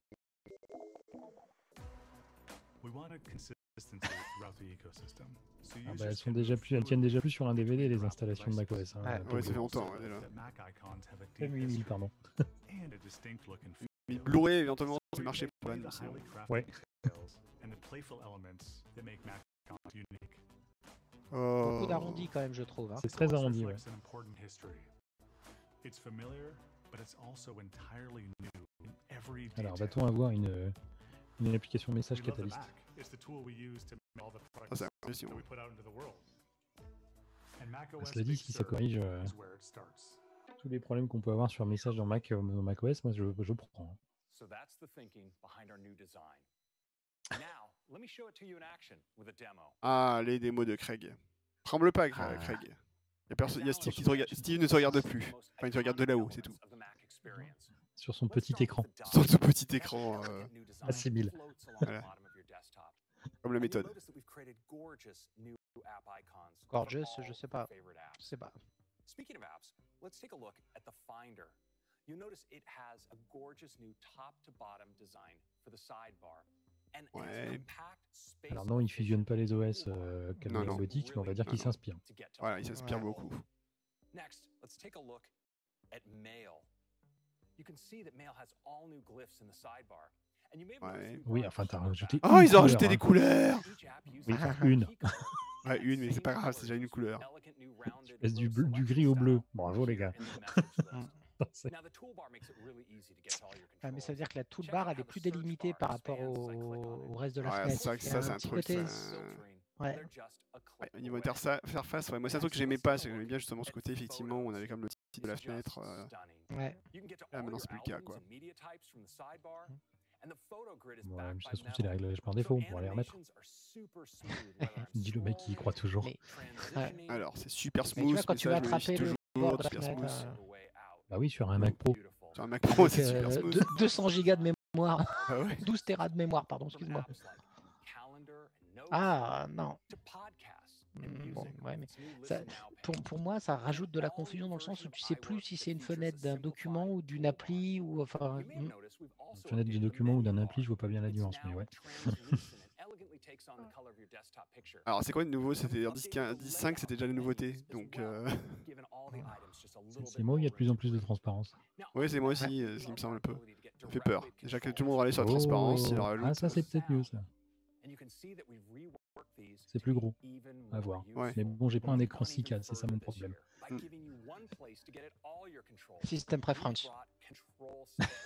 Ah bah, elles, sont déjà plus, elles tiennent
euh,
déjà plus sur un DVD, les installations de macOS. Hein,
Ouais.
euh,
Ah, Ouais, ça fait
Pablo.
longtemps, ouais, déjà.
Même 8000, pardon.
Mais Blu-ray, éventuellement, c'est marché pour Anne, sinon.
Ouais.
Oh.
Beaucoup d'arrondis quand même, je trouve. hein.
C'est très arrondi, ouais. Alors, va-t-on avoir une, euh, une application message catalyste
Ah, c'est impressionnant.
Ah, Cela dit, si ça corrige euh, tous les problèmes qu'on peut avoir sur message dans Mac, euh, dans macOS, moi je, je prends. hein.
So that's the thinking behind our new design. Now, let me show it to you in action with a demo.
Ah, les démos de Craig. Tremble pas, Cra-
Ah.
Craig. Il y a, perso- y a Steve qui te regarde. Steve ne te regarde plus. Enfin, il te regarde de là-haut, c'est tout.
Sur son petit écran. Ah,
Sur tout petit écran, euh,
Assimile.
Voilà. comme la méthode.
Gorgeous, je sais pas. Je sais pas.
Speaking of apps, let's take a look at the Finder. You'll notice it has a gorgeous new top to bottom design for the sidebar. And it has a
Ouais.
compact space
Alors non, il fusionne pas les OS
allocation
euh, comme
Non,
les
non.
robotiques, mais on va dire
Non,
qu'il
non.
s'inspire.
to get to
Voilà, il
all
s'inspire
the
beaucoup.
Next, let's take a look at Mail. You can see that Mail has all new glyphs in the sidebar. And you may have
Ouais.
noticed we
Oui,
brought
enfin, t'as
color
rajouté
back.
Oh, ils ont
couleur,
rajouté
hein.
des couleurs
Each app uses
Oui,
a
enfin,
key
une.
color.
Ouais, une, mais c'est
Same
pas grave, c'est déjà une
colors,
couleur.
elegant new rounded
Espèce du,
row
bleu- du
selection
gris au bleu.
style
Bravo les gars.
here in the message list.
Mm. C'est-
Now, the toolbar makes it really easy to get to all your
Ah, mais ça veut
controls.
dire que la toolbar, elle est plus délimitée par rapport au, au reste de la
Ouais,
fenêtre.
c'est vrai que
Il y a
ça,
un
c'est un
petit
truc,
côté-
ça-
Filtering,
Ouais.
they're just a
Ouais,
click
au niveau
away.
interface, interface, ouais, moi c'est un truc que j'aimais pas, c'est que j'aimais bien justement ce côté effectivement où on avait comme le titre de la
It's just
fenêtre. euh,
stunning.
Ouais.
You can get to
Ah,
all
mais non,
your
c'est plus le cas,
albums
quoi.
and media types from the sidebar,
Mhm.
and the photo grid is
Bon,
backed
même si
by
ça se trouve, c'est les
Mail.
réglages par
So
défaut, on pourra les remettre.
animations are super smooth, whether I'm
Dis le mec qui y croit
scrolling,
toujours.
Mais-
transitioning,
Alors, c'est super
Mais tu
smooth,
vois, quand
mais
tu
ça,
vas
je me méfie
attraper le bord
toujours,
de la
super
fenêtre,
smooth.
euh,
the way out.
Bah oui, sur un Mac Pro.
Beautiful.
Sur un Mac Pro,
avec,
c'est super
euh,
smooth.
deux- 200 gigas de mémoire,
Ah ouais.
12 téras de mémoire, pardon,
From
excuse-moi.
apps like Calendar and Notes
Ah non,
to podcasts
Mm,
and music
bon, ouais,
with
mais
its new
ça-
Listen Now
pour,
page.
pour moi, ça rajoute de la confusion dans le sens où tu sais plus si c'est une fenêtre d'un document ou d'une appli ou enfin.
You may have
hmm.
noticed we've
Une
also
fenêtre de
updated the
document ou d'un
menu
appli, je
bar.
vois pas bien la
It's
nuance,
now
mais ouais.
translucent and elegantly takes on the color of your desktop picture.
Alors, c'est quoi de nouveau C'était
We've
un 10,
updated
15,
the
10, 5, c'était déjà les
layout of
nouveautés.
menus as
Donc,
well,
euh,
given all the items just a little
C'est
bit
moi, il y a
more
de plus en plus de
resolution.
transparence.
Now,
ouais, c'est moi
other
aussi, euh,
apps
ce qui me
allow
semble un peu.
ability to get
Ça fait
directly
peur. Déjà que tout le monde va
controls
aller sur la transparence,
Oh,
il aura
Ah,
l'autre.
ça, c'est peut-être mieux, ça.
and you can see that we've reworked these
C'est
to
plus
be
gros.
even
À
more
voir.
Ouais.
Mais
useful.
bon, j'ai pas un
We've
écran
gone even
6K, c'est ça mon problème.
further this year by
Hmm.
giving you one place to get at all your controls.
System
We've
preference.
brought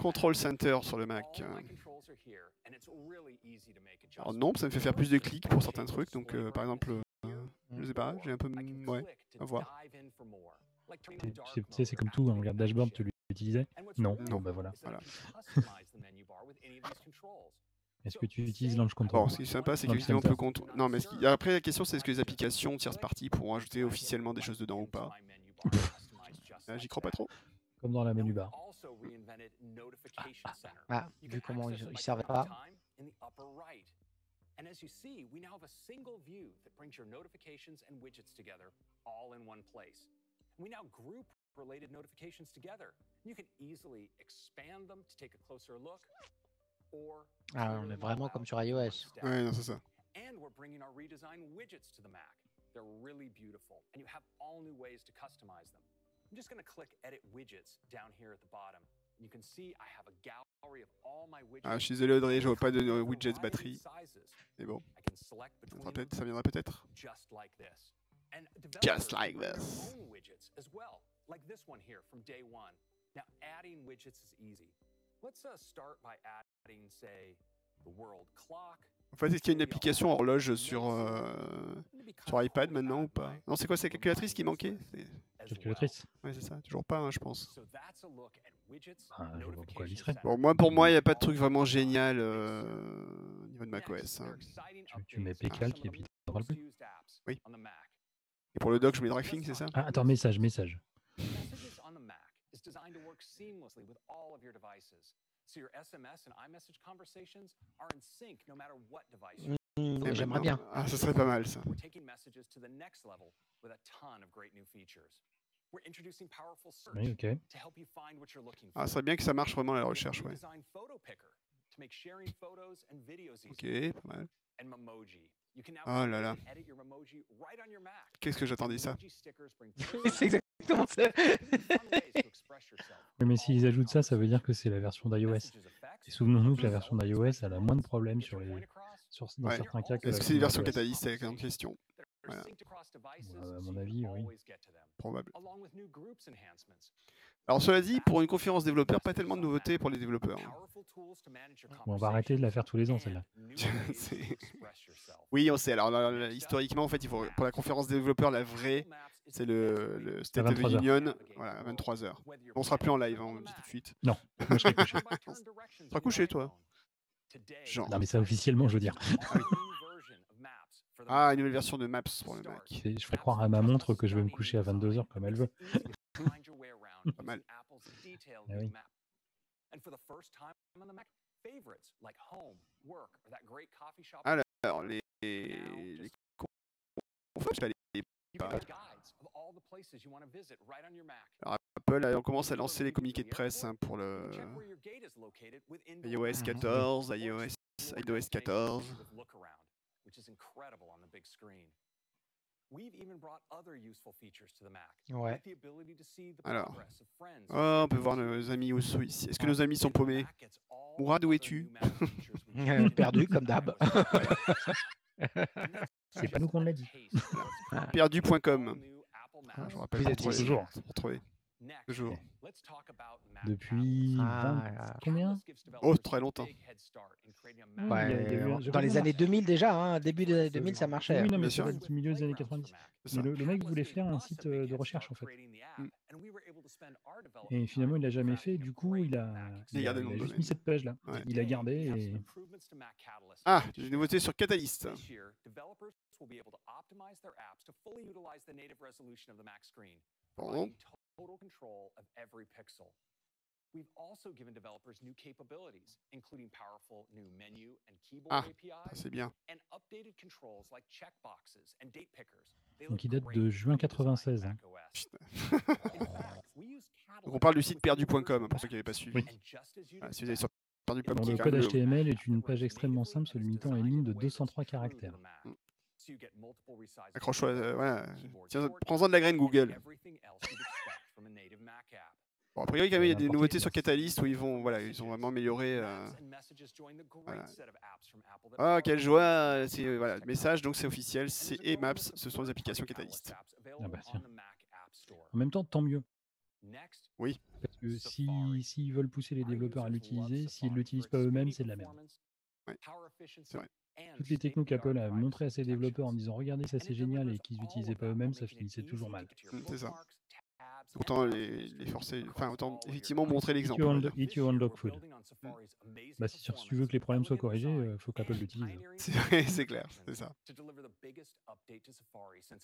Control Center
Ah,
to
le Control Center sur le
the Mac.
Mac.
All
euh.
my controls are here, and it's really easy to make
Alors,
adjustments.
non, ça me fait faire plus de clics pour certains trucs. Donc, euh, par exemple, euh, je sais pas, j'ai un peu.
I can
mm, Ouais.
click to
à voir.
dive in for more. Like turning
C'est-
on dark
c'est- Tu sais, c'est
mode or
comme tout, hein, on
activating
regarde
night
dashboard,
shift.
tu l'utilisais.
And what's
Non,
really
bon
cool
bah voilà.
is that
Voilà.
you can customize the menu bar with any of these controls.
Est-ce
So
que tu utilises
say
Launch
I
Control
want
Bon, Oh, ce qui est sympa, c'est
one
Launch
qu'évidemment, on peut
Center.
compte. Non, mais ce qui- après, la question, c'est est-ce que les applications tierces parties pourront ajouter officiellement des choses dedans ou pas
Into my menu bar, customized just
Ah, J'y
like
crois pas
that.
trop.
Comme dans la
Now,
menu
we've
bar.
also reinvented Notification Center.
Ah,
You
vu
can
comment
access
ils
it
ne
by
servaient
clicking
pas.
time in the upper right. And as you see, we now have a single view that brings your notifications and widgets together all in one place. We now group related notifications together. You can easily expand them to take a closer look or
Ah,
clear
on est
them all
vraiment
out
comme sur
in one
iOS. Euh,
step.
Ouais, non, c'est ça.
And we're bringing our redesigned widgets to the Mac. They're really beautiful, and you have all new ways to customize them. I'm just going to click Edit Widgets down here at the bottom. And you can see I have a gallery of all my widgets.
Ah, je suis désolé Audrey, je vois pas de euh, widgets
widgets
batterie. Mais bon,
I can select
ça
between
viendra
them
peut-être- ça viendra peut-être.
just like this. And
Just
developers
like
can create
this.
their own widgets as well, like this one here from day one. Now, adding widgets is easy. Let's uh, start by adding, say, the world clock.
En fait, est-ce qu'il y a une
Maybe I'll
application
add
horloge
notes.
sur, euh,
It's gonna be kinda
sur iPad
cool to
maintenant
add
ou pas
my
Non, c'est quoi, c'est la calculatrice qui manquait
reminders
C'est-
as
Calculatrice.
Ouais, c'est ça, toujours pas, hein, je
well.
pense.
So that's a look at widgets,
Ah, je vois pourquoi elle y
notification
serait.
center,
Bon, moi, pour moi, il n'y a pas de truc
all
vraiment
the time.
génial euh, au niveau de
Next,
macOS. hein.
there are exciting
Tu- tu mets
updates to
Pécale
some
qui
of the
habitera le
most
plus.
used apps
Oui.
on the Mac.
Et pour le doc, je mets Drafting, c'est ça
Ah, attends, message, message.
Messages on the Mac is designed to work seamlessly with all of your devices. So your SMS and iMessage conversations are in sync no matter what device you're
Hmm,
Eh,
J'aimerais
maintenant-
bien.
Ah, ce serait pas mal ça.
We're taking messages to the next level with a ton of great new features. We're introducing powerful search
Oui, ok.
to help you find what you're looking for.
Ah, ce serait bien que ça marche vraiment à la
We
recherche, ouais.
redesigned Photo Picker to make sharing photos and videos
Ok,
easier.
pas mal.
And Memoji. You can now
Oh là
create
là.
and edit your Memoji right on your Mac.
Qu'est-ce que j'attendais ça
Memoji stickers bring
C'est exactement ça.
Oui, mais s'ils ajoutent ça, ça veut dire que c'est la version d'iOS. Et souvenons-nous que la version d'iOS, elle a moins de problèmes sur les, sur, dans
Ouais.
certains cas que
Est-ce
la
que c'est une
version
version
iOS.
catalyse C'est la grande question. Voilà.
Bah, à mon avis, oui.
Probable.
Along with new groups enhancements.
Alors, cela dit, pour une conférence développeur, pas tellement de nouveautés pour les développeurs. hein.
Powerful tools to manage your
Bon, on va arrêter de la faire tous les ans,
conversations
celle-là.
and new ways to
C'est-
express yourself.
Oui, on sait. Alors, là, là, historiquement, en fait, il faut, pour la conférence développeur, la vraie,
Google Maps is
c'est
the best
le,
way
le
to
State of the
23 heures.
Union,
navigate the
voilà, à
world,
23h.
whether you're
On sera plus en
planning
live, hein,
on
on
the
le dit tout
Mac,
de suite.
Non, moi, je serai couché.
turn-by-turn
Sera couché,
directions
toi.
on your iPhone.
Genre.
Non, mais ça, officiellement, je veux dire.
All new version of Maps for the
Ah,
Mac.
une nouvelle version de Maps pour le Mac.
C'est- je ferai croire à ma montre que je vais me coucher à 22 heures comme elle veut.
Pas mal.
Ah oui.
Ah là.
Alors, les. les con- en fait, je vais aller- pas. Apple, euh, on commence à lancer les communiqués de presse hein, pour le iOS
iOS
14, iOS, iOS 14.
Which is incredible on the big screen. We've even brought other useful features to the Mac.
Ouais.
like the ability to see the
Alors.
progress of friends
Oh, on peut voir nos amis où sont ici. Est-ce que nos amis sont paumés Mourad, où es-tu
Euh, Perdu, comme d'hab.
C'est pas nous qu'on l'a dit.
Perdu.com. Ah, je vous rappelle.
Vous
pour
êtes
trouver-
ici.
Toujours.
pour trouver. Toujours.
Depuis
Ah,
20
ah.
combien
Oh, très longtemps.
il y a- il y a eu
Ouais,
un-
en-
j'ai
dans
vu
les
un
années
article.
2000 déjà, hein, début des années 2000, ça marchait.
Oui, non, mais
Bien
c'est
sûr.
vrai, du milieu des années 90.
C'est ça.
Le- le mec voulait faire un site, euh, de recherche, en fait.
Mm.
Et finalement, il l'a jamais fait. Du coup, il a,
Il
il
a
a,
gardé le nom
il a
de
juste
domaine.
mis cette page-là.
Ouais.
Il a gardé et
Ah, j'ai des nouveautés sur Catalyst.
This year, developers will be able to optimize their apps to fully utilize the native resolution of the Mac screen,
Pardon
providing total control of every pixel. We've also given developers new capabilities, including powerful new menu and keyboard
Ah, Ah,
APIs
C'est bien.
and updated controls like checkboxes and date pickers. They
Donc,
look
il date
great
de
in
juin
the design of
96, hein.
macOS. In
Donc
fact, we use
on parle du
Catalyst
site
with
perdu.com
Universal
pour ceux qui n'avaient
Maps,
pas suivi.
Oui.
and just as you'd
Voilà, si vous allez
expect,
sur perdu.com,
Dans
c'est
le
quand
code
même le-
HTML est une page extrêmement simple se limitant à une ligne de 203 caractères.
Accroche-toi, euh, voilà. Tiens, prends-en de la graine, Google. Bon, a priori, quand même, il y a des
N'importe
nouveautés
qui. hein.
sur Catalyst où ils vont, voilà, ils ont vraiment amélioré. euh, voilà. Ah, quelle joie C'est euh, voilà, le message, donc c'est officiel, c'est et Maps, ce sont les applications Catalyst.
Ah bah tiens. En même temps, tant mieux.
Oui.
Parce que si- s'ils veulent pousser les développeurs à l'utiliser, s'ils ne l'utilisent pas eux-mêmes, c'est de la merde.
Ouais, c'est vrai.
Toutes les technos qu'Apple a montrées à ses développeurs en disant regardez ça c'est génial et qu'ils n'utilisaient pas eux-mêmes, ça finissait toujours mal.
Mm, c'est ça. Autant les, les forcer, enfin, autant effectivement
montrer
montrer l'exemple. Mm. on va dire.
Eat your own dog food. Bah, c'est sûr, si tu veux que les problèmes soient corrigés, il faut qu'Apple l'utilise.
C'est vrai, c'est clair, c'est ça.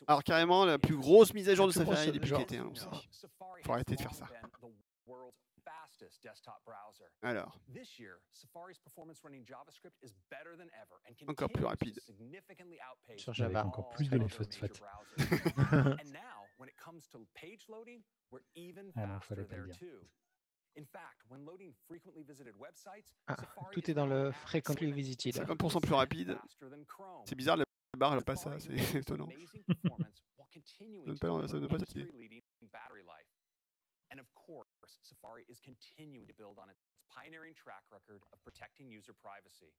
Alors carrément, la plus grosse mise à jour de
La plus
Safari
grosse,
depuis
genre-
hein, qui a été annoncée.
Faut arrêter de faire ça.
Alors,
This year, Safari's performance running JavaScript is better than ever and
Encore plus
continues to
rapide.
significantly outpace
Sur
all
Java.
Avec encore plus de
other
l'emphysphate.
major browsers. and now, when it comes to page loading, we're even
Ah non,
faster
fallait pas le
there
dire.
too. In fact, when loading frequently visited websites,
Ah,
Safari
tout
is
est dans
now
le
at
frequently
70%
visited.
50% plus rapide.
faster than Chrome.
c'est bizarre, la barre, elle a pas ça,
Safari
c'est
delivers this
étonnant.
amazing performance while continuing
Donne
to
pas-
deliver
ça donne pas cette idée.
industry-leading battery life. And of course, Safari is continuing to build on its pioneering track record of protecting user privacy.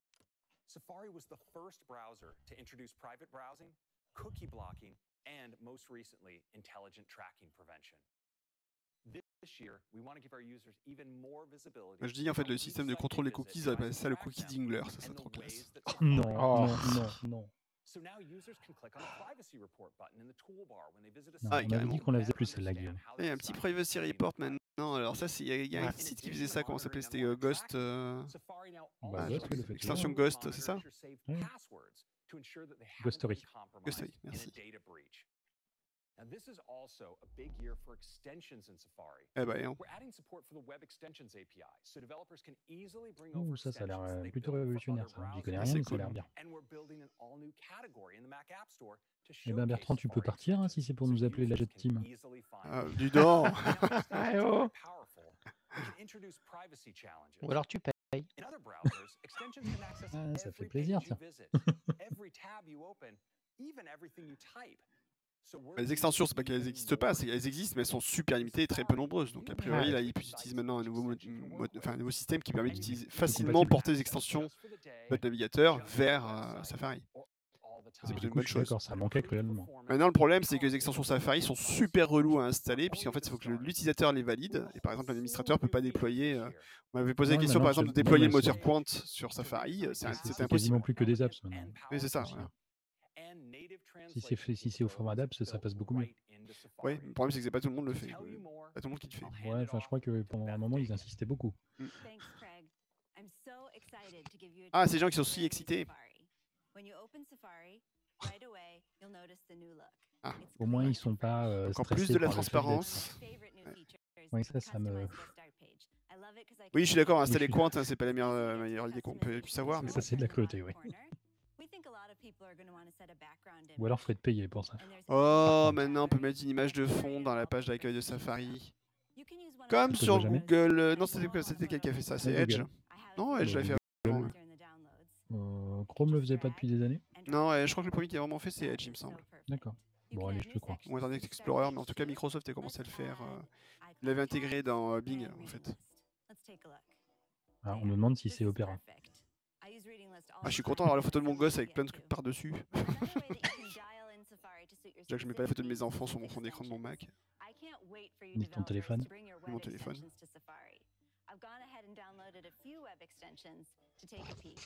Safari was the first browser to introduce private browsing, cookie blocking, and most recently, intelligent tracking prevention. This year, we want to give our users even more visibility.
Je dis en fait
on
le
each
système de
site
contrôle des
they visit
cookies, ils appellent
to
ça le
track
cookie
them
dingler, ça serait
and the
trop
ways
classe.
that
Non,
Safari
non,
Oh.
uses
non,
them.
non.
So now users can click on the privacy report button in the toolbar when they visit a
Non,
Ah,
site.
on avait
carrément.
dit qu'on la faisait plus celle-là, Guillaume.
Il y a un petit privacy report maintenant. Alors ça, c'est- il y a, il y a un
Ouais.
site qui faisait ça, comment ça s'appelait C'était euh, Ghost. euh,
Bah, Ghost, oui, le fait
Extension
toujours.
Ghost, c'est ça
Ouais.
Bah,
Ghostery.
Ghostery, merci.
Now this is also a big year for extensions in Safari.
Eh ben, hein.
We're adding support for the Web Extensions API, so developers can easily bring
Ouh,
over
ça, ça a l'air euh,
extensions they
hein,
plutôt
built for
révolutionnaire.
other
Ça. J'y
browsers.
connais
Ah,
rien,
c'est
mais hein, ça a
cool.
l'air bien.
And we're building an all-new category in the Mac App Store to
Eh ben, Bertrand,
showcase
tu peux
Safari
partir, hein, si
extensions
c'est pour nous
so
appeler la
users
Jet
can
Team.
easily find
Ah,
them.
dis donc
Ah, oh. Ou alors tu payes.
Ah,
ça fait plaisir,
tiens.
Bah, Les extensions, c'est pas qu'elles existent pas, c'est qu'elles existent, mais elles sont super limitées et très peu nombreuses. Donc a priori,
Ouais.
là, ils utilisent maintenant un nouveau, mode- mode- enfin, un nouveau système qui permet d'utiliser facilement
compatible.
porter les extensions de votre navigateur vers euh, Safari.
Ah,
plutôt
C'est
Du
une
coup,
bonne
je suis
chose.
d'accord, ça manquait cruellement.
Maintenant, le problème, c'est que les extensions Safari sont super reloues à installer, puisqu'en fait, il faut que l'utilisateur les valide. Et par exemple, un administrateur peut pas déployer. euh, On m'avait posé la
Ouais,
question,
maintenant,
par exemple, de
c'est-
déployer le
maintenant,
moteur Quant sur Safari. euh, c'est un- C'était
C'est
impossible.
quasiment plus que des apps maintenant.
Oui, c'est ça. voilà.
Si c'est fait- si c'est au format d'app, ça, ça passe beaucoup mieux.
Ouais, le problème, c'est que c'est pas tout le monde le fait.
Tell you
euh,
more,
Pas tout le monde qui le fait.
Ouais, enfin, je crois que pendant un moment, ils insistaient beaucoup.
Thanks, Craig. I'm so excited to give you a
Ah,
tour
ces gens qui
of
sont si
brand new
excités.
Safari. When you open Safari, right away, you'll notice the new look.
Ah.
It's
Au moins,
clean
ils
and
sont pas
fresh.
euh,
Encore
stressés
plus de la
par le fait d'être-
transparence.
Favorite new features,
Ouais, ça, ça me-
customizable start page. I love it 'cause I
Oui,
can
je suis d'accord,
customize
installer
suis
Quant,
d'accord.
hein, c'est pas la meilleure, la meilleure idée qu'on peut puisse avoir. Mais...
Ça, c'est de la cruauté, oui.
We think a lot of people are going to want to set a background
Ou alors, faut être payé pour ça.
and there's a-
Oh, maintenant, on peut mettre une image de fond dans la page d'accueil de Safari.
You can use one of
Comme
Ça
those-
se
sur
voit jamais.
Google. euh, Non, c'était quoi C'était quelqu'un qui a fait ça C'est
Google.
Edge. hein.
I have
Non,
it
Edge l'a
Google.
fait avant.
during the downloads.
Euh, Chrome le faisait pas depuis des années.
and
Non,
drop
ouais,
it
je crois que le
in.
premier qui a vraiment fait, c'est Edge, il me semble.
D'accord. Bon, allez, je te crois.
Ou Internet Explorer, mais en tout cas, Microsoft a commencé à le faire. euh, Il l'avait intégré dans euh, Bing, en fait.
Ah, on me demande si c'est Opera.
Ah, je suis content d'avoir la photo de mon gosse avec plein de trucs par-dessus. Déjà
Déjà
que je mets pas la photo de mes enfants sur mon fond d'écran de mon Mac.
Ni ton téléphone.
Mon téléphone.
I've gone ahead and downloaded a few web extensions to take a peek.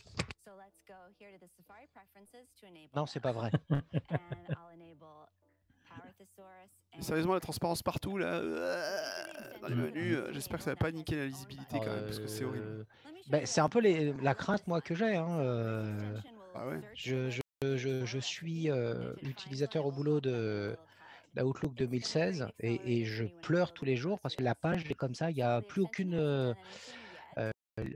So let's go here to the Safari preferences to enable.
Non, c'est pas vrai.
them. And I'll enable Power Thesaurus and-
Sérieusement, la transparence partout, là, euh, dans les menus, euh, j'espère que ça va pas niquer la lisibilité quand même, parce que c'est horrible.
Euh,
Let me show
ben,
you
c'est un
guys.
peu les- la crainte, moi, que j'ai. hein, euh,
Ah ouais.
Je, je- je- je suis euh, utilisateur au boulot de l'Outlook 2016 et, et je pleure tous les jours parce que la page est comme ça, il n'y a plus aucune euh, euh,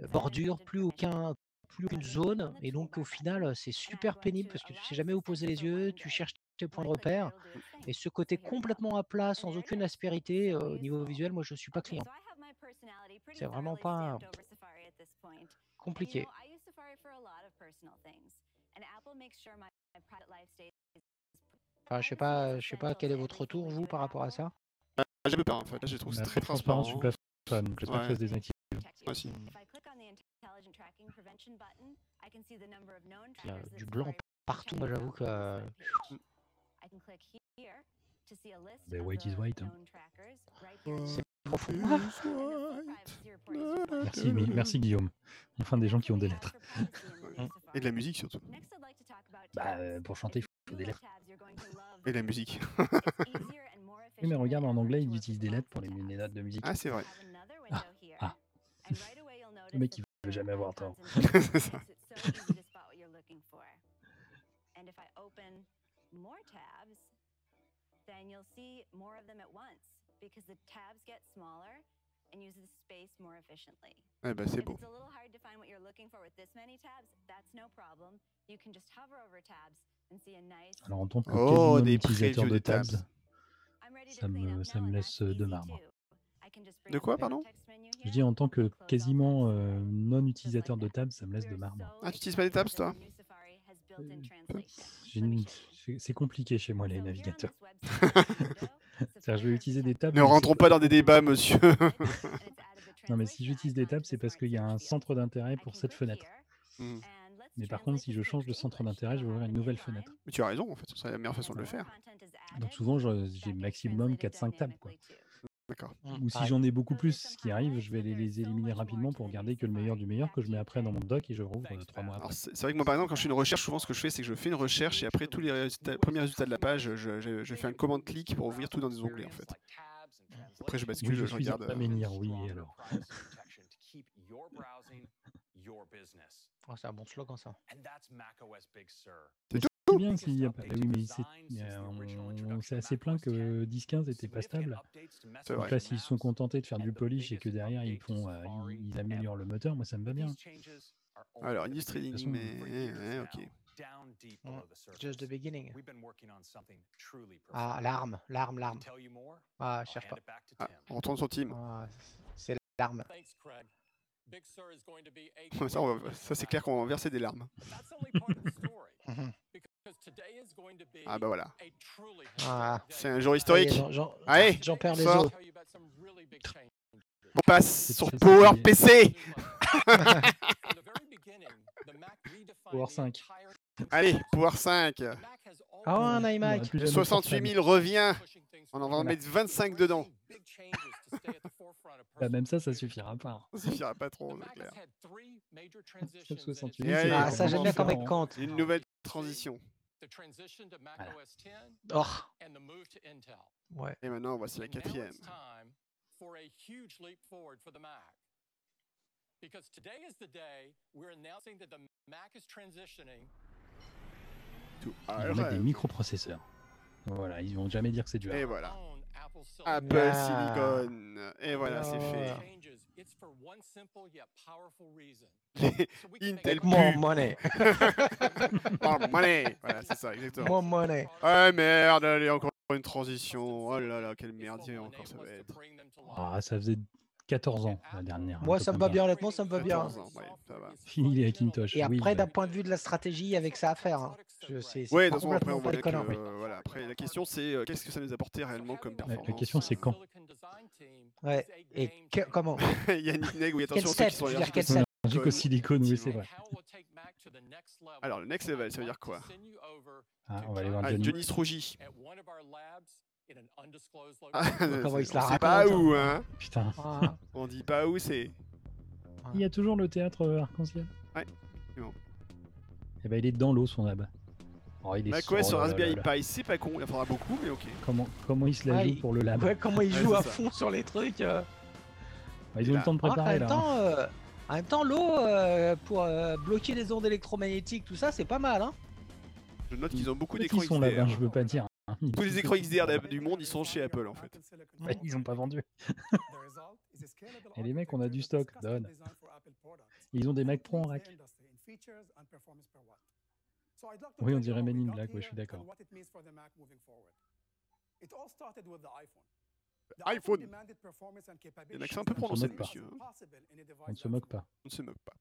bordure, plus, aucun, plus aucune zone et donc au final c'est super pénible parce que tu sais jamais où poser les yeux, tu cherches tes points de repère et ce côté complètement à plat sans aucune aspérité euh, au niveau visuel, moi je suis pas client.
C'est vraiment pas
Compliqué. Enfin, je sais pas, je sais pas quel est votre retour vous par rapport à ça.
Ah, j'ai peu peur, en fait. Là, je trouve que c'est
La
très
transparence, je
transparent.
suis pas fan. donc J'espère
Ouais.
que ça se désactive.
Moi aussi.
Il y a du blanc partout, moi j'avoue que euh,
Ben, white is white, hein.
c'est profond.
Euh,
Merci, mais- merci Guillaume. Enfin, des gens qui ont des lettres.
Et de la musique, surtout.
Bah, euh, pour chanter, il faut des lettres.
Et de la musique.
Oui, mais regarde, en anglais, ils utilisent des lettres pour les, les notes de musique.
Ah, c'est vrai.
Ah, ah.
Le mec, il veut jamais avoir tort.
C'est ça. Eh ben, c'est
If
beau.
it's a little hard to find what you're looking for with this many tabs, that's no problem. You can just hover over tabs and see a nice.
Alors, en tant que
Oh,
quasi
des
utilisateur
previews
de
des tabs.
tabs,
I'm ready to
ça
clean
me-
up
ça
now
me
and
laisse,
that's
euh, de
easy
marbre.
too. I can just bring
De
up
quoi,
the
pardon
context menu
je
here,
dis en tant que
close all
quasiment
tabs.
euh, non
Just like
utilisateur de
that.
tabs, ça me laisse
We
de
are
marbre.
so
Ah, tu utilises pas les tabs,
excited that
toi
the new Safari has
Euh,
built-in
peu.
translation.
J'ai
Let me
une-
show you.
C'est c'est compliqué chez moi
So
les
here on
navigateurs.
this web
C'est-à-dire, je vais utiliser des tables.
Ne rentrons pas dans des débats, monsieur.
Non, mais si j'utilise des tables, c'est parce qu'il y a un centre d'intérêt pour cette fenêtre.
Hmm.
Mais par contre, si je change de centre d'intérêt, je vais ouvrir une nouvelle fenêtre.
Mais tu as raison, en fait, c'est la meilleure façon de le faire.
Donc souvent, je- j'ai maximum 4-5 tables. Quoi.
D'accord.
Ou si j'en ai beaucoup plus, ce qui arrive, je vais les, les éliminer rapidement pour garder que le meilleur du meilleur que je mets après dans mon doc et je rouvre euh, 3 mois
Alors,
après.
C'est c'est vrai que moi, par exemple, quand je fais une recherche, souvent ce que je fais, c'est que je fais une recherche et après tous les résultats- premiers résultats de la page, je, je- je fais un commande-clic pour ouvrir tout dans des onglets, en fait.
Mm.
Ah,
Après, je bascule,
Oui, je
je,
suis
regarde.
un
euh,
menhir, oui, et alors.
protection to keep your browsing your business.
Oh, c'est un bon slogan, ça.
And that's macOS Big Sur.
C'est bien s'il n'y a pas. Eh Oui, mais c'est euh, on- on s'est assez plein que 10-15 n'était pas stable.
C'est
Donc
vrai.
là, s'ils sont contentés de faire du polish et que derrière ils font, euh, ils, ils améliorent le moteur, moi ça me va bien.
These changes are only
Alors,
the
Industry
façon,
Link, mais.
beginning. For
eh,
years
ouais,
now,
ok.
down deep
Mm.
below the surface,
Just the beginning.
We've been working on something truly
Ah,
profound.
l'arme, l'arme,
To
l'arme.
tell you more,
Ah,
I'll
je cherche
hand
pas.
it back to
Ah,
Tim.
on retourne sur Team.
Ah, c'est l'arme.
Thanks, Craig. Big Sur is going to be a
Ça, on va- ça, c'est clair qu'on va verser des larmes.
great- That's only part of the story.
Mhm.
Because today is going to be
Ah, bah voilà.
a truly
Ah.
historic
C'est
day.
un jour
Ça y est,
historique.
j'en- j'en-
Allez,
J'en perds les
sort.
os.
Tell you about some really big changes.
On passe sur
C'est- c'est-
Power
c'est-
PC.
From the very beginning, the Mac redefined
Power
the
5.
entire-
Allez, Power 5.
The Mac has always
Ah ouais,
been
un
Ouais,
iMac.
on aurait pu jamais
68 000 revient.
pushing things
On en va en
forward.
mettre 25
Embracing
dedans.
big changes to stay at the forefront of
Bah, même ça, ça
personal computing.
suffira pas. hein.
Ça suffira pas
The
trop, c'est
Mac has
clair.
had three major
Stop
transitions in its
68,
Et allez,
Ah, ça,
on
j'aime bien
commence
quand même
en-
compte.
Une nouvelle transition.
The transition to Mac
Voilà.
OS X
Oh,
and the move to Intel.
ouais.
Et maintenant, voici la
And now
quatrième.
it's time for a huge leap forward for the Mac. Because today is the day we're announcing that the Mac is transitioning.
Tout
Ils
à
vont mettre des
l'heure.
microprocesseurs. Voilà, ils vont jamais dire que c'est du
Et
hard.
voilà.
on Apple Silicon.
Apple
Ah.
Silicon. Et voilà, c'est fait.
Ah.
Changes. It's for one simple yet powerful reason.
Les
So we can make
Intel
a
Mon
pub.
money.
More money. Voilà, c'est ça,
Mon
exactement.
money.
Ah merde, allez, encore une transition. Oh là là, quel merdier encore ça va être.
Ah, ça faisait 14 ans la dernière.
Moi,
un peu
ça me
comme
va
ça.
bien, honnêtement, ça me va bien.
14 ans, ouais, ça va.
Fini les Hackintosh.
Et
oui,
après,
bah,
d'un point de vue de la stratégie, il y avait que ça à faire. hein. Je sais, c'est
Ouais, de toute façon, après,
complètement
on
pas
voit
des
que,
conneries.
euh, voilà. Après, la question, c'est euh, qu'est-ce que ça nous apportait réellement comme
la
performance
question, c'est quand
Ouais. Et que- comment
Il y a Nick Neg, oui,
Quel
attention, ceux
step
qui sont
Je veux
allergiques
dire, quel
au
sont
step
allergiques au silicone, oui, c'est vrai.
Alors, le next level, ça veut dire quoi
Ah, on va aller voir
Ah,
Johnny.
Johnny Strougy. Ah,
comment il se la
on sait pas
raconte,
où, hein.
Putain.
Ah,
On dit pas où c'est.
Il y a toujours le théâtre euh, arc-en-ciel
Ouais, c'est bon.
Et ben, il est dans l'eau, son ab. Oh, il est
macOS
oh
sur
là là
Raspberry
là là.
Pi, c'est pas con, il en faudra beaucoup, mais ok.
Comment, comment il se la
Ah,
joue
il-
pour le lab
Ouais, comment il
Ouais,
joue
c'est
à
ça.
fond sur les trucs. euh.
Bah, Ils ont eu le temps de
Ah, en
préparer,
même
là. hein.
temps, euh, en même temps, l'eau euh, pour euh, bloquer les ondes électromagnétiques, tout ça, c'est pas mal. Hein
Je note qu'ils ont beaucoup
Peut-être
d'écrans
qu'ils sont là
XDR.
je veux pas dire. hein. Ils-
Tous les écrans XDR d'A- du monde, ils sont chez Apple en fait.
Ouais, Ils ont pas vendu.
Et les mecs, on a du stock, donne.
Ils ont des Mac Pro en rack.
Oui, on dirait Men in Black, ouais, je suis d'accord.
iPhone.
Il
Il y a un accent un peu
prononcé,
prononcé,
monsieur,
hein.
On ne se moque pas.
On ne se moque pas.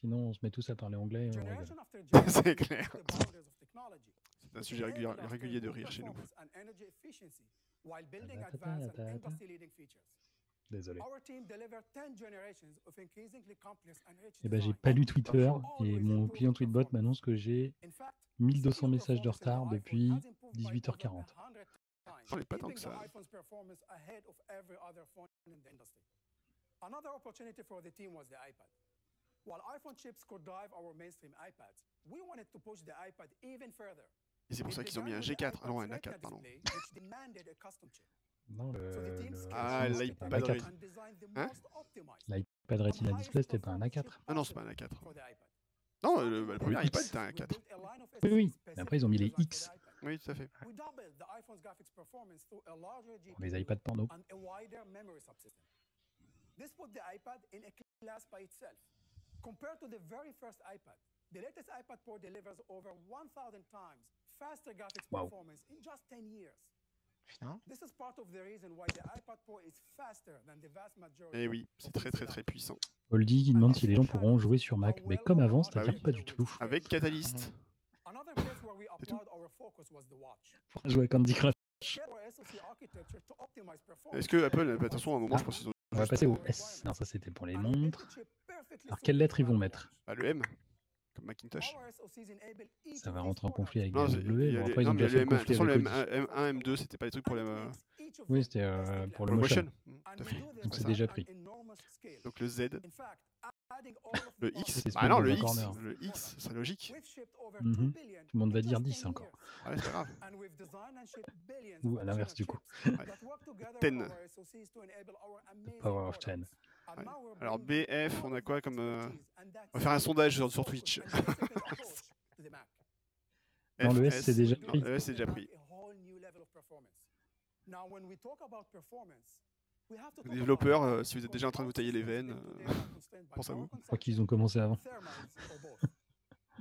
Sinon, on se met tous à parler anglais. et on rigole. Eh
C'est clair. C'est un sujet régulier, régulier de rire chez nous.
Désolé. Eh ben, j'ai pas lu Twitter et mon client Tweetbot m'annonce que j'ai
1200 messages de retard depuis
18h40.
18h40.
Ah, mais pas tant que ça.
Another opportunity for the team was the iPad. While iPhone chips could drive our mainstream iPads, we wanted to push the iPad even further.
Et c'est pour ça qu'ils ont mis un G4. Ah non, un A4, pardon.
Non, le, Euh, le-
Ah,
sinon, c'était
l'iPad
pas un A4.
Retina.
L'iPad Retina Display, c'était pas un A4.
Ah non, c'est pas un A4. Non, le, bah, le premier iPad, c'était un A4.
Oui, oui. Mais après, ils ont mis les X
Oui, tout à fait.
pour les iPads porno.
and a wider memory subsystem. This put the iPad in a class by itself. Compared to the very first iPad, the latest iPad Pro delivers over 1,000 times faster graphics
Wow.
performance in just 10 years.
Putain.
This is part of the reason why the iPad Pro is faster than the vast majority.
Et Eh oui, c'est très très très puissant.
Oldie qui demande si les gens pourront jouer sur Mac. Mais comme avant, c'est-à-dire
Ah oui.
pas du tout.
Avec Catalyst.
Another place where we
pour jouer à Candy Crush.
Est-ce que Apple, bah, attention, à
Ah.
un moment, je pense qu'ils ont.
On va passer au S. Non, ça c'était pour les montres. Alors, quelle lettre ils vont mettre
Bah, le M, comme Macintosh.
Ça va rentrer en conflit avec
Non,
les
c'est- il
W.
y a
Bon,
les-
après, ils
non,
ont
mais
déjà
le
fait
M1,
un
de toute
conflit
façon, le
avec
M- M1, M2, c'était pas des trucs pour les. euh,
Audi. Oui, c'était euh, pour le
Pour le
motion.
motion. Mm, tout à fait.
Donc, c'est déjà pris.
Donc le Z. Le X.
C'est
Ah non, le
dans un
X.
corner.
Le X, c'est logique.
Mhm. Tout le monde va dire 10 encore.
Ah, ouais, c'est pas grave.
Ou à l'inverse, du coup.
Ten.
The Power of Ten.
Ouais. Alors BF, on a quoi comme... euh, On va faire un sondage sur, sur Twitch.
Non, le S,
FS.
c'est déjà
Non,
pris.
le S, c'est déjà pris. Développeurs, euh, si vous êtes déjà en train de vous tailler les veines, euh, pense à vous.
Je crois qu'ils ont commencé avant.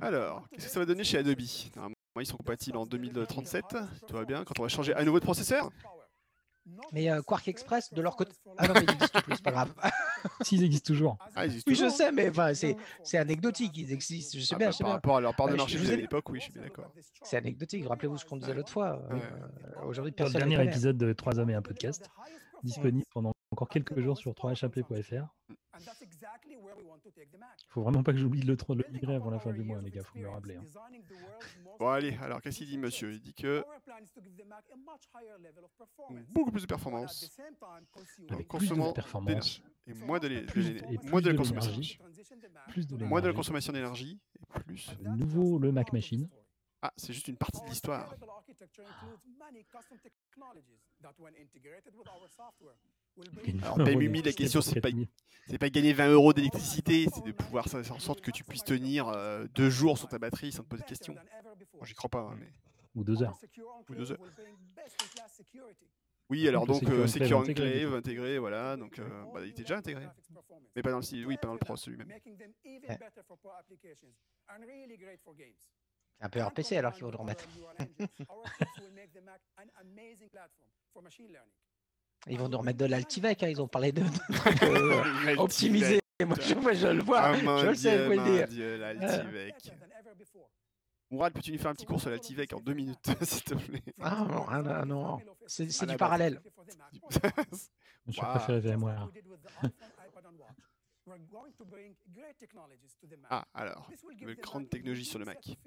Alors, qu'est-ce que ça va donner chez Adobe Normalement, ils sont compatibles en 2037. Tout va bien. Quand on va changer à nouveau de processeur
Mais euh, Quark Express, de leur côté. Ah non, mais ils existent plus, c'est pas grave.
S'ils existent toujours.
Ah, ils existent
Oui, je
toujours.
sais, mais enfin, c'est c'est anecdotique, ils existent. Je sais
Ah
bien,
bah,
je sais
par
bien.
rapport à leur part de
Ouais, je-
marché
je vous
de
ai-
l'époque, oui, je suis bien d'accord.
C'est anecdotique. Rappelez-vous ce qu'on disait l'autre fois. euh, euh, Aujourd'hui,
Dans le
personne ne
dernier
connaît.
épisode de 3 hommes et un podcast, disponible pendant encore quelques jours sur 3hap.fr. Il faut vraiment pas que j'oublie le 3 le Y avant la fin du mois, les gars, faut me le rappeler. hein.
Bon, allez, alors qu'est-ce qu'il dit, monsieur Il dit que beaucoup plus de performance, en consommant
performance,
d'énergie et moins de l'é-
plus-
de l'é-
et plus
moins de
de
la consommation
l'énergie,
d'énergie.
plus de
moins de la
l'énergie.
consommation d'énergie et plus.
De nouveau, le Mac Machine.
Ah, c'est juste une partie de l'histoire. Alors,
Ah,
Pamumi,
ouais,
la question,
c'est
c'est pas,
pas fini.
c'est pas gagner 20 euros d'électricité, c'est de pouvoir s- faire en sorte que tu puisses tenir euh, deux jours sur ta batterie sans te poser de questions. Moi, j'y crois pas, hein, mais.
Ou deux heures.
Ou deux heures. Oui, alors
le
donc
Secure
euh,
Enclave
Secure
intégré, du
Enclave
coup.
intégré, voilà, donc euh, bah, il était déjà intégré. Mais pas dans le si- oui, pas dans le Pro celui-même.
C'est un peu RPC alors qu'il faut le remettre. Ils vont nous remettre de l'Altivec, hein, ils ont parlé de. de-
L'Altivec.
optimiser. Moi je, moi, je le vois,
Ah,
je
mon
le sais,
Dieu,
faut
mon
le dire. Euh,
Dieu, l'Altivec. Mourad, peux-tu nous faire un petit cours sur l'Altivec en deux minutes, s'il te plaît
Ah non, ah, non, ah, non. c'est c'est
Ah,
du
là-bas.
parallèle.
Je
Waouh.
préfère la VMware.
Ah, alors, de grandes technologies sur le Mac.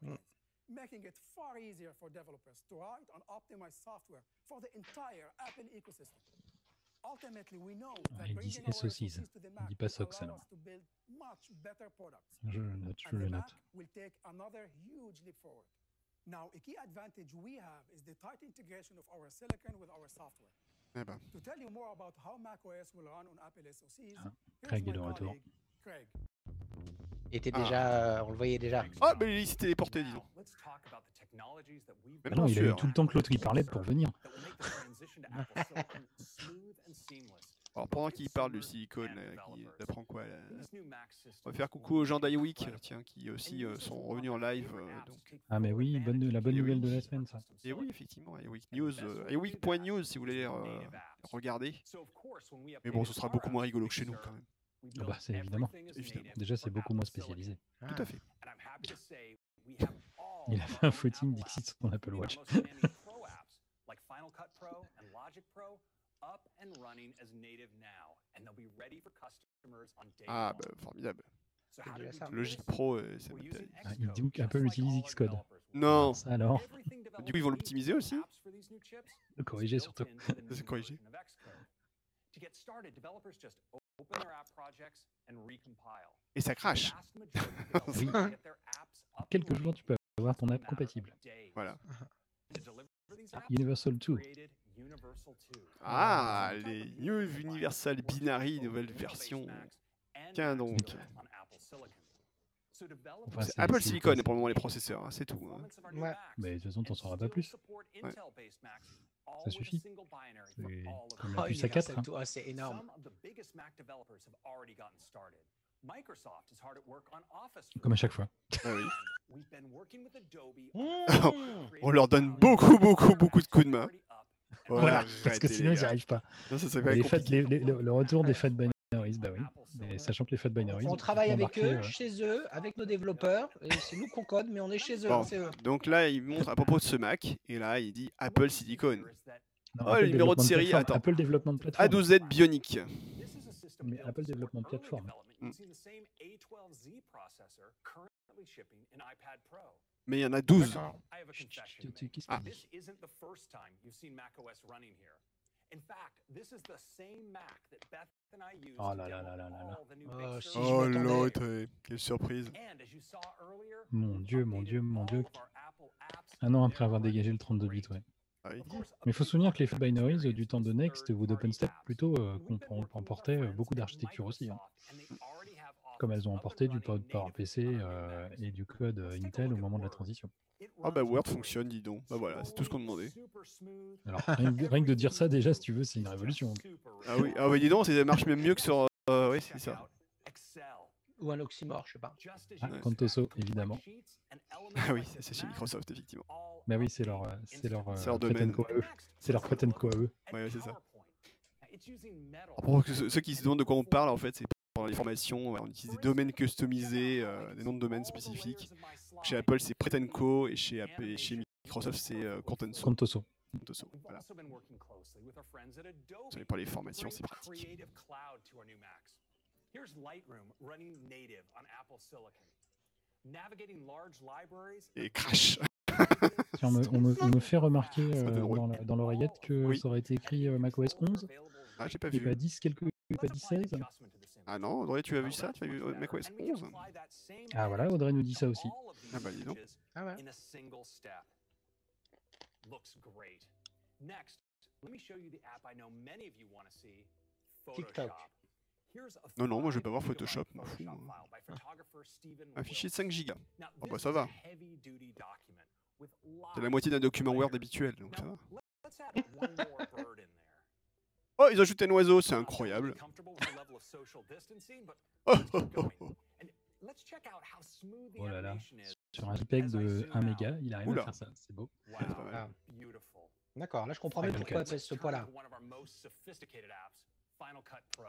Hmm.
making it far easier for developers to write and optimize software for the entire Apple ecosystem. Ultimately, we know that
ils
bringing
disent
our
SOCs,
SoCs to the
ils
Mac
disent hein. pas
will
SOCs,
allow
alors.
us to build much better products.
Je le note, je
And
le
the
note.
Mac will take another huge leap forward. Now, a key advantage we have is the tight integration of our silicon with our software.
Eh ben,
To tell you more about how macOS will run on Apple SoCs,
Ah,
here's
Craig est
my
de retour.
colleague, Craig.
Il était
Ah.
déjà, euh, on le voyait déjà.
Ah, mais il s'est téléporté, dis donc.
Let's talk about the technologies that
Même
we've
Bah non,
pas
il a eu
sûr.
tout le temps que l'autre lui parlait pour venir.
that will make the transition to Apple Silicon smooth and seamless.
Alors, pendant qu'il parle du silicone, là, qui apprend quoi là
These new Mac systems
On va faire coucou aux gens d'IWeek,
incredible.
tiens, qui
And
aussi euh,
users
sont
will
revenus en
unlock
live.
favorite
euh,
apps
donc.
to take
Ah, mais
full
oui, bonne,
advantage
la bonne
Et
nouvelle
oui.
de la semaine, ça.
Et oui, effectivement, iWeek News, euh, iWeek.news si vous voulez euh, regarder. Mais bon, ce sera beaucoup moins rigolo que chez nous quand même.
Ah bah, c'est évidemment.
Évidemment.
Déjà, c'est beaucoup moins spécialisé.
Ah. Tout à fait.
Il a fait un footing Dixit sur son Apple Watch.
Ah, bah, formidable.
C'est déjà ça.
Logic Pro, euh, c'est même tel.
Ah, il dit qu'Apple utilise Xcode. Ah,
Non
Ça, alors,
Du coup, ils vont l'optimiser aussi
le corriger surtout.
C'est corrigé. Et ça crache.
Oui. En quelques jours, tu peux avoir ton app compatible.
Voilà.
Ah.
Universal 2.
Ah, les New Universal Binary, nouvelle version. Tiens donc.
Enfin, c'est-
Apple
c'est-
Silicon pour le moment les processeurs, hein, c'est tout. hein.
Ouais.
Mais de toute façon, t'en sauras pas plus.
Ouais.
Ça suffit. C'est comme
Oh,
la puce à hein. 4.
Universal Tour, ah, c'est énorme.
Some of the biggest Mac developers have already gotten started. Microsoft is hard at work on Office. for
Comme à chaque fois.
Ah oui.
Mac. We've been working with Adobe on a
Mmh.
creative
On leur donne
cloud.
beaucoup, beaucoup, beaucoup de coups de main.
Already up.
Voilà,
Parce que
arrêtez,
sinon,
les
ils n'y
gars.
arrivent pas.
Non, ça, c'est pas
Les fat-
compliqué.
les- les- le, le retour des fat binaries, bah oui.
Apple
Mais Et sachant que les Fat Binaries.
On travaille
ont
avec
embarqué,
eux,
euh,
chez eux, avec nos développeurs. et C'est nous qu'on code, mais on est chez eux.
Bon,
c'est eux.
donc là, il montre à propos de ce Mac, et là, il dit Apple Silicon.
non,
oh,
Apple
le numéro de
développement
série,
plateforme,
attends.
Apple développement de plateforme.
A12Z Bionic.
Mais Apple développement de plateforme.
using the same A12Z processor currently shipping an iPad Pro.
Mais il y en a 12.
I have a confession.
tu-
to
tu-
make.
qu'est-ce qu'il
This isn't the first time you've seen macOS running here. In fact, this is the same Mac that Beth and I used
Oh
to
là là
demo
là là là là.
all the new
Oh,
Big
si
Sur
je Oh,
displays.
l'autre,
eh, quelle surprise.
And as you saw earlier,
Mon
we've
Dieu, mon
updated
Dieu, mon
all
Dieu.
of our Apple apps
Un an
to
après avoir
their
dégagé le
running
32 bits,
rate.
ouais.
Ah oui.
Of course, a
Mais il faut se
big
souvenir que les
part
Fat
of
Binaries, euh,
experience
du
is
temps de
third
Next ou
party
d'OpenStep,
apps.
plutôt, euh,
We've been
qu'on-
working with
emportaient euh,
friends
beaucoup
at
d'architecture aussi. hein.
Microsoft, and they already have
Comme elles ont
Office up
emporté
and
du
running
PowerPC
natively on their
euh,
Macs.
et du code euh,
Let's take a
Intel
look
au
at
moment de la
Word.
transition.
It
Ah bah
runs
Word
great.
fonctionne, dis donc. Bah voilà, c'est tout ce qu'on demandait.
Super smooth.
Alors, rien que, rien que de dire ça, déjà, si tu veux, c'est une révolution.
Super
Ah oui, ah oui, dis donc, ça marche même mieux que sur. euh, ouais, c'est
Check
ça.
out Excel.
Ou un oxymore, je sais pas.
Just as
Ah,
you
Contoso,
expect,
évidemment.
sheets and elements
Ah oui,
like
ça,
the
c'est chez
Mac,
Microsoft, effectivement.
all
Bah oui, c'est leur, euh,
updated
c'est leur, euh,
instantly.
C'est leur
fait
domaine.
and co à eux. C'est leur fait and co à eux.
And
Ouais, c'est ça.
PowerPoint. It's using Metal.
À propos que ceux ceux qui se demandent de quoi on parle, en fait, c'est pendant les formations, euh, on utilise des domaines customisés, euh, des noms de domaines spécifiques. Chez Apple, c'est Pretenco, et chez, App- et chez Microsoft, c'est euh, Contenso.
Contoso.
Contenso,
We've
Voilà.
also been working closely with our friends at
Vous savez,
Adobe
pour les
to
formations,
bring
c'est pratique.
Creative Cloud to our new Macs. Here's Lightroom running native on Apple Silicon. Navigating large libraries
Et crash
Tiens, on, me, on me- on me fait remarquer
Ça
euh,
fait drôle.
dans la- dans l'oreillette que
Oui.
ça aurait été écrit euh, macOS 11
Ah, j'ai pas
et bah,
vu.
pas 10 quelque et pas 10 16.
Ah non, Audrey, tu as vu ça Tu as vu euh, macOS 11
Ah voilà, Audrey nous dit ça aussi.
Ah bah, dis donc.
Ah ouais.
in a single step. Looks great. Next, let me show you the app I know many of you want to see,
TikTok.
Photoshop. Here's a
Non, non, moi, je vais pas voir
5
Photoshop,
gigabyte
m'en fous,
Photoshop
moi.
file by photographer Stephen
Un fichier de
Wilks.
5 gigas.
Now,
bah,
this
ça
is
va.
a heavy-duty document with
C'est la
lots
moitié d'un
of
document Word
layers.
habituel, donc ça
Now,
va.
let- let's add one more bird in there.
Oh, ils ajoutent un oiseau, c'est
Not
incroyable.
particularly comfortable with the level of social distancing, but
Oh,
let's
oh,
keep
oh,
going.
oh.
And let's check out how smooth the
Oh là là.
animation is.
Sur un JPEG de 1 méga, il arrive
Oula. Euh,
à faire ça. C'est beau.
Wow,
C'est pas mal.
Ah.
beautiful.
D'accord, là je comprends mieux
Final
pourquoi
Cut.
elle pèse ce poids-là.
One of our most sophisticated apps, Final Cut Pro.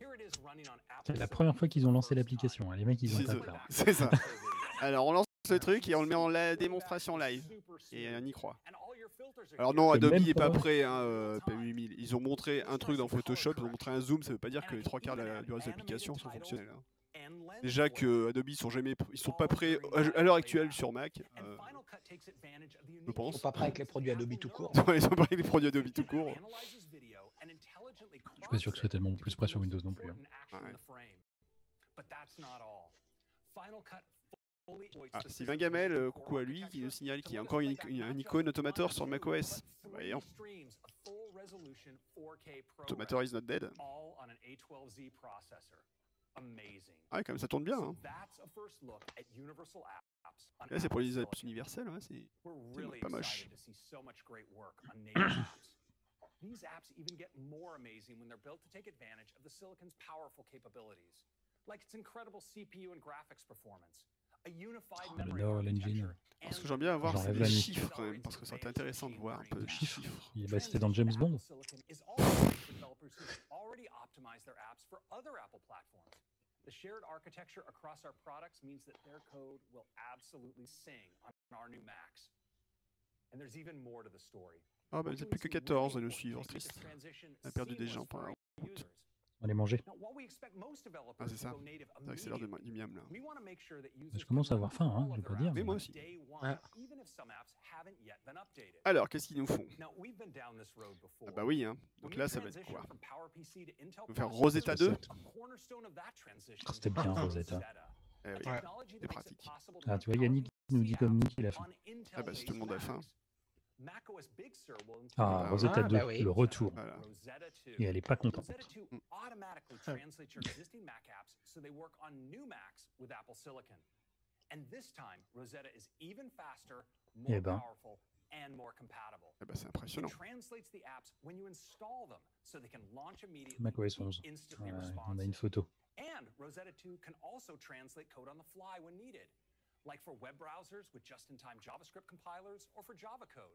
Here it is running on Apple
C'est la
Silicon
première fois qu'ils ont lancé
for the first
l'application.
time.
hein. Les mecs, ils ont
C'est ça.
tapé là.
C'est ça.
Pro video.
Alors, on lance le truc et on le met en la
Playback
démonstration
is
live.
super
Et
smooth.
on y croit.
And all your filters are
Alors non,
Que
Adobe
même
n'est pas
pas-
prêt, hein, euh, P8000. Ils ont montré un truc dans Photoshop, ils ont montré un zoom, ça veut pas dire que les trois quarts de la- du reste de l'application sont fonctionnels. hein.
here. And lens
Déjà
flare.
que Adobe, ils sont jamais, pr- ils sont pas prêts à à l'heure actuelle sur Mac.
And
euh,
Final Cut takes advantage of the
je
Euh,
unique
pense.
Ils sont pas prêts avec les produits Adobe tout court.
Apple
ils sont pas prêts avec les produits Adobe
nerves
tout court.
analyzes video and intelligently
Je suis pas sûr que ce soit
crops it
tellement
to
plus
get
près
the
sur
most
Windows non plus. hein.
important action
Ouais.
in the frame. But that's not all. Final Cut fully hoists
Ah,
the
Sylvain
system's
Gamel, euh,
core
coucou à lui, qui nous
architecture
signale
to
qu'il y a
let us
encore une,
play back
une- un
matchups
icône
one
automateur sur
through,
macOS.
but
Voyons,
three streams of full resolution 4K ProRes,
Automateur is not dead.
all on an A12Z processor. Amazing.
Ah, quand même, ça tourne bien.
So
hein.
that's a first look at Universal Apps on
Là, c'est pour
Apple
les apps
Silicon.
universelles. ouais, c'est-
We're
C'est
really
pas moche.
excited to see so much great work on native apps. These apps even get more amazing when they're built to take advantage of the silicon's powerful capabilities, like its incredible CPU and graphics performance, a unified
Oh, le
memory
Neural Engine.
architecture,
Alors, ce
and
que j'aime bien avoir,
J'en
c'est
rêve
des
la nuit.
chiffres quand même, parce que ça aurait été intéressant de voir un peu de
Chiffres.
chiffres.
Il est- bah, C'était dans James
Apple
Bond.
Silicon is also great for developers who've already optimized their apps for other Apple platforms. The shared architecture across our products means that their code will absolutely sing on our new Macs. And there's even more to the story.
Ah, bah,
We're
vous êtes
doing
plus que
some really
14 à nous
cool
suivre,
things to make
triste.
this transition
On a perdu des gens
seamless for
par la
our
route.
users.
On les mangeait.
Now, while we expect most
Ah,
developers
c'est
to
ça.
go native
C'est vrai que c'est l'heure du,
immediately,
du miam là.
we wanna make sure that users
Je commence
can
à avoir
run
faim, hein,
all
je
of
vais pas
their
dire,
apps
Mais moi
on
aussi.
day one, even if some apps haven't yet been updated.
Alors, qu'est-ce qu'ils nous font
Now, we've been down this road before.
Ah, bah oui, hein.
When
Donc
we
là, ça va être
transitioned
quoi
from PowerPC to Intel
On va faire
processors,
Rosetta 2
a cornerstone of that transition
Ah, c'était
was
bien, Rosetta.
Eh oui.
a
c'est
technology that makes it
pratique.
possible to
Ah,
run
tu vois, Yannick nous dit comme nous qu'il a faim.
on Intel
Ah bah, si tout le monde a
based
faim.
Macs. macOS Big Sur will include
Ah,
Ah,
Rosetta
ah,
2,
bah oui.
le retour.
Voilà. Mm.
Rosetta 2.
Et elle est pas contente. Ah.
Rosetta 2 automatically translates your existing Mac apps so they work on new Macs with Apple Silicon. And this time, Rosetta is even faster, more
Eh ben.
powerful, and more compatible.
Ah, bah, c'est impressionnant.
It translates the apps when you install them so they can launch immediately.
macOS 11.
Instantly
Voilà, on a
responsive.
une photo.
And Rosetta 2 can also translate code on the fly when needed, like for web browsers with just-in-time JavaScript compilers or for Java code.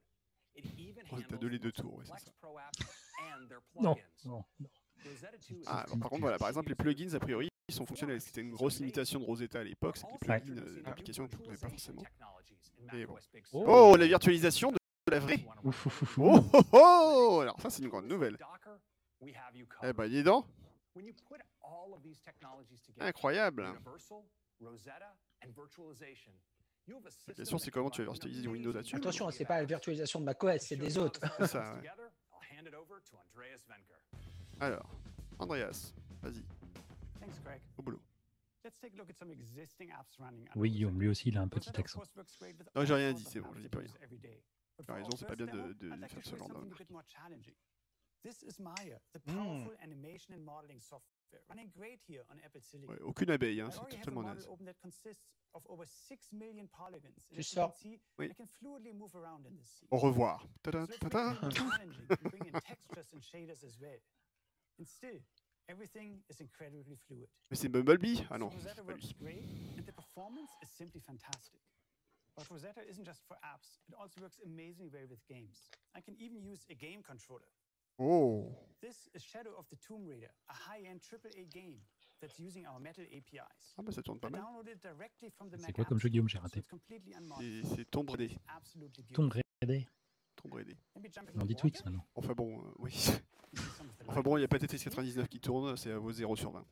It even
Rosetta
handles
2, les
the
deux
most
tours, ouais, c'est
complex
ça.
Pro apps and their
Non,
plugins.
non, non.
Rosetta 2 is
Ah,
C'est
bon, par contre, voilà, par exemple, les plugins, a priori, sont fonctionnels. C'était une grosse imitation de Rosetta à l'époque, c'était des
Ouais.
plugins euh, d'applications que je connais pas forcément. Et bon.
Oh.
Oh, la virtualisation de de la vraie
Ouf, ouf, ouf,
Oh,
ouf.
oh, oh Alors ça, c'est une grande nouvelle.
We have you covered.
Eh ben, dis donc
When you put all of these technologies together,
Incroyable.
Universal, Rosetta, and virtualization, you have a
La
system
question, c'est
that
comment tu vas
combines
virtualiser Windows là-dessus
Attention, hein, c'est pas la virtualisation de macOS, c'est des autres.
C'est ça, ouais.
together. I'll hand it over to Andreas Venker.
Alors, Andreas, vas-y,
Thanks, Greg.
au boulot.
Let's take a look at some existing apps running.
Oui, Guillaume, lui aussi, il a un petit
Rosetta, of
accent.
course, works great with
Non, j'ai
all
rien
sorts
dit,
of
c'est bon,
apps
je dis
that
pas
we
rien.
use every day. But
T'as
for
raison,
our
c'est pas
first
bien de- de-
demo, I'd
de
like to
faire ce
show you
genre de
something a
remarque.
bit more challenging. This is Maya, the
Hmm.
powerful animation and modeling software running great here on Apple Silicon.
Ouais, aucune abeille, hein,
I
c'est
already have a
totalement
model
naze.
open that consists of over 6 million polygons.
Tu
And as you can
sors.
see,
Oui.
I can fluidly move around in this scene.
Au revoir.
So
Ta-da,
it's
ta-da.
making it challenging to bring in textures and shaders as well. And still, everything is incredibly fluid.
Mais c'est Bumblebee Ah
So
non,
Rosetta
c'est pas
works
lui.
great, and the performance is simply fantastic. But Rosetta isn't just for apps, it also works amazingly well with games. I can even use a game controller.
Oh
This is Shadow of the Tomb Raider, a high-end AAA game that's using our Metal APIs.
Ah bah ça tourne
I
pas mal.
downloaded it directly from the
C'est
Mac
quoi comme
App
jeu, Guillaume, j'ai
Store, so
raté
it's completely unmodified.
C'est c'est Tomb Raider.
It's absolutely
Tomb
beautiful.
Raider.
Tomb Raider.
Maybe jumping
On
on
dit
water?
Twix maintenant.
Enfin bon, euh, oui.
You see some of the
Enfin
light
bon, il n'y a
effects
pas
you
TT
see.
99 qui tourne, c'est à vos 0 sur 20.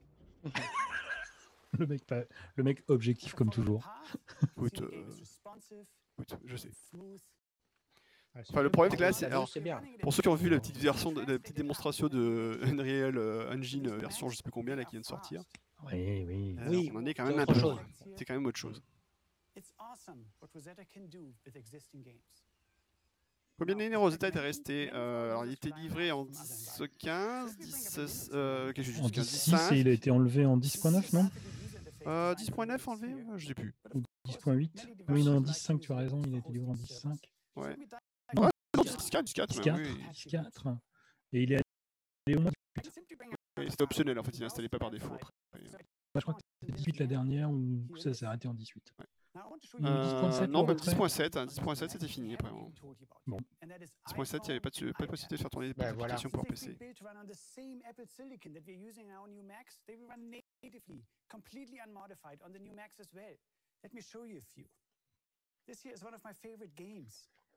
Le mec, pas- le mec objectif comme toujours.
Écoute,
Écoute,
euh, Écoute, je sais.
Enfin,
le
Ah,
problème, c'est que là, c'est- alors,
Ah, c'est bien.
Pour ceux qui ont vu la petite version, de, la petite démonstration de Unreal euh, Engine euh, version je sais plus combien là qui vient de sortir,
Oui, oui.
alors,
Oui,
on en est quand
c'est
même un
autre
peu.
chose.
C'est quand même autre chose. Combien d'années Rosetta était resté Euh, Alors il était livré en 10, 15, 10, euh, qu'est-ce que j'ai
En
dit, 15,
10.6 et il a été enlevé en 10.9, non
euh, 10.9 enlevé euh, Je sais plus.
Ou 10.8 Oui, non, en 10.5, tu as raison, il a été livré en 10.5.
Ouais.
Non,
Ouais, non, 10.4, 10.4,
10.4.
même, oui.
10.4. Et il est allé au moins
Oui, C'était optionnel en fait, il installé pas par défaut. après.
Bah, je crois que c'était 18 la dernière ou ou ça s'est arrêté en 18.
Euh,
Euh, 10.7,
non,
ou
même
après
10.7, hein, 10.7 c'était fini après. hein.
Bon.
10.7, il n'y avait pas de, pas de possibilité de faire tourner des
Bah, voilà.
applications pour PC.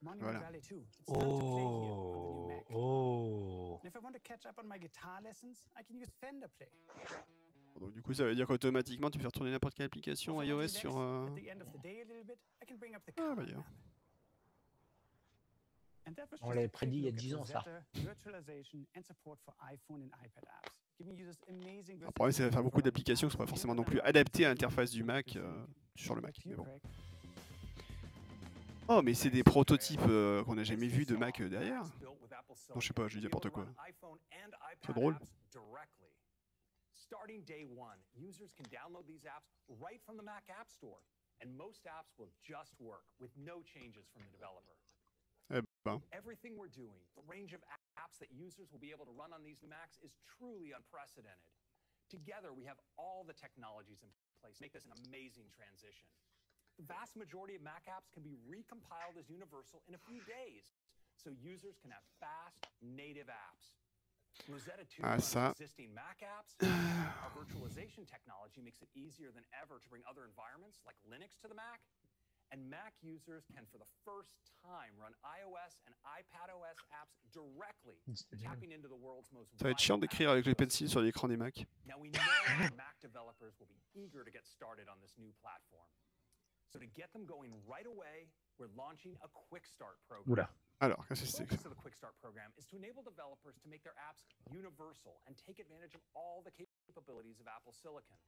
Voilà.
Oh, oh.
And if I want to catch up on my guitar lessons, I can use Fender Play.
Donc du coup, ça veut dire qu'automatiquement, tu peux faire tourner n'importe quelle application
If I
iOS
want to
sur...
relax
euh,
at the end of the day a little bit, I can bring up the
Ah,
guitar
bah, yeah.
now. And that was
On
just a
l'avait
quick
prédit il y a
look at
10 ans, ça.
Rosetta, virtualization and support for iPhone and iPad apps, giving users amazing
Le problème, c'est que Ah, ça va faire beaucoup
versatility
d'applications qui sont pas
and
forcément non plus adaptées
interactive
à
features
l'interface
of
du Mac,
Apple
euh,
Silicon.
sur le Mac.
Thank
Mais
you,
bon.
Greg.
Oh, mais c'est des prototypes euh, qu'on n'a jamais vus de Mac euh, derrière.
Non, je sais pas, je dis n'importe quoi.
C'est
C'est
drôle.
drôle. Starting day one, users can download these apps right from the Mac App Store, and most apps will just work with no changes from the developer.
Eh ben,
Everything we're doing, the range of a- apps that users will be able to run on these Macs is truly unprecedented. Together, we have all the technologies in place to make this an amazing transition. The vast majority of Mac apps can be recompiled as universal in a few days, so users can have fast, native apps. Rosetta 2
Ah,
runs
ça.
existing Mac apps. Our virtualization technology makes it easier than ever to bring other environments like Linux to the Mac. And Mac users can, for the first time, run iOS and iPadOS apps directly, tapping into the world's most
ça va être chiant
vital
d'écrire avec les
apps
pencils sur l'écran des Mac.
now we know that Mac developers will be eager to get started on this new platform. So to get them going right away, we're launching a quick start program.
Oula.
Alors, qu'est-ce que c'est
The
que
focus
Ah ça
of the quick start program is to enable developers to make their apps universal and take advantage of all the capabilities of Apple Silicon.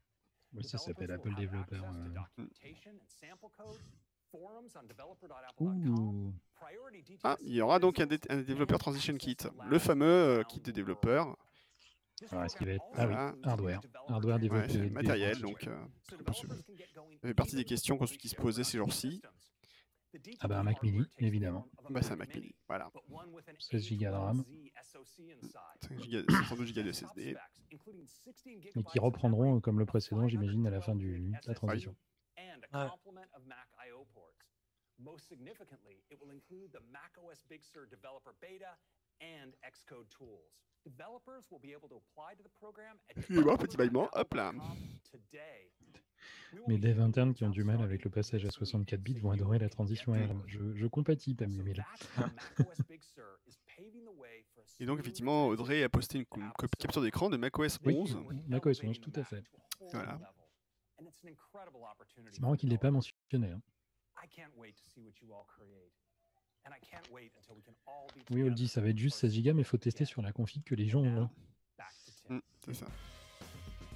Oui, ça s'appelle
Developers
Apple
will have
Developer.
access to
euh.
documentation and sample code, forums on developer.apple.com,
Ouh.
priority details
Ah, il y aura donc un, dé- un développeur Transition Kit, le fameux euh, kit des développeurs.
Alors, est-ce qu'il va être. Ah
Ah
oui,
Voilà.
hardware. Hardware
Ouais,
développé.
c'est le
avec des-
matériel, donc... euh,
Ça
peut se- fait partie des questions qu'on- qui se posaient ces jours-ci.
Ah bah, un Mac mini, évidemment.
bah, c'est un Mac mini, voilà.
16 Go de RAM.
5 giga- 512 Go de SSD.
Et qui reprendront, euh, comme le précédent, j'imagine, à la fin du, de la transition.
and a
Ouais.
complement of Mac I/O ports. Most significantly, it will include the macOS Big Sur developer beta and Xcode tools. Developers will be able to apply to the program at
Excusez-moi, petit bâillement, hop là.
today.
Mes devs internes qui ont du mal avec le passage à 64 bits vont adorer la transition ARM. Je, je compatis, Pam Lemel.
Et donc, effectivement, Audrey a posté une co- co- capture d'écran de macOS
Oui,
11.
macOS 11, tout à fait.
Voilà.
And it's an incredible opportunity.
C'est marrant qu'il ne l'ait pas mentionné. hein.
I can't wait to see what you all create. And I can't wait until we can all be
Oui, on le
together
dit, ça va être juste 16 Go, mais il faut tester sur la config que les gens ont.
back to Tim.
Mm, c'est ça.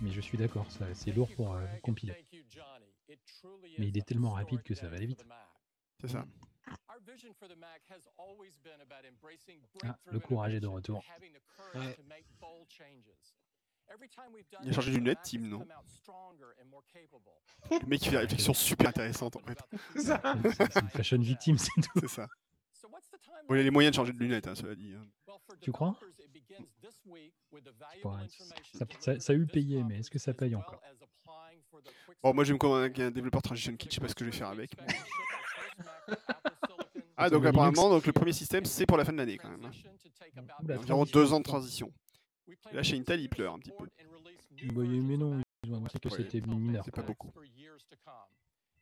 Mais je suis d'accord, ça, c'est lourd pour euh, compiler.
Thank you, Johnny. It truly
Mais
is
il est
a
tellement rapide que ça va
historic
aller vite.
day for the Mac.
C'est ça.
Our vision for the Mac has always been about embracing
Ah,
breakthrough
le courage est de
innovation and
retour.
having the courage to make bold changes. Every time we've done
Il a changé
this,
de
the
lunettes,
Mac
Tim,
has
non
come out stronger and more capable.
Le mec qui fait des réflexions super intéressantes, en fait.
C'est- c'est une fashion victime, c'est tout.
C'est ça.
So what's the timeline
Bon, il a les
for
moyens de changer de
transition?
lunettes, hein, cela dit. hein.
Well, for
Tu crois
developers, it begins this week with the valuable
Ouais,
information
ça-
delivered
ça- ça a eu
this
payé, mais
conference
est-ce que ça
as
paye
well
encore
as applying for the quick
Bon, moi, je vais me convaincre
start program.
avec un développeur Transition
For
Kit,
the
je sais pas ce que je vais faire
customer,
avec.
we
mais-
expect to ship our first Mac with Apple Silicon
Ah, donc
Linux.
apparemment, donc, le premier système, c'est pour la fin de l'année, quand même. hein.
Transition to take
Ouh,
about
la
Il y a
nine
environ
months.
deux ans de transition.
We plan
Là,
to
chez Intel, il
continue
pleure
to
un petit peu.
support and release new
Bah,
versions
mais
of
non,
Mac
ils ont annoncé que
OS
c'était
Intel-based
mineur.
C'est pas
Macs
beaucoup.
for years to come.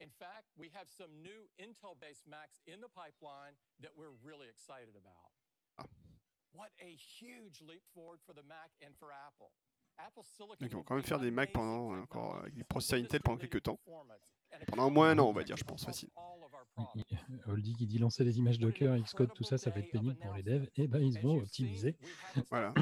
In fact, we have some new Intel-based Macs in the pipeline that we're really excited about.
Ah.
What a huge leap forward for the Mac and for Apple. Apple Silicon
Donc, ils vont
will
quand même
bring
faire des Macs
amazing
pendant, euh, encore,
technologies
avec des
with
processeurs Intel pendant
distributed
quelques temps.
performance and
Pendant au moins un an, on va
accountability
dire, je pense,
across
facile.
all of our
Et-
products.
et Oldie qui dit lancer des images Docker, Xcode, tout ça, ça peut être pénible pour les devs. Et ben, ils vont optimiser.
Voilà.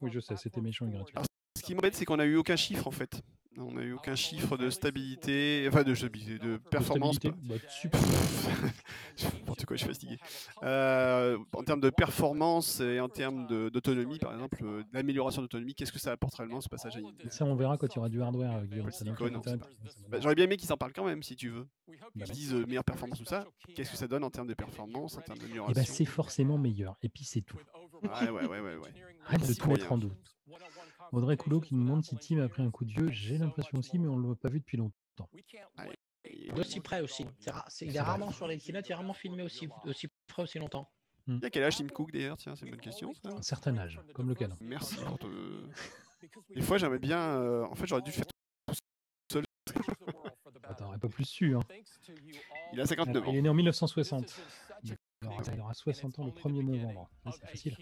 Oui, je sais, c'était méchant et gratuit.
Ce qui m'embête, c'est qu'on n'a eu aucun chiffre en fait. On n'a eu aucun chiffre de stabilité, enfin de stabilité, de performance. pas-
Stabilité, bah, super.
N'importe quoi, je suis fatigué. Euh, en termes de performance et en termes de- d'autonomie, par exemple, euh, de l'amélioration d'autonomie, qu'est-ce que ça apporte réellement ce passage à Unity
Ça, on verra quand il y aura du hardware, euh, Guillaume,
Ouais,
ça n'a
c'est
aucun
con,
intérêt.
non, Bah, J'aurais bien aimé qu'ils en parlent quand même, si tu veux.
Ils
Qu'ils
disent
disent euh, meilleure performance, tout ça. Qu'est-ce que ça donne en termes de performance, en termes
Et ben,
d'amélioration
c'est forcément meilleur. Et puis, c'est tout.
Ouais, ouais, ouais, ouais, ouais.
Arrête de
Si,
tout mettre
moyen.
en doute. Audrey Coulot qui nous demande si Tim a pris un coup de vieux. J'ai l'impression aussi, mais on ne l'a pas vu depuis longtemps.
Allez. Et-
D'aussi près aussi. C'est ra- c'est- il est rarement sur les keynotes, il est rarement filmé aussi, aussi près aussi longtemps.
Hmm.
Il y a quel âge Tim Cook d'ailleurs Tiens, c'est une bonne question. ça.
Un certain âge, comme le canon.
Merci pour te- Des fois, j'aimerais bien. euh, En fait, j'aurais dû le faire tout seul.
Ah, T'aurais pas plus su. Hein.
Il a 59
Alors,
ans.
il est né en 1960. Il aura, il aura 60 ans le 1er novembre. Ah, c'est facile.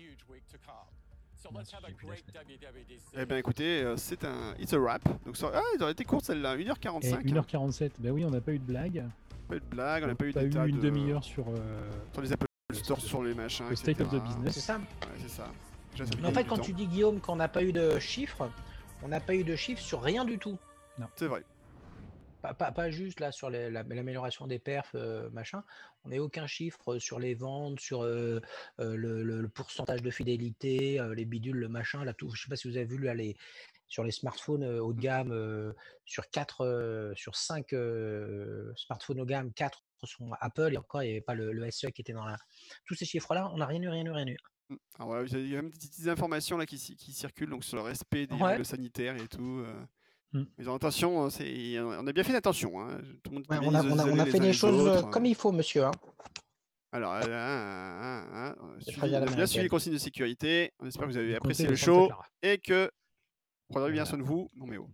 Eh bien, écoutez, euh, c'est un. It's a wrap. Donc, ça... Ah, elle aurait été courte celle-là,
Et
1h45. hein.
1h47, ben oui, on n'a pas eu de blague.
pas eu de blague, on n'a pas eu
pas
des tas
eu une
de-
demi-heure sur euh,
Sur les Apple Store, sur les machins.
le state of the
etc..
business.
C'est ça.
Ouais, c'est ça. Déjà, ça fait
Mais en
gagner
fait,
du
quand
temps.
tu dis Guillaume qu'on n'a pas eu de chiffres, on n'a pas eu de chiffres sur rien du tout.
C'est vrai.
Pas, pas, pas juste là sur les- la- l'amélioration des perfs, euh, machin. On n'a aucun chiffre sur les ventes, sur euh, euh, le, le- le pourcentage de fidélité, euh, les bidules, le machin. Là, tout, je sais pas si vous avez vu là, les, sur les smartphones euh, haut de gamme, euh, sur quatre, euh, sur 5 smartphones haut de gamme, 4 sont Apple et encore il n'y avait pas le, le SE qui était dans la. Tous ces chiffres-là, on n'a rien eu, rien eu, rien eu.
Mm. Alors voilà, vous avez quand même des petites informations là qui, ci- qui circulent donc sur le respect des
Ouais. Hmm.
règles sanitaires et tout. euh.
Mm.
Mais attention, hein, c'est... on a bien fait attention. Hein. Tout le monde
Ouais,
était
on a,
les-
on a- on a
les
fait
uns
des
les
choses euh,
autres.
comme il faut, monsieur. hein.
Alors, euh, hein, hein, hein, on a suivi-
préviens
on a bien
l'américaine.
suivi les consignes de sécurité. On espère que vous avez
Vous comptez
apprécié
les
le
Santa
show
Clara.
et que vous prenez bien
Voilà.
soin de vous. Non mais oh.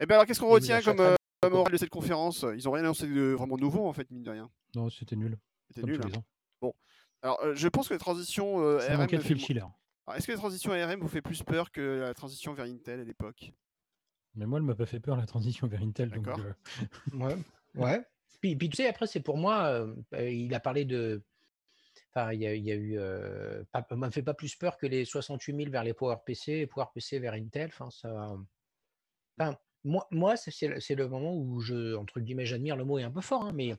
Et bien alors, qu'est-ce qu'on
Et vous
retient comme
achèterez
euh, morale de cette conférence Ils ont rien annoncé de vraiment nouveau en fait, mine de rien.
Non, c'était nul.
C'était
comme
nul.
tous
hein.
les ans.
Alors, euh, je pense que la transition euh,
Ça
RM.
manquait de
fait
fil
mo-
Schiller.
Alors, Est-ce que la transition ARM vous fait plus peur que la transition vers Intel à l'époque
Mais moi, elle m'a pas fait peur la transition vers Intel. Donc,
D'accord.
euh,
Ouais. Ouais. Puis, puis tu sais, après, c'est pour moi, euh, euh, il a parlé de. Enfin, il y a, il y a eu. Euh, pas- m'a fait pas plus peur que les 68 000 vers les PowerPC et PowerPC vers Intel. Enfin, ça. Enfin, moi, moi c'est- c'est le- c'est le moment où je, entre guillemets, j'admire le mot est un peu fort, hein, mais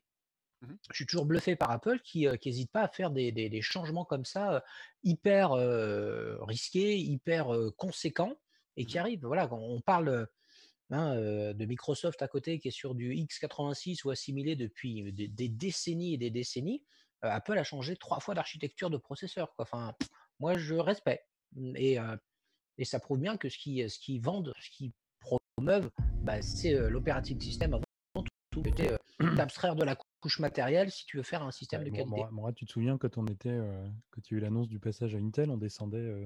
Mhm.
je suis toujours bluffé par Apple qui n'hésite pas à faire des, des- des changements comme ça, euh, hyper euh, risqués, hyper euh, conséquents, et qui arrivent. Voilà, quand on parle. euh, hein, euh, de Microsoft à côté qui est sur du x86 ou assimilé depuis des, des décennies et des décennies, euh, Apple a changé trois fois d'architecture de processeur. quoi. Enfin, pff, moi, je respecte. Et, euh, et ça prouve bien que ce qu'ils ce qu'ils vendent, ce qu'ils promeuvent, bah, c'est euh, l'operating system avant tout.
tout.
Tu sais, euh, t'abstraire de la cou- couche matérielle si tu veux faire un système de
Mo-
qualité.
Mora- Mora, tu te souviens quand on était, euh, quand il y a eu l'annonce du passage à Intel, on descendait euh,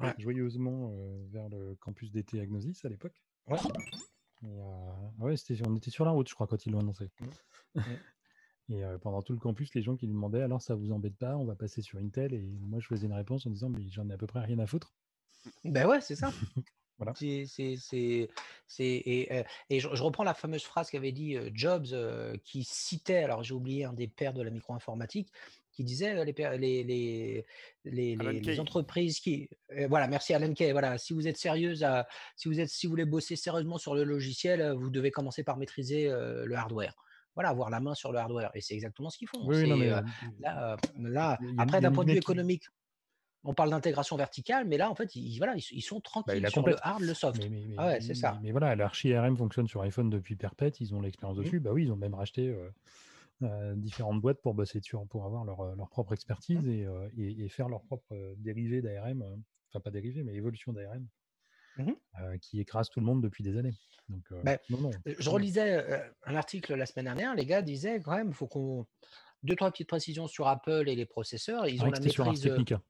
Ouais.
joyeusement euh, vers le campus d'été Agnosis à l'époque.
Ouais.
Et, euh, ouais, c'était- on était sur la route, je crois, quand ils l'ont annoncé.
Mmh.
Et euh, pendant tout le campus, les gens qui nous demandaient alors ça vous embête pas, on va passer sur Intel. Et moi, je faisais une réponse en disant mais j'en ai à peu près rien à foutre.
Ben ouais, c'est ça.
Voilà.
C'est, c'est, c'est, c'est- et euh, et je, je reprends la fameuse phrase qu'avait dit euh, Jobs, euh, qui citait, alors j'ai oublié un des pères de la micro-informatique, qui disait euh, les, pères- les, les, les,
Alan
les- les
Kay.
entreprises qui. euh, voilà, merci Alan Kay. Voilà, si vous êtes sérieuse, à, si, vous êtes, si vous voulez bosser sérieusement sur le logiciel, euh, vous devez commencer par maîtriser euh, le hardware. Voilà, avoir la main sur le hardware. Et c'est exactement ce qu'ils font.
Oui, oui, non,
C'est,
mais,
euh,
euh,
là, euh, là,
il y a- il y a
après, d'un
une
point de vue
idée qui-
économique, on parle d'intégration verticale, mais là, en fait, ils, voilà, ils, ils sont
Bah,
tranquilles
il la
sur le
complète.
hard, le soft.
Mais, mais- mais-
Ah ouais, c'est
mais-
ça.
Mais voilà, l'archi RM fonctionne sur iPhone depuis perpète, ils ont l'expérience
Mhm.
dessus. Bah oui, ils ont même racheté euh, euh, différentes boîtes pour bosser dessus, pour avoir leur, euh, leur propre expertise et, euh, et- et faire leur propre euh, dérivé d'ARM, euh, enfin pas dérivé, mais évolution d'ARM,
Mhm.
euh, qui écrase tout le monde depuis des années. Donc, euh,
Ben,
non, non.
Je relisais euh, un article la semaine dernière, les gars disaient quand même, faut qu'on. Deux, trois petites précisions sur Apple et les processeurs. Ils
Ah,
ont
que
la
c'était sur Ars
maîtrise. euh,
Technica.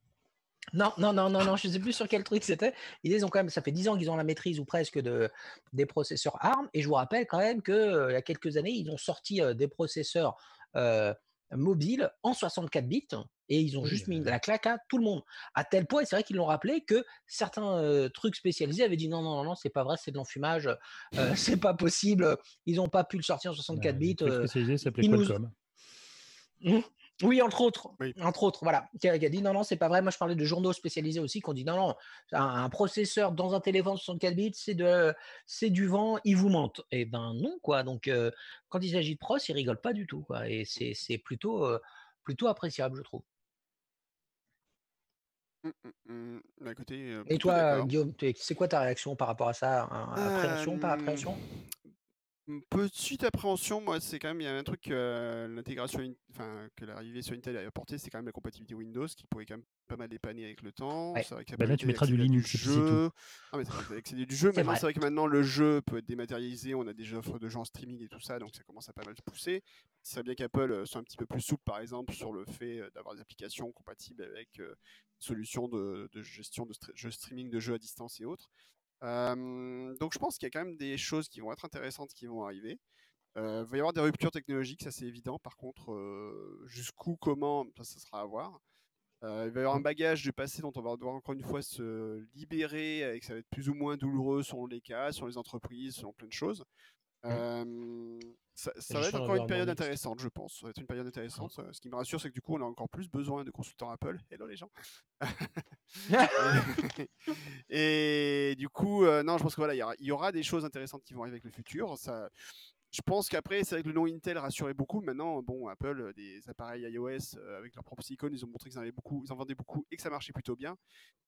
Non, non, non, non, non, je ne sais plus sur quel truc c'était. Ils ont quand même, ça fait 10 ans qu'ils ont la maîtrise ou presque de, des processeurs ARM. Et je vous rappelle quand même que euh, il y a quelques années, ils ont sorti euh, des processeurs euh, mobiles en 64 bits et ils ont
Oui,
juste mis la claque à tout le monde. À tel point, c'est vrai qu'ils l'ont rappelé que certains euh, trucs spécialisés avaient dit non, non, non, non, c'est pas vrai, c'est de l'enfumage, euh, c'est pas possible. Ils n'ont pas pu le sortir en 64
Euh, les
bits.
trucs
euh,
spécialisés s'appelaient
ils nous-
Qualcomm.
Mhm. Oui, entre autres.
Oui.
Entre autres, voilà. Qui a qui a dit non, non, c'est pas vrai. Moi, je parlais de journaux spécialisés aussi, qu'on dit non, non, un, un processeur dans un téléphone 64 bits, c'est de, c'est du vent, ils vous mentent. Eh ben non, quoi. Donc, euh, quand il s'agit de pros, ils rigolent pas du tout, quoi. Et c'est, c'est plutôt, euh, plutôt appréciable, je trouve.
Hum, hum, hum. D'un côté, euh,
Et
plutôt
toi, euh,
d'accord.
Guillaume, t'es- c'est quoi ta réaction par rapport à ça Un- Appréhension, pas
Euh,
appréhension
Une Petite appréhension, moi, c'est quand même, il y a un truc que l'intégration, in- enfin, que l'arrivée sur Intel a apporté, c'est quand même la compatibilité Windows qui pouvait quand même pas mal dépanner avec le temps.
Ouais.
C'est vrai que ça
Bah là, tu
permettait
mettras du
d'accéder à
Linux, et puis c'est tout.
jeu. Non, mais ça permettait d'accéder du jeu.
C'est
Maintenant,
vrai.
c'est vrai que maintenant, le jeu peut être dématérialisé. On a des offres de gens en streaming et tout ça, donc ça commence à pas mal se pousser. Ce serait bien qu'Apple euh, soit un petit peu plus souple, par exemple, sur le fait euh, d'avoir des applications compatibles avec euh, des solutions de, de gestion de stre- jeux streaming de jeux à distance et autres. Euh, donc je pense qu'il y a quand même des choses qui vont être intéressantes qui vont arriver. Euh, il va y avoir des ruptures technologiques, ça c'est évident. Par contre, euh, jusqu'où, comment, ça, ça sera à voir. Euh, il va y avoir un bagage du passé dont on va devoir encore une fois se libérer, et que ça va être plus ou moins douloureux selon les cas, selon les entreprises, selon plein de choses. Euh, ça ça va
juste
être
un
encore une
environnement
période
mixte.
intéressante, je pense. Ça va être une période intéressante. Euh, Ce qui me rassure, c'est que du coup, on a encore plus besoin de consultants Apple. Hello les gens. et du coup, euh, non, je pense que voilà, il y aura- il y, aura des choses intéressantes qui vont arriver avec le futur. Ça, je pense qu'après, c'est vrai que le nom Intel rassurait beaucoup. Maintenant, bon, Apple, euh, des appareils iOS euh, avec leur propre silicone, ils ont montré qu'ils en avaient beaucoup, ils en vendaient beaucoup et que ça marchait plutôt bien.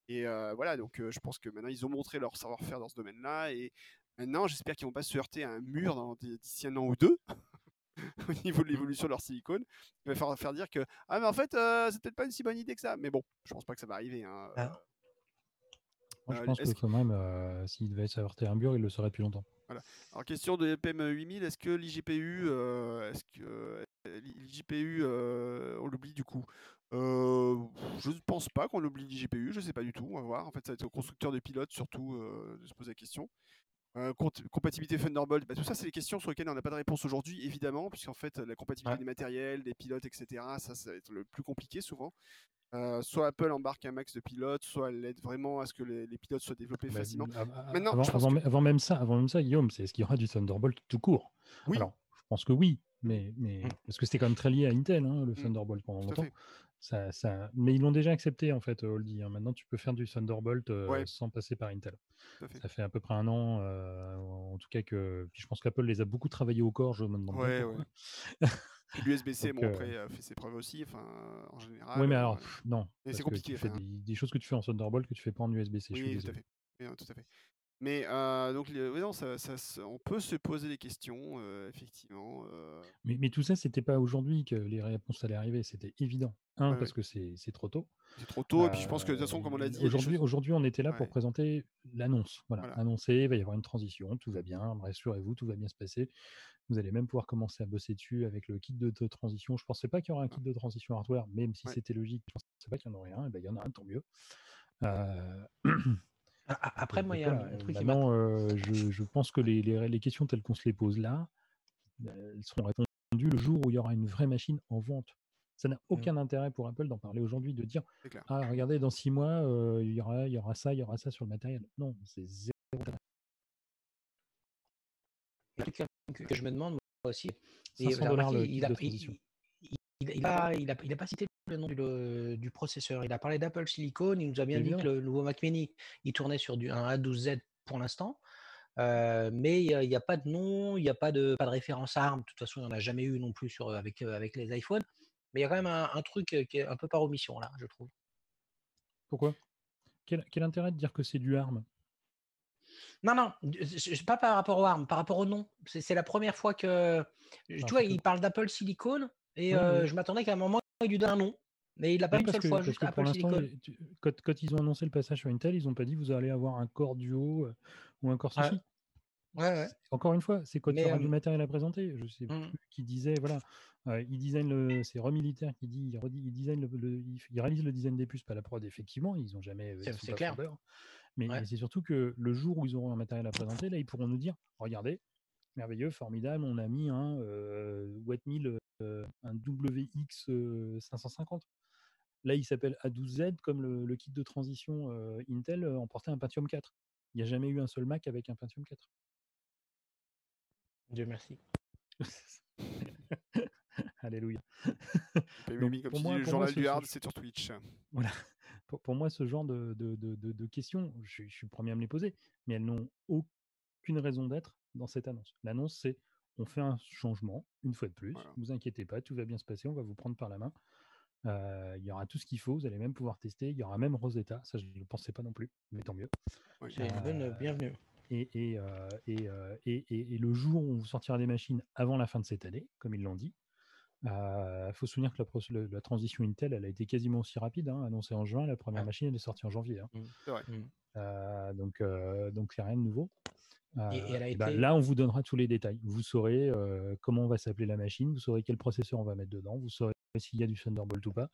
Et euh, voilà, donc euh, je pense que maintenant, ils ont montré leur savoir-faire dans ce domaine-là. Et maintenant, j'espère qu'ils vont pas se heurter à un mur dans- d'ici un an ou deux. au niveau de l'évolution de leur silicone, il va falloir faire dire que ah mais en fait euh, c'est peut-être pas une si bonne idée que ça. Mais bon, je pense pas que ça va arriver. hein.
Ah.
Moi, je
Euh,
pense que
est-ce
quand même, euh, s'il devait s'avorter un mur, il le saurait depuis longtemps.
Alors, question de PM8000, est-ce que l'IGPU, euh, est-ce que euh, l'IGPU, euh, on l'oublie du coup Euh, Je ne pense pas qu'on oublie l'IGPU, je ne sais pas du tout, on va voir. En fait, ça va être au constructeur de pilotes surtout euh, de se poser la question. Euh, compte- compatibilité Thunderbolt, bah, tout ça, c'est les questions sur lesquelles on n'a pas de réponse aujourd'hui, évidemment, puisqu'en fait, la compatibilité
Ouais.
des matériels, des pilotes, etc., ça, ça va être le plus compliqué souvent. Euh, soit Apple embarque un max de pilotes, soit elle aide vraiment à ce que les, les pilotes soient développés
Mais
facilement.
Ah bah, av- av-
Maintenant,
avant,
je pense
avant mê- avant même ça, avant même ça, Guillaume, c'est est-ce qu'il y aura du Thunderbolt tout court
Oui.
Alors, je pense que oui, mais, mais
Mm.
parce que c'était quand même très lié à Intel, hein, le
Mm.
Thunderbolt pendant
Tout à
longtemps.
fait.
Ça, ça- Mais ils l'ont déjà accepté en fait, euh, Aldi. hein. Maintenant, tu peux faire du Thunderbolt euh,
Ouais.
sans passer par Intel.
Tout à fait.
Ça fait à peu près un an, euh, en tout cas que. Puis je pense qu'Apple les a beaucoup travaillés au corps. Je me demande. pas
Ouais,
pourquoi.
ouais. Puis L'USB-C,
Donc,
bon,
euh,
après, a fait ses preuves aussi, enfin, en général.
oui, mais
euh,
alors pff, non.
mais c'est
parce que tu
compliqué,
fais
enfin.
des, des choses que tu fais en Thunderbolt que tu fais pas en USB-C. je suis
Oui, tout à
désolé.
fait. Oui, non, tout à fait. Mais euh, donc, le- ouais, non, ça- ça se- on peut se poser des questions, euh, effectivement. euh,
Mais, mais tout ça, c'était pas aujourd'hui que les réponses allaient arriver, c'était évident. Un,
Ouais, ouais.
parce que c'est c'est trop tôt.
C'est trop tôt, et puis je pense que de toute façon, comme on l'a dit, il y a des
Aujourd'hui,
choses-
aujourd'hui, on était là
Ouais.
pour présenter l'annonce. Voilà,
Voilà.
annoncer, il va y avoir une transition, tout va bien, rassurez-vous, tout va bien se passer. Vous allez même pouvoir commencer à bosser dessus avec le kit de, de transition. Je pensais pas qu'il y aurait un kit de transition hardware, même si
Ah. Ouais.
c'était logique, je pensais pas qu'il y en aurait un, et ben, il y en a un, tant mieux. Euh,
A- a- Ah, Après,
donc
moi, il y a un-
voilà,
un
euh,
truc qui m'a
maintenant, euh, je, je pense que les, les- les questions telles qu'on se les pose là, euh, elles seront répondues le jour où il y aura une vraie machine en vente. Ça n'a aucun intérêt pour Apple d'en parler aujourd'hui, de dire
Mmh. C'est clair.
Ah, regardez, dans six mois, euh, il, y aura, il y aura ça, il y aura ça sur le matériel. Non, c'est zéro. intérêt.
un truc que, que je me demande moi aussi. Et
500
la
dollars
remarque,
le
il,
kit
il a
de
pris-
transition.
il- il- il
Ah.
a, il a- il a pas cité le nom du, le- du processeur. Il a parlé d'Apple Silicon. Il nous a bien dit que
Évidemment.
le nouveau Mac Mini, il tournait sur du, un A12Z pour l'instant. Euh, mais il n'y a, il y a pas de nom, il n'y a pas de, pas de référence ARM. De toute façon, il n'y en a jamais eu non plus sur, avec, euh, avec les iPhones. Mais il y a quand même un, un truc euh, qui est un peu par omission, là, je trouve.
Pourquoi quel, quel intérêt de dire que c'est du ARM
Non, non, d- c- c- pas par rapport au ARM, par rapport au nom. C'est c'est la première fois que. Tu vois, il parle d'Apple Silicon et
Ah, Ouais,
euh,
ouais.
je m'attendais qu'à un moment, il lui donne un nom. Mais il l'a pas
Oui,
une seule
que,
fois,
parce
juste
que pour
Apple
l'instant,
Silicon.
les- tu- quand, quand ils ont annoncé le passage sur Intel, ils n'ont pas dit vous allez avoir un corps duo euh, ou un corps
Ouais.
suffit.
Ouais, ouais.
Encore une fois, c'est quand il
Mais,
y aura du
euh,
matériel à présenter. Je sais
Mm.
plus qui disait, voilà, euh, il design le, c'est Remilitaire qui dit, il, redi- il design le, le- il, f- il réalise le design des puces, pas la prod. Effectivement, ils ont jamais, euh, ils
C'est-
sont
c'est
pas
clair.
fondeurs. Mais,
Ouais.
mais c'est surtout que le jour où ils auront un matériel à présenter, là, ils pourront nous dire, regardez, merveilleux, formidable, on a mis un euh, Wattmill, euh, un WX euh, 550. Là, il s'appelle A12Z, comme le, le kit de transition euh, Intel euh, emportait un Pentium 4. Il n'y a jamais eu un seul Mac avec un Pentium 4.
Dieu merci.
Alléluia.
Pay
Donc,
Me, comme
pour
tu
moi-
dis, le
pour moi,
journal
ce-
du
ce-
hard, c'est sur Twitch.
Voilà. Pour, pour moi, ce genre de, de- de- de- de questions, je, je suis le premier à me les poser, mais elles n'ont aucune raison d'être dans cette annonce. L'annonce, c'est on fait un changement, une fois de plus,
Voilà.
vous inquiétez pas, tout va bien se passer, on va vous prendre par la main. Euh, Il y aura tout ce qu'il faut, vous allez même pouvoir tester, il y aura même Rosetta, ça je ne le pensais pas non plus, mais tant mieux.
Oui.
C'est une bonne
Euh,
bienvenue.
Et, et, euh, et, euh, et- et- et le jour où on vous sortira des machines avant la fin de cette année, comme ils l'ont dit, il faut se souvenir que la, pro- le- la transition Intel, elle a été quasiment aussi rapide, hein, annoncée en juin, la première
Ouais.
machine elle est sortie en janvier. hein.
C'est vrai.
Mm.
Euh, donc, euh, donc c'est rien de nouveau.
Et- et
Euh,
elle a
et ben,
été-
là, on vous donnera tous les détails. Vous saurez euh, comment on va s'appeler la machine, vous saurez quel processeur on va mettre dedans, vous saurez s'il y a du Thunderbolt ou pas,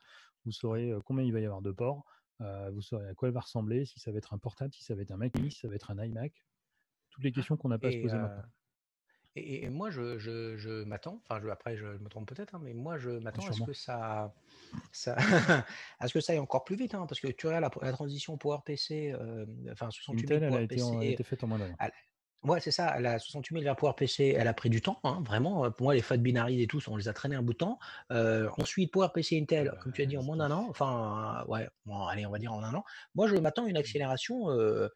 vous saurez euh, combien il va y avoir de ports, euh, vous saurez à quoi elle va ressembler, si ça va être un portable, si ça va être un Mac Mini, si ça va être un iMac. Toutes les questions qu'on n'a pas à se
Et,
poser
euh,
maintenant.
Et, et- et moi, je, je- je m'attends, enfin, je- après, je me trompe peut-être, hein, mais moi, je m'attends à ce
sûrement.
que ça, ça- à ce que ça aille encore plus vite, hein, parce que tu vois, la, la transition PowerPC, euh, enfin, 68 000
Intel, elle a été, en- elle a
PowerPC,
été faite en moins d'un an.
elle- ouais, c'est ça, la 68 000 vers PowerPC, elle a pris du temps, hein, vraiment. euh, Pour moi, les FAT binaries et tout, on les a traînés un bout de temps. Euh, ensuite, PowerPC Intel, comme tu as dit, en moins d'un an, enfin, euh, ouais, bon, allez, on va dire en un an. Moi, je m'attends à une accélération euh,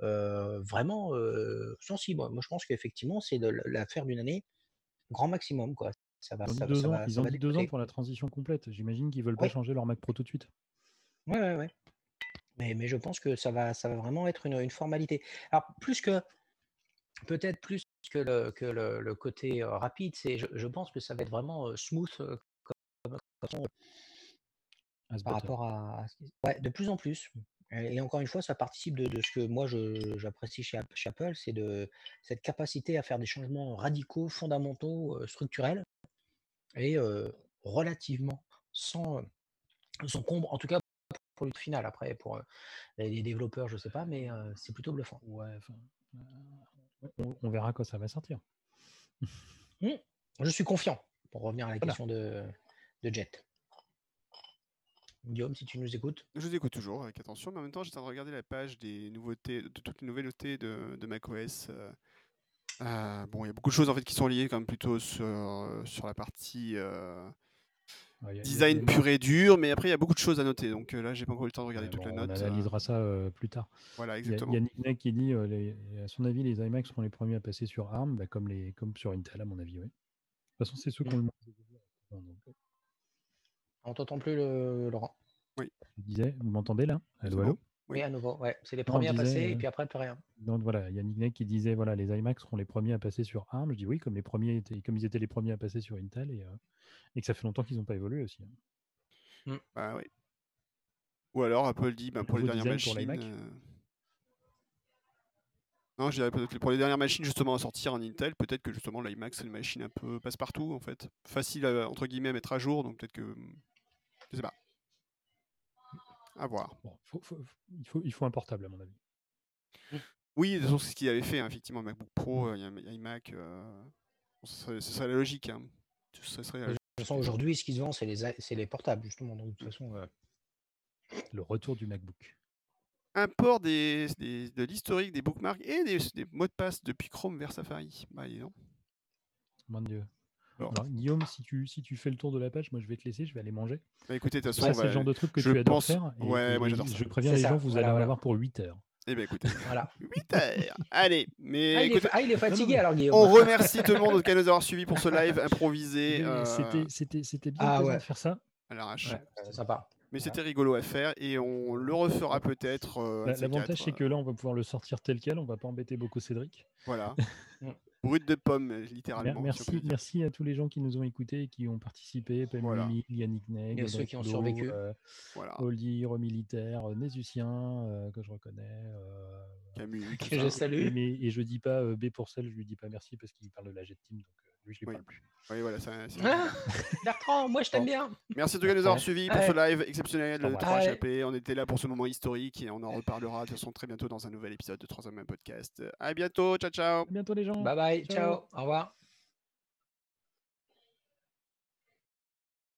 euh, vraiment euh, sensible. Moi, je pense qu'effectivement, c'est de l- l'affaire d'une année, grand maximum, quoi. Ah, Ça va,
Ils ont dit
ça va-
deux
ça
ans-
va-
ils
ça
ont
va
dit deux ans
décoller.
pour la transition complète. J'imagine qu'ils veulent pas
Ouais.
changer leur Mac Pro tout de suite.
Ouais, ouais, ouais. Mais, mais je pense que ça va, ça va vraiment être une, une formalité. Alors, plus que, peut-être plus que le, que le, le côté euh, rapide, c'est, je, je pense que ça va être vraiment euh, smooth euh, comme, comme-
à se
par
battre.
rapport à, à ce qui- ouais, de plus en plus. Et et encore une fois, ça participe de, de ce que moi je- j'apprécie chez, App- chez Apple, c'est de cette capacité à faire des changements radicaux, fondamentaux, euh, structurels et euh, relativement sans, euh, sans combre, en tout cas pour le final. Après, pour euh, les les développeurs, je sais pas, mais euh, c'est plutôt bluffant.
Ouais, enfin,
Hmm.
euh, on, on verra quand ça va sortir.
Hmm, Je suis confiant pour revenir à la
Voilà.
question de, de Jet. Guillaume, si tu nous écoutes.
Je vous écoute toujours avec attention, mais en même temps, j'étais en train de regarder la page des nouveautés, de toutes les nouveautés de, de macOS. euh, euh, bon, il y a beaucoup de choses en fait qui sont liées quand même plutôt sur, sur la partie euh,
Ouais, y a- y a- y
design
a-
pur et dur, mais après il y a beaucoup de choses à noter. Donc euh, là, j'ai pas encore eu le temps de
ouais,
regarder toute
bon,
la
on
note. euh,
analysera ça euh, plus tard.
voilà,
Il y a-
exactement.
il y a Nick Nack qui dit, euh, les- à son avis, les iMac seront les premiers à passer sur ARM, bah, comme, les, comme sur Intel, à mon avis. ouais. De toute façon, c'est ceux
Mm.
qu'on le moins développés. Bon, donc,
On t'entend plus, le- Laurent.
Je disais, vous m'entendez là
C'est
Allô,
bon.
allô
Oui, à nouveau, ouais. c'est les
Non, on
premiers à
disait,
passer et
euh,
puis après, plus rien.
Donc voilà, il y a Nick Nack qui disait voilà, les iMac seront les premiers à passer sur ARM. Je dis oui, comme les premiers étaient, comme ils étaient les premiers à passer sur Intel et, euh, et que ça fait longtemps qu'ils n'ont pas évolué aussi. hein.
Bah oui. Ou alors Apple dit bah,
Un
pour les
nouveau
dernières machines.
design pour l'iMac
euh, Non, je dirais peut-être que pour les dernières machines justement à sortir en Intel, peut-être que justement l'iMac c'est une machine un peu passe-partout en fait. Facile à, entre guillemets à mettre à jour, donc peut-être que. hmm, Je sais pas. À voir.
Bon, faut- faut- faut- il, faut, il faut un portable à mon avis.
Oui, de toute façon, c'est ce qu'il avait fait, hein, effectivement, MacBook Pro, euh, il y a un- il y a iMac. euh, bon, ce, serait, ce serait la logique. Hein. Ce serait la
De toute façon, aujourd'hui, ce qui se vend, c'est les, a- c'est les portables, justement. Donc, de toute façon, euh,
Le retour du MacBook.
import des, des- de l'historique des bookmarks et des, des mots de passe depuis Chrome vers Safari. Bah, dis donc.
Mon Dieu.
Alors-
Alors, Guillaume, si tu, si tu fais le tour de la page, moi je vais te laisser, je vais aller manger.
Bah, écoutez, de toute
Ça,
façon, on
c'est
va-
le genre de truc que
je
tu adores
pense-
faire. et-
Ouais,
et
moi, j'adore ça.
Je préviens
C'est
les
ça,
gens, vous
voilà,
allez en
voilà.
avoir pour 8 heures.
Eh bien, écoutez.
voilà.
8 heures Allez, mais
Ah, il est,
écoutez,
fa- ah, il est fatigué, alors, Guillaume.
on remercie tout le monde en tout cas de nous avoir suivis pour ce live improvisé.
Mais
euh,
C'était c'était- c'était bien
Ah
plaisant
ouais.
de faire ça.
à l'arrache.
Ouais, euh, sympa.
Mais c'était rigolo à faire et on le refera peut-être. euh, un
Bah,
de ces
L'avantage,
quatre,
c'est
euh,
que là, on va pouvoir le sortir tel quel, on va pas embêter beaucoup Cédric.
Voilà.
Mm.
Brut de pomme, euh,
Mer-
littéralement. si on peut
Merci,
dire.
merci à tous les gens qui nous ont écoutés et qui ont participé. Pam
Voilà.
Mimi, Yannick Neg,
Et ceux
Audrey
qui ont
Flo,
survécu.
euh,
Voilà.
Oli, Remilitaire, euh, Nézucien, euh, que je reconnais. euh,
Camus. tout
Que
ça.
je
et,
salue.
mais, et je dis pas euh, B pour celle, je lui dis pas merci parce qu'il parle de la Jet Team, donc euh, lui, je lui
Oui.
parle plus.
Oui, voilà, ça- c'est-
Ah, Bertrand, moi, je t'aime
Bon.
bien.
Merci en tout cas de nous avoir suivis pour ce live exceptionnel de
Ouais.
3
Ouais.
HP. On était là pour ce moment historique et on en reparlera de toute façon très bientôt dans un nouvel épisode de 3 hommes un podcast. À bientôt, ciao ciao.
À bientôt, les gens.
Bye bye,
Ciao.
ciao, au revoir.